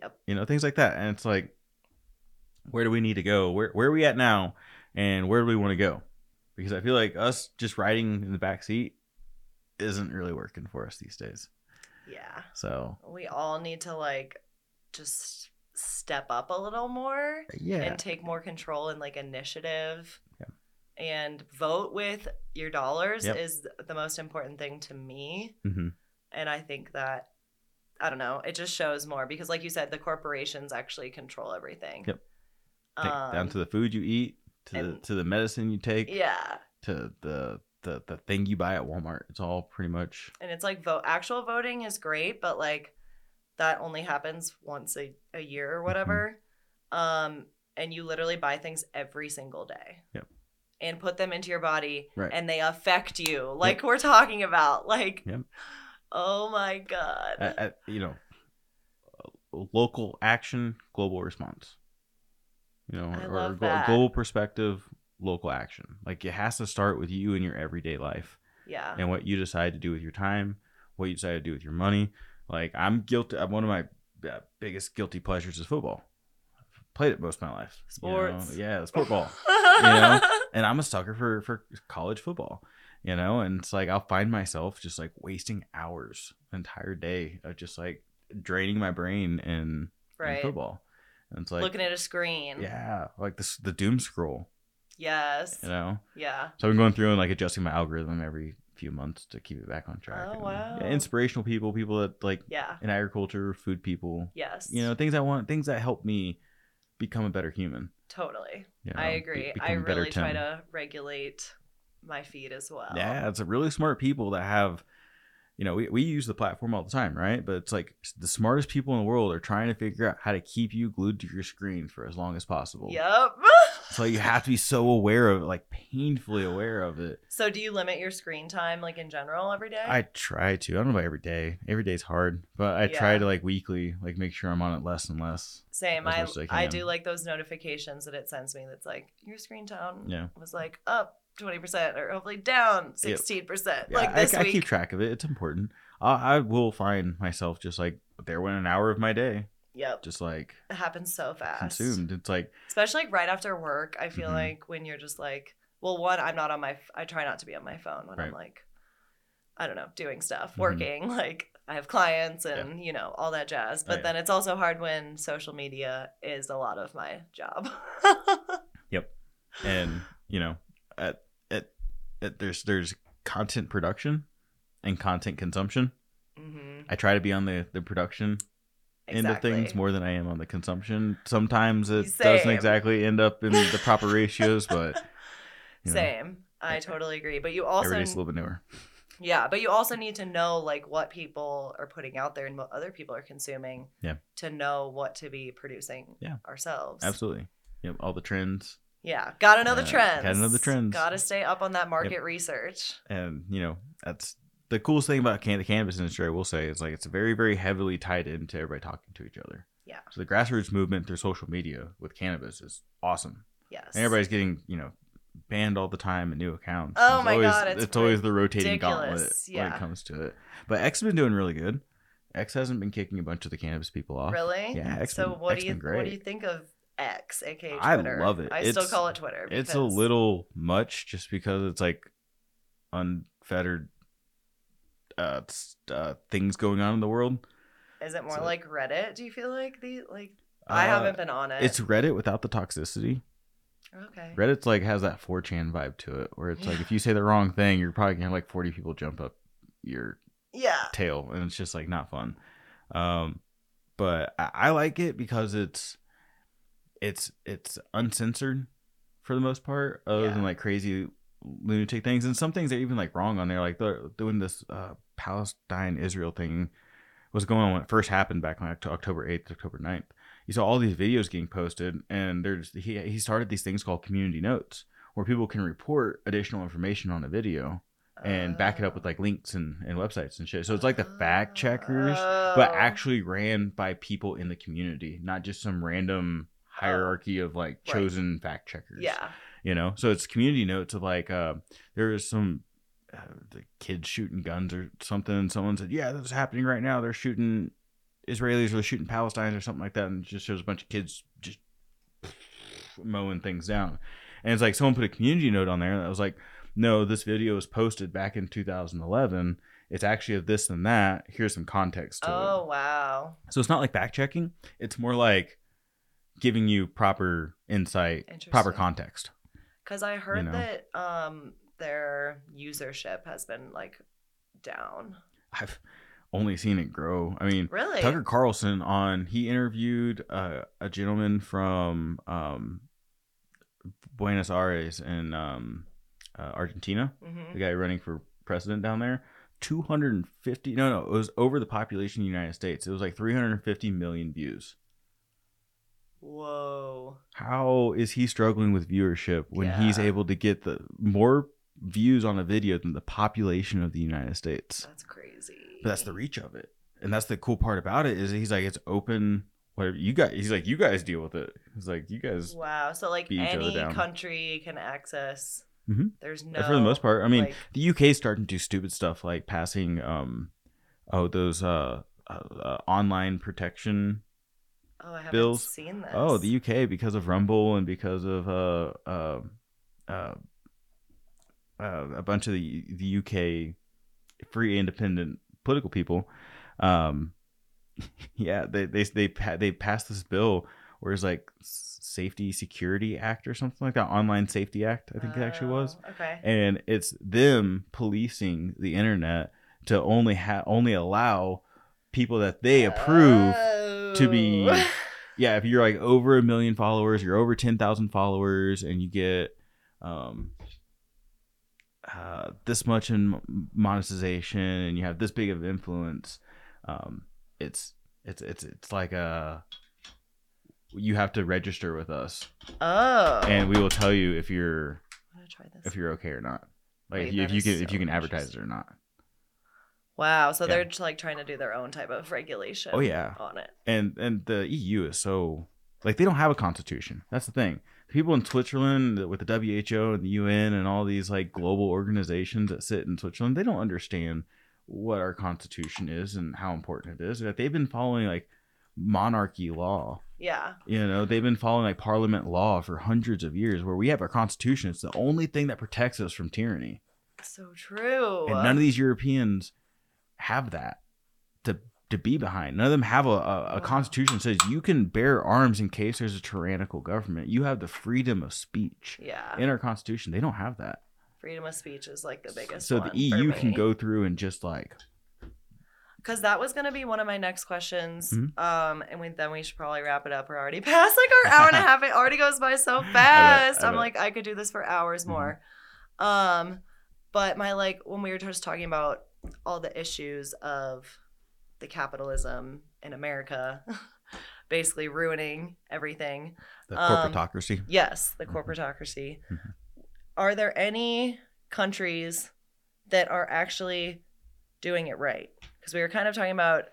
Yep.
you know things like that and it's like where do we need to go where, where are we at now and where do we want to go because i feel like us just riding in the back seat isn't really working for us these days
Yeah.
so
We all need to like just step up a little more
yeah
and take more control and like initiative. And vote with your dollars
Yep.
is the most important thing to me.
Mhm.
And I think that I don't know, it just shows more because like you said, the corporations actually control everything. Um,
Yep. Take- down to the food you eat to the,
and-
to the medicine you take
Yeah.
to the, the the thing you buy at Walmart. It's all pretty much
And it's like vote actual voting is great, but like that only happens once a, a year
Mm-hmm.
or whatever. Um and you literally buy things every single day.
Yep.
And put them into your body
Right.
and they affect you like we're talking about. Like
Yep. Uh,
oh my god.
at, at, you know local action, global response. You know,
I
or
love
glo-
that.
global perspective, local action. Like it has to start with you in your everyday life
yeah.
and what you decide to do with your time, what you decide to do with your money. Like I'm guilty. I'm one of my uh, biggest guilty pleasures is football. Played it most of my life. you know?
Sports.
yeah,
<laughs>
sport ball. know? and I'm a sucker for for college football, you know. And it's like I'll find myself just like wasting hours, entire day of just like draining my brain in, in
Right.
football. And it's like
Looking at a screen.
yeah, like this the doom scroll,
Yes.
you know.
Yeah.
So I've been going through and like adjusting my algorithm every few months to keep it back on track.
Oh,
And,
wow.
yeah, inspirational people, people that like
Yeah.
in agriculture, food people,
Yes.
you know, things I want, things that help me become a better human.
totally.
you
I
know, be-
agree.
become
I
a better
really try
Tim.
to regulate my feed as well.
Yeah, it's a really smart people that have, you know, we, we use the platform all the time, right? But it's like the smartest people in the world are trying to figure out how to keep you glued to your screen for as long as possible.
Yep.
<laughs> So you have to be so aware of, it, like painfully aware of it.
So do you limit your screen time like in general every day?
I try to. I don't know about every day. Every day's hard, but I
Yeah.
try to like weekly, like make sure I'm on it less and less.
Same.
as
I
much as I
I
can.
do like those notifications that it sends me that's like your screen time
Yeah.
was like up 20% or hopefully down 16%. Like
I,
this
I
week.
keep track of it. It's important. I, I will find myself just like there went an hour of my day
Yep.
just like
It happens so fast.
consumed. It's like
Especially like right after work, I feel
Mhm.
like when you're just like, well, one, I'm not on my, I try not to be on my phone when I'm
Right.
like, I don't know, doing stuff,
Mhm.
working. <laughs> Like I have clients and you know all that jazz. But
Oh, yeah.
then it's also hard when social media is a lot of my job. <laughs>
and you know at at, at there's there's content production and content consumption.
hmm
I try to be on the the production end of things more than I am on the consumption. Sometimes it doesn't
Same.
exactly end up in the
<laughs>
proper ratios, but you know,
Same. I
Yeah.
totally agree. But you also
every day's a little bit newer.
Yeah, but you also need to know like what people are putting out there and what other people are consuming.
Yeah.
To know what to be producing.
Yeah.
Ourselves.
Absolutely. Yep. All the trends
Yeah. Gotta know the
Yeah,
trends.
gotta know the trends.
Gotta stay up on that market research.
and you know that's the coolest thing about can- the cannabis industry. I will say is like it's very very heavily tied into everybody talking to each other.
Yeah.
So the grassroots movement through social media with cannabis is awesome.
Yes.
And everybody's getting you know banned all the time and new accounts.
Oh
It's
my
always,
God, it's
always the rotating gauntlet
ridiculous,
when
yeah.
it comes to it. But X has been doing really good. X hasn't been kicking a bunch of the cannabis people off.
Really?
Yeah, X
so
been-
what
X
do you
been great.
what do you think of X, aka Twitter?
I love it.
I still
It's-
call it Twitter.
It's a
because-
little much just because it's like unfettered uh, s- uh things going on in the world.
Is it more
so- Uh,
like Reddit? Do you feel like the like? I haven't been on it.
It's Reddit without the toxicity.
okay.
Reddit's like has that 4chan vibe to it, where it's like if you say the wrong thing, you're probably gonna have like 40 people jump up your
Yeah.
tail, and it's just like not fun. Um, but I, I like it because it's it's it's uncensored for the most part, other
Yeah.
than like crazy lunatic things, and some things are even like wrong on there. Like they're doing this uh, Palestine Israel thing was going on when it first happened back on Oct- October 8th, October 9th. You saw all these videos getting posted, and there's he he started these things called community notes where people can report additional information on a video and back it up with like links and, and websites and shit. So it's like the fact checkers, but
Oh.
actually ran by people in the community, not just some random hierarchy of like
Oh. Right.
chosen fact checkers.
Yeah.
You know, so it's community notes of like, uh, there is some uh, the kids shooting guns or something. And someone said, yeah, this is happening right now. They're shooting Israelis or they're shooting Palestinians or something like that. And it just shows a bunch of kids just mowing things down. And it's like someone put a community note on there that was like, no, this video was posted back in 2011. It's actually of this and that. Here's some context to
Oh wow.
it. So it's not like fact checking. It's more like giving you proper insight, proper
Interesting.
context.
Because I heard
know?
that um their usership has been like down.
I've only seen it grow. I mean,
Really?
Tucker Carlson on he interviewed uh, a gentleman from um, Buenos Aires in um, uh, Argentina,
hmm
the guy running for president down there. 250 no no it was over the population of the United States. It was like 350 million views.
Whoa.
How is he struggling with viewership when he's
Yeah.
able to get the more views on a video than the population of the United States?
That's crazy.
but that's the reach of it and that's the cool part about it is he's like it's open whatever you guys he's like you guys deal with it he's like you guys
Wow. So like
beat each other
any
down.
country can access.
Mhm.
There's no.
uh, for the most part i mean
like,
the uk's starting to do stupid stuff like passing um oh those uh, uh, uh online protection
oh, I haven't
bills.
seen this.
oh the uk because of rumble and because of uh uh uh, uh a bunch of the the uk free independent political people um <laughs> yeah they they they pa- they passed this bill where it's like S- safety security act or something like that online safety act i think it actually was
Oh, Okay.
and it's them policing the internet to only ha- only allow people that they approve to be-
Oh.
yeah if you're like over a million followers you're over 10,000 followers and you get um uh, this much in m- monetization and you have this big of influence um it's it's it's it's like a you have to register with us
Oh.
<laughs> and we will tell you if you're
I'm gonna try this.
if you're okay or not like
Wait,
if you, if
Oh, that
you
is
can if
so
you can advertise it or not
Wow. So
Yeah.
they're just, like trying to do their own type of regulation.
oh yeah
On it.
and and the EU is so like they don't have a constitution. That's the thing. People in Switzerland with the WHO and the UN and all these like global organizations that sit in Switzerland, they don't understand what our constitution is and how important it is that they've been following like monarchy law
Yeah.
you know they've been following like parliament law for hundreds of years where we have our constitution it's the only thing that protects us from tyranny
So true.
and none of these europeans have that to to be behind none of them have a, a,
Wow.
a constitution that says you can bear arms in case there's a tyrannical government you have the freedom of speech
yeah.
in our constitution they don't have that
Freedom of speech is like the biggest.
so the eu can go through and just like
because that was gonna be one of my next questions.
Mhm.
Um, and we, then we should probably wrap it up. We're already <laughs> past like our
<laughs>
hour and a half. It already goes by so fast.
I
I'm
bet.
like I could do this for hours
Mhm.
more. Um, but my like when we were just talking about all the issues of the capitalism in America, <laughs> basically ruining everything.
the
Um,
corporatocracy
Yes, the
Mhm.
corporatocracy.
Mhm.
Are there any countries that are actually doing it right? Because we were kind of talking about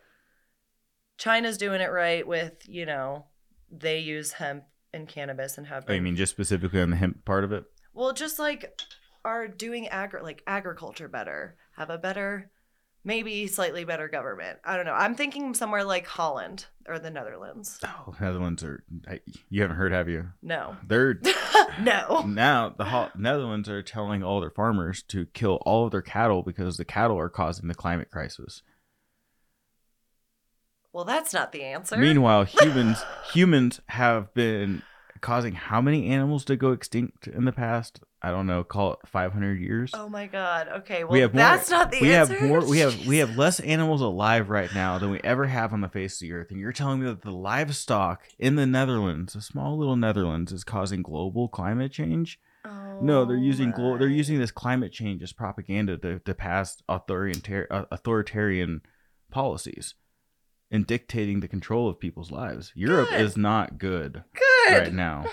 China's doing it right with, you know, they use hemp and cannabis and have.
oh you
been-
mean just specifically on the hemp part of it
Well, just like are doing agri like agriculture better, have a better, maybe slightly better government. I don't know. I'm thinking somewhere like Holland or the Netherlands.
oh netherlands are I- you haven't heard have you
No, <laughs>
they're
no.
now the Hol- Netherlands are telling all their farmers to kill all of their cattle because the cattle are causing the climate crisis.
Well, that's not the answer.
Meanwhile, humans <laughs> humans have been causing how many animals to go extinct in the past? I don't know, call it 500 years.
Oh my god. Okay. Well,
We have more-
that's not the
we
answer.
have more we have
<laughs>
we have less animals alive right now than we ever have on the face of the earth and you're telling me that the livestock in the Netherlands, the small little Netherlands is causing global climate change?
Oh
No, they're using glo- they're
my.
using this climate change as propaganda to, to pass authoritarian uh, authoritarian policies and dictating the control of people's lives. Europe
Good.
is not good,
good.
right now.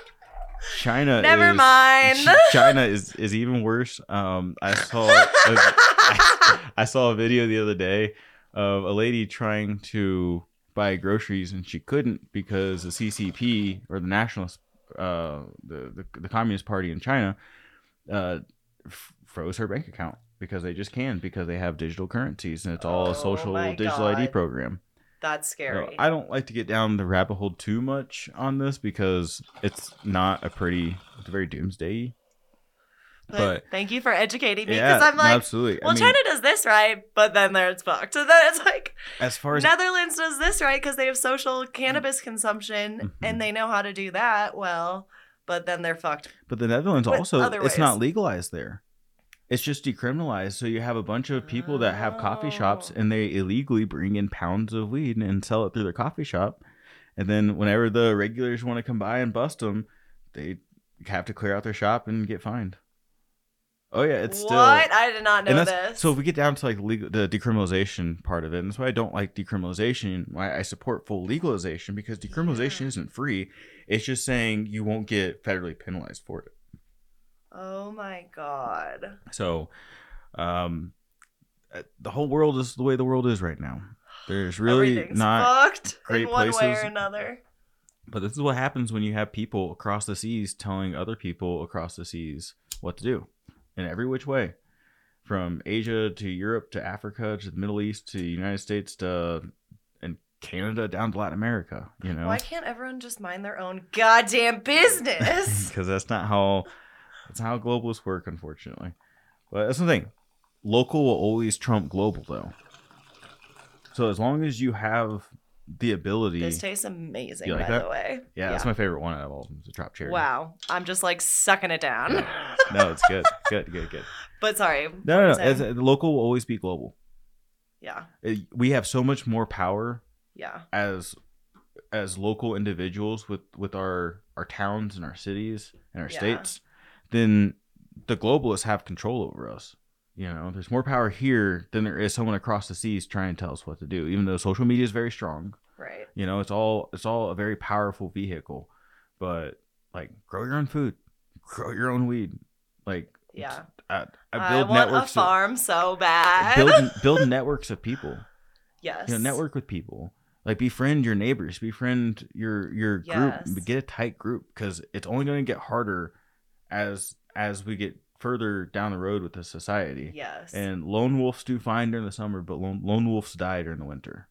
<laughs>
China
Never
is,
mind.
Ch- China is is even worse. Um,
<laughs>
I saw a, <laughs> I saw a video the other day of a lady trying to buy groceries and she couldn't because the CCP or the Nationalist, uh, the, the the Communist Party in China, uh, f- froze her bank account because they just can because they have digital currencies and it's all
Oh
a social
my
digital ID
God.
program.
that's
<laughs> So
scary.
I don't like to get down the rabbit hole too much on this because it's not a pretty, it's very doomsday. but-
thank you for educating me
Yeah,
because I'm
no,
like,
absolutely.
well,
I mean,
China does this right, but then there it's fucked. <laughs> So then it's like
as far as
Netherlands does this right because they have social
Mm-hmm.
cannabis consumption
Mhm.
and they know how to do that well, but then they're fucked.
But the Netherlands
But
also
other
it's not
ways.
legalized there. It's just decriminalized. So you have a bunch of people that have coffee shops
Oh.
and they illegally bring in pounds of weed and sell it through their coffee shop. And then whenever the regulars want to come by and bust them, they have to clear out their shop and get fined. Oh yeah, it's still
what I did not know
and
this.
so if we get down to like legal, the decriminalization part of it, and that's why I don't like decriminalization. Why I support full legalization because decriminalization
Yeah.
isn't free. It's just saying you won't get federally penalized for it.
oh my god.
So, um, uh, the whole world is the way the world is right now. There's really
Everything's
not,
fucked
great
in one way or
places.
another.
but this is what happens when you have people across the seas telling other people across the seas what to do in every which way from Asia to Europe to Africa to the Middle East to the United States to and Canada down to Latin America, you know,
Why can't everyone just mind their own goddamn
<laughs>
business?
because that's not how that's not how globalists work, unfortunately. But that's the thing. Local will always trump global, though. So as long as you have the ability,
this tastes amazing,
You like
by
that?
the way.
yeah, that's my favorite one out of all of them. The drop cherry.
Wow. I'm just like sucking it down.
Yeah. No, it's good, good, good, good.
<laughs> but sorry.
No, no, no.
Same.
It's, the local will always be global.
Yeah.
It- we have so much more power
Yeah.
as as local individuals with with our our towns and our cities and our
Yeah.
states then the globalists have control over us you know there's more power here than there is someone across the seas trying to tell us what to do even though social media is very strong
Right.
you know it's all it's all a very powerful vehicle but like grow your own food grow your own weed like
Yeah.
i, I
I
build
want a
networks of-
farm so bad.
build, build networks of people
<laughs> yes.
you know, network with people. Like befriend your neighbors, befriend your your
Yes.
group, get a tight group because it's only going to get harder as as we get further down the road with the society.
Yes.
And lone wolves do fine during the summer, but lone, lone wolves die during the winter.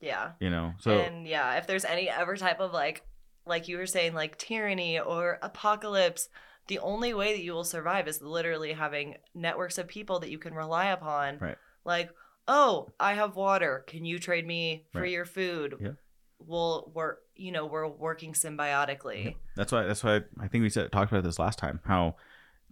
yeah.
You know, so
and yeah, if there's any ever type of like like you were saying like tyranny or apocalypse, the only way that you will survive is literally having networks of people that you can rely upon.
Right.
Like, "Oh, I have water. Can you trade me for
Right.
your food?"
Yeah.
We'll work, you know, we're working symbiotically.
that's why that's why I think we said talked about this last time how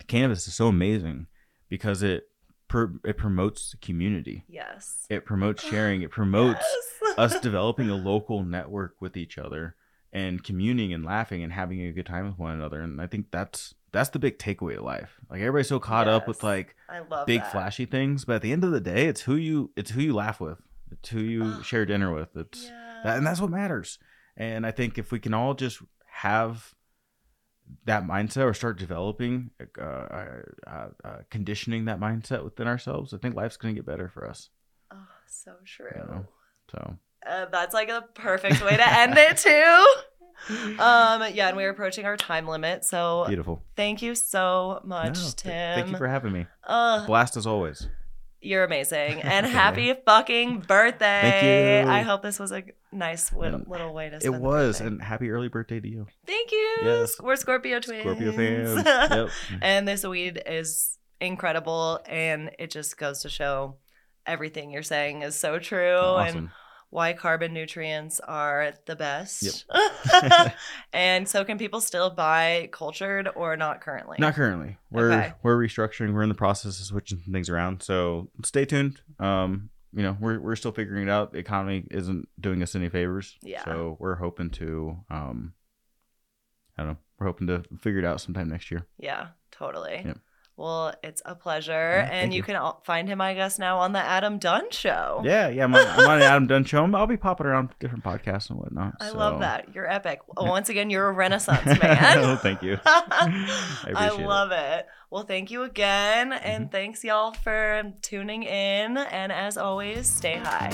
cannabis is so amazing because it per, it promotes community.
Yes.
It promotes sharing. It promotes
Yes.
us developing a local network with each other and communing and laughing and having a good time with one another. And I think that's that's the big takeaway to life. Like everybody's so caught up with
Yes.
like
<laughs> I love
big
that.
flashy things, but at the end of the day, it's who you it's who you laugh with, it's who you
Ugh.
share dinner with. It's
Oh, Yeah.
that, and that's what matters. And I think if we can all just have that mindset or start developing, uh, uh, uh, conditioning that mindset within ourselves, I think life's going to get better for us.
oh, so
You
true.
know? So
<gasps> Uh, that's like a perfect way to end it too. Um, yeah, and we're approaching our time limit, so
beautiful.
thank you so
No,
much,
th-
Tim. Uh,
Thank you for having me.
Ugh,
Blast as always.
you're
<laughs>
amazing, and happy fucking birthday!
Thank you.
I hope this was a nice little,
And
little way to.
It
Spend the
was,
birthday.
and happy early birthday to you.
thank you.
Yes.
We're Scorpio twins. <laughs>
Scorpio fans. yep.
and this weed is incredible, and it just goes to show everything you're saying is so true, and
Awesome.
why carbon nutrients are the best. <laughs>
<laughs>
and so can people still buy cultured or not currently?
Not currently. We're
Okay.
we're restructuring. We're in the process of switching some things around. So stay tuned. Um, you know, we're we're still figuring it out. The economy isn't doing us any favors.
Yeah.
So we're hoping to um I don't know. We're hoping to figure it out sometime next year.
yeah, totally.
Yep.
Well, it's a pleasure.
Yeah,
and
thank
you,
you.
can all- find him, I guess, now on the Adam Dunn show.
Yeah, yeah. I'm on, I'm on an Adam Dunn show. I'll be popping around different podcasts and whatnot.
I
so-
love that. You're
<laughs>
epic. Oh, Once again, you're a renaissance man.
Oh, <laughs> thank
<laughs>
you. I
I,
appreciate it. Mm-hmm.
love it. Well, thank you again. And thanks, y'all, for tuning in. And as always, stay high.